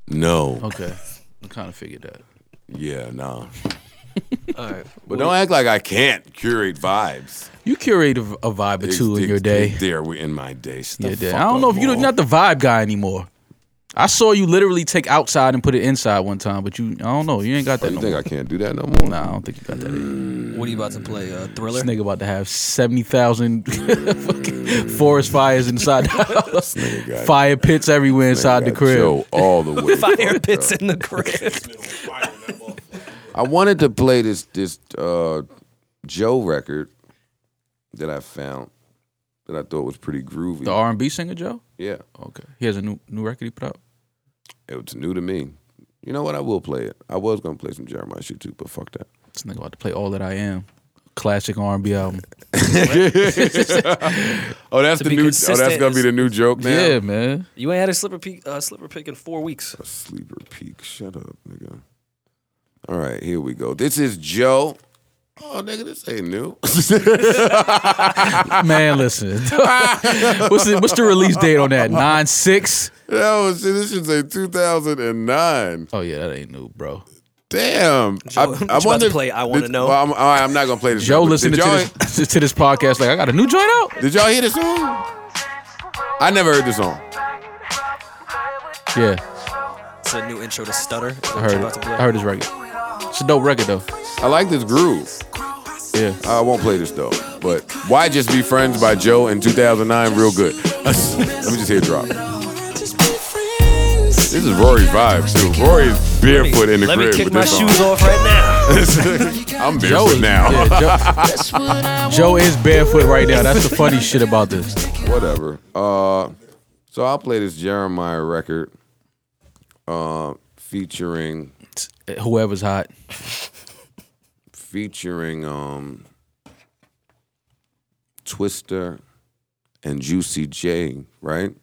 Speaker 1: No.
Speaker 2: Okay, I kind of figured that.
Speaker 1: Yeah, nah.
Speaker 3: All right.
Speaker 1: But don't act like I can't curate vibes.
Speaker 2: You curate a, a vibe or two in your day.
Speaker 1: There, we in my day. Shut
Speaker 2: Your
Speaker 1: the
Speaker 2: day.
Speaker 1: fuck
Speaker 2: I don't know
Speaker 1: up,
Speaker 2: if you're
Speaker 1: Maul.
Speaker 2: not the vibe guy anymore. I saw you literally take outside and put it inside one time, but you, I don't know, you ain't got that
Speaker 1: You
Speaker 2: no
Speaker 1: think
Speaker 2: more.
Speaker 1: I can't do that no more?
Speaker 2: nah, I don't think you got that. Either.
Speaker 3: What are you about to play? Uh,
Speaker 2: This
Speaker 3: thriller.
Speaker 2: nigga about to have seventy thousand forest fires inside the house,
Speaker 1: got-
Speaker 2: fire pits everywhere inside the
Speaker 1: Got
Speaker 2: crib.
Speaker 1: Joe all the way.
Speaker 3: Fire pits in the crib.
Speaker 1: I wanted to play this this uh, Joe record that I found that I thought was pretty groovy.
Speaker 2: The R and B singer Joe.
Speaker 1: yeah,
Speaker 2: Okay, he has a new new record he put out.
Speaker 1: it was new to me. You know what? I will play it. I was gonna play some Jeremiah shit too, but fuck that.
Speaker 2: This nigga about to play All That I Am, classic R and B album.
Speaker 1: Oh, that's
Speaker 3: To the be new- oh, that's consistent gonna be is- the
Speaker 1: new joke
Speaker 2: Yeah, man.
Speaker 3: You ain't had a slipper peak, uh, slipper pick in four weeks.
Speaker 1: A sleeper peak. Shut up, nigga. All right, here we go. This is Joe. Oh, nigga, this ain't new.
Speaker 2: Man, listen. what's the what's the release date on that? Nine six.
Speaker 1: that was this should say 2009.
Speaker 2: Oh yeah, that ain't new, bro.
Speaker 1: Damn.
Speaker 3: Joe, what you about to play I Wanna
Speaker 1: did-
Speaker 3: Know?
Speaker 1: Well, I'm, all right, I'm not gonna play this.
Speaker 2: Joe
Speaker 1: song, but
Speaker 2: listening
Speaker 1: did
Speaker 2: to
Speaker 1: y'all,
Speaker 2: this to this podcast like I got a new joint out.
Speaker 1: Did y'all hear this song? I never heard this song.
Speaker 2: Yeah,
Speaker 3: It's a new intro to Stutter.
Speaker 2: I heard it. I heard his record. It's a dope record though.
Speaker 1: I like this groove.
Speaker 2: Yeah,
Speaker 1: I won't play this though. But why just be friends by Joe in 2009? Real good. Let me just hear it drop. This is Rory's vibe too. Rory's barefoot in the
Speaker 3: Let me
Speaker 1: crib
Speaker 3: kick
Speaker 1: with
Speaker 3: my
Speaker 1: this
Speaker 3: shoes off right now.
Speaker 1: on. I'm
Speaker 2: Joe
Speaker 1: barefoot
Speaker 2: is
Speaker 1: now.
Speaker 2: yeah, Joe, Joe is barefoot right now. That's the funny shit about this.
Speaker 1: Whatever. Uh, so I'll play this Jeremiah record. uh, featuring
Speaker 2: Whoever's hot.
Speaker 1: featuring um, Twister and Juicy J, right?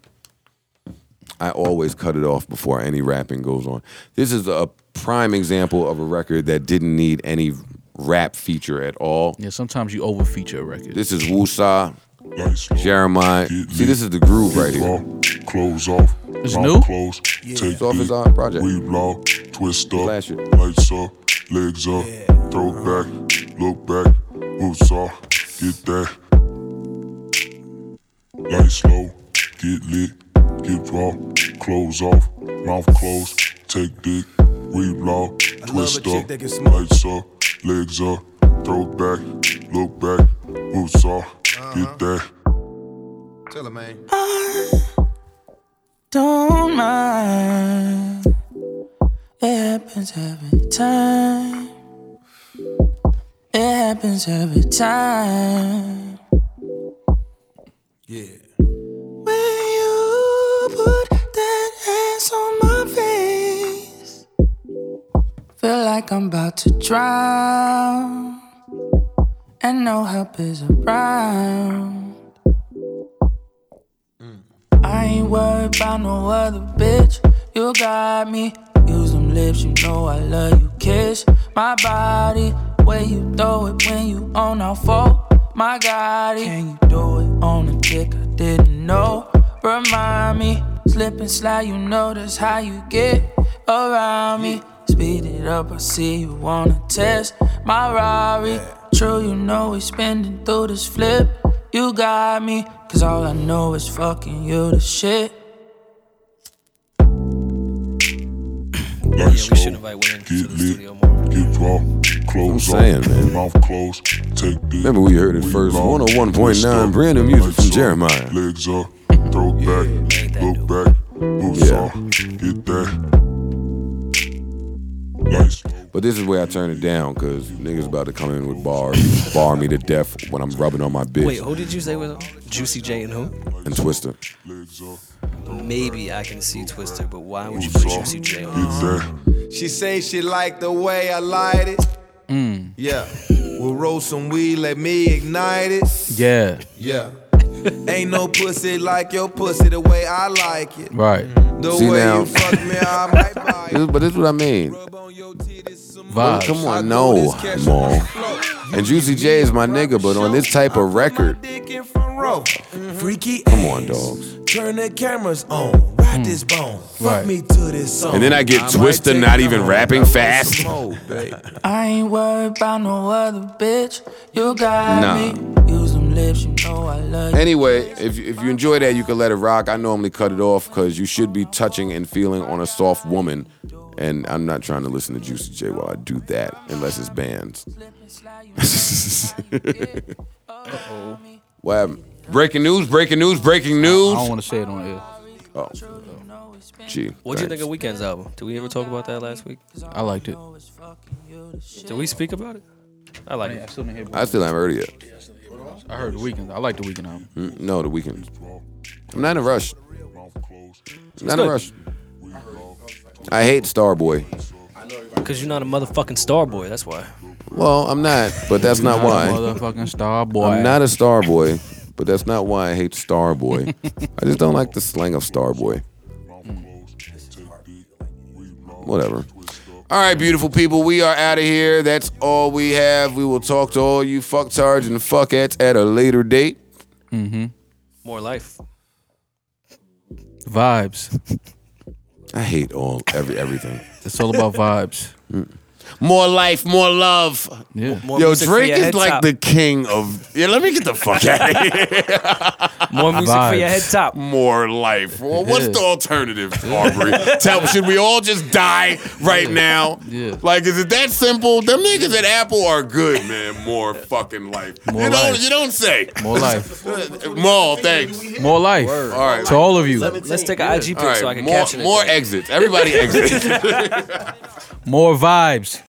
Speaker 1: I always cut it off before any rapping goes on. This is a prime example of a record that didn't need any rap feature at all.
Speaker 2: Yeah, sometimes you over feature a record.
Speaker 1: This is Wusa,
Speaker 9: Lights low,
Speaker 1: Jeremiah.
Speaker 9: get
Speaker 1: See,
Speaker 9: lit,
Speaker 1: this is the groove right
Speaker 9: get
Speaker 1: here.
Speaker 9: raw, Clothes off.
Speaker 2: It's
Speaker 9: mouth
Speaker 2: new?
Speaker 9: Closed, take
Speaker 1: It's off his
Speaker 9: it,
Speaker 1: own project.
Speaker 9: We blow, twist up,
Speaker 1: Flash it.
Speaker 9: lights up, legs up, throw back, look back, boots off, get that. Lights low, get lit, get raw, clothes off, mouth closed, take dick, we blow, twist
Speaker 10: chick
Speaker 9: up,
Speaker 10: that can smoke.
Speaker 9: lights up, legs up, throw back, look back, boots off,
Speaker 10: Uh-huh.
Speaker 9: get that.
Speaker 10: Tell her, man.
Speaker 8: Don't mind. It happens every time. It happens every time.
Speaker 10: Yeah.
Speaker 8: When you put that ass on my face, feel like I'm about to drown, and no help is around. I ain't worried about no other bitch. You got me. Use them lips, you know I love you. Kiss my body, way you throw it when you on our four. My God, can you do it on a dick? I didn't know. Remind me, slip and slide, you know that's how you get around me. Speed it up, I see you wanna test my Rari. True, you know we spinning through this flip. You got me, cause all I know is fucking you the shit.
Speaker 9: Lights
Speaker 3: we should
Speaker 9: low,
Speaker 3: invite women to
Speaker 9: get
Speaker 3: the
Speaker 9: lit,
Speaker 3: studio more.
Speaker 9: Get raw, clothes
Speaker 1: I'm
Speaker 9: off,
Speaker 1: saying, man.
Speaker 9: mouth closed, take dick.
Speaker 1: Remember we heard it first,
Speaker 9: blow,
Speaker 1: 101.9
Speaker 9: twist up,
Speaker 1: brand new music
Speaker 9: lights
Speaker 1: from
Speaker 9: up,
Speaker 1: Jeremiah.
Speaker 9: Legs up, throw back, look back, boots
Speaker 1: Yeah.
Speaker 9: off, get that. Lights low,
Speaker 1: But this is where I turn it down because niggas about to come in with bars, bar me to death when I'm rubbing on my bitch
Speaker 3: Wait, who did you say was on? Juicy J and who?
Speaker 1: and Twister.
Speaker 9: legs up,
Speaker 3: Maybe I can see Twister, but why would you put Juicy J on?
Speaker 9: get that.
Speaker 10: She say she liked the way I light it. Yeah. We'll roll some weed, let me ignite it.
Speaker 2: Yeah,
Speaker 10: Yeah. Ain't no pussy like your pussy the way I like it.
Speaker 2: right.
Speaker 10: The
Speaker 1: See
Speaker 10: way
Speaker 1: now.
Speaker 10: you fuck me, I might buy it.
Speaker 1: This- but this is what I mean. Uh,
Speaker 10: Rub on your titties some
Speaker 2: Vibes.
Speaker 1: Come
Speaker 10: more.
Speaker 1: on,
Speaker 10: I
Speaker 1: no,
Speaker 10: throw this cash
Speaker 1: Mo.
Speaker 10: on the floor.
Speaker 1: And Juicy J is my nigga, but on this type of record,
Speaker 10: My dick in front row.
Speaker 4: Mm-hmm.
Speaker 10: Freaky
Speaker 1: come on,
Speaker 10: ass.
Speaker 1: dogs.
Speaker 10: Turn the cameras on. Ride this bone.
Speaker 2: Right.
Speaker 10: Fuck me to this song.
Speaker 1: Hmm. And then I get
Speaker 10: might
Speaker 1: Twista
Speaker 10: take
Speaker 1: not
Speaker 10: it
Speaker 1: even
Speaker 10: home.
Speaker 1: rapping
Speaker 10: I want
Speaker 1: fast.
Speaker 10: some more, babe.
Speaker 8: I ain't worried about no other bitch. You got
Speaker 1: Nah.
Speaker 8: me. Use them lips, you know I love you.
Speaker 1: Anyway, if, if you enjoy that, you can let it rock. I normally cut it off because you should be touching and feeling on a soft woman. And I'm not trying to listen to Juicy J while I do that, unless it's bands. What happened? Breaking news, breaking news, breaking
Speaker 2: I don't
Speaker 1: news.
Speaker 2: want to say it on air.
Speaker 1: Oh, gee.
Speaker 3: What do you think
Speaker 1: thanks.
Speaker 3: of Weekend's album? Did we ever talk about that last week?
Speaker 2: I liked it.
Speaker 3: Did we speak about it? I like
Speaker 2: I
Speaker 3: it.
Speaker 2: still didn't hear.
Speaker 1: I still haven't heard it yet.
Speaker 2: I heard the weekend. I like the weekend album.
Speaker 1: Mm, No, the weekend. I'm not in a rush. I'm not in a rush. I hate Starboy.
Speaker 3: Because you're not a motherfucking star boy, that's why.
Speaker 1: Well, I'm not, but that's not why.
Speaker 2: Motherfucking star boy.
Speaker 1: I'm not a star boy, but that's not why I hate star boy. I just don't like the slang of star boy. Whatever. All right, beautiful people, we are out of here. That's all we have. We will talk to all you fucktards and fuckettes at a later date.
Speaker 3: More life.
Speaker 2: vibes.
Speaker 1: I hate all every everything.
Speaker 2: It's all about vibes.
Speaker 1: More life, more love.
Speaker 2: Yeah.
Speaker 3: More
Speaker 1: Yo,
Speaker 3: music for
Speaker 1: Drake
Speaker 3: your
Speaker 1: is
Speaker 3: head
Speaker 1: like
Speaker 3: top.
Speaker 1: the king of. Yeah, let me get the fuck out of here.
Speaker 3: More music for your
Speaker 2: Vibes.
Speaker 3: head top.
Speaker 1: more life. Well, what's
Speaker 2: Yeah.
Speaker 1: the alternative, Aubrey? Tell, should we all just die right now?
Speaker 2: Yeah.
Speaker 1: Like, is it that simple? Them niggas at Apple are good, man. More fucking life.
Speaker 2: More
Speaker 1: you don't.
Speaker 2: life.
Speaker 1: You don't say.
Speaker 2: More life.
Speaker 1: More thanks.
Speaker 2: More life.
Speaker 1: All right.
Speaker 2: To all of you.
Speaker 3: Let's take an IG pic
Speaker 1: All right.
Speaker 3: so I can
Speaker 1: more
Speaker 3: caption it.
Speaker 1: more
Speaker 3: then.
Speaker 1: exits. Everybody exits.
Speaker 2: More vibes.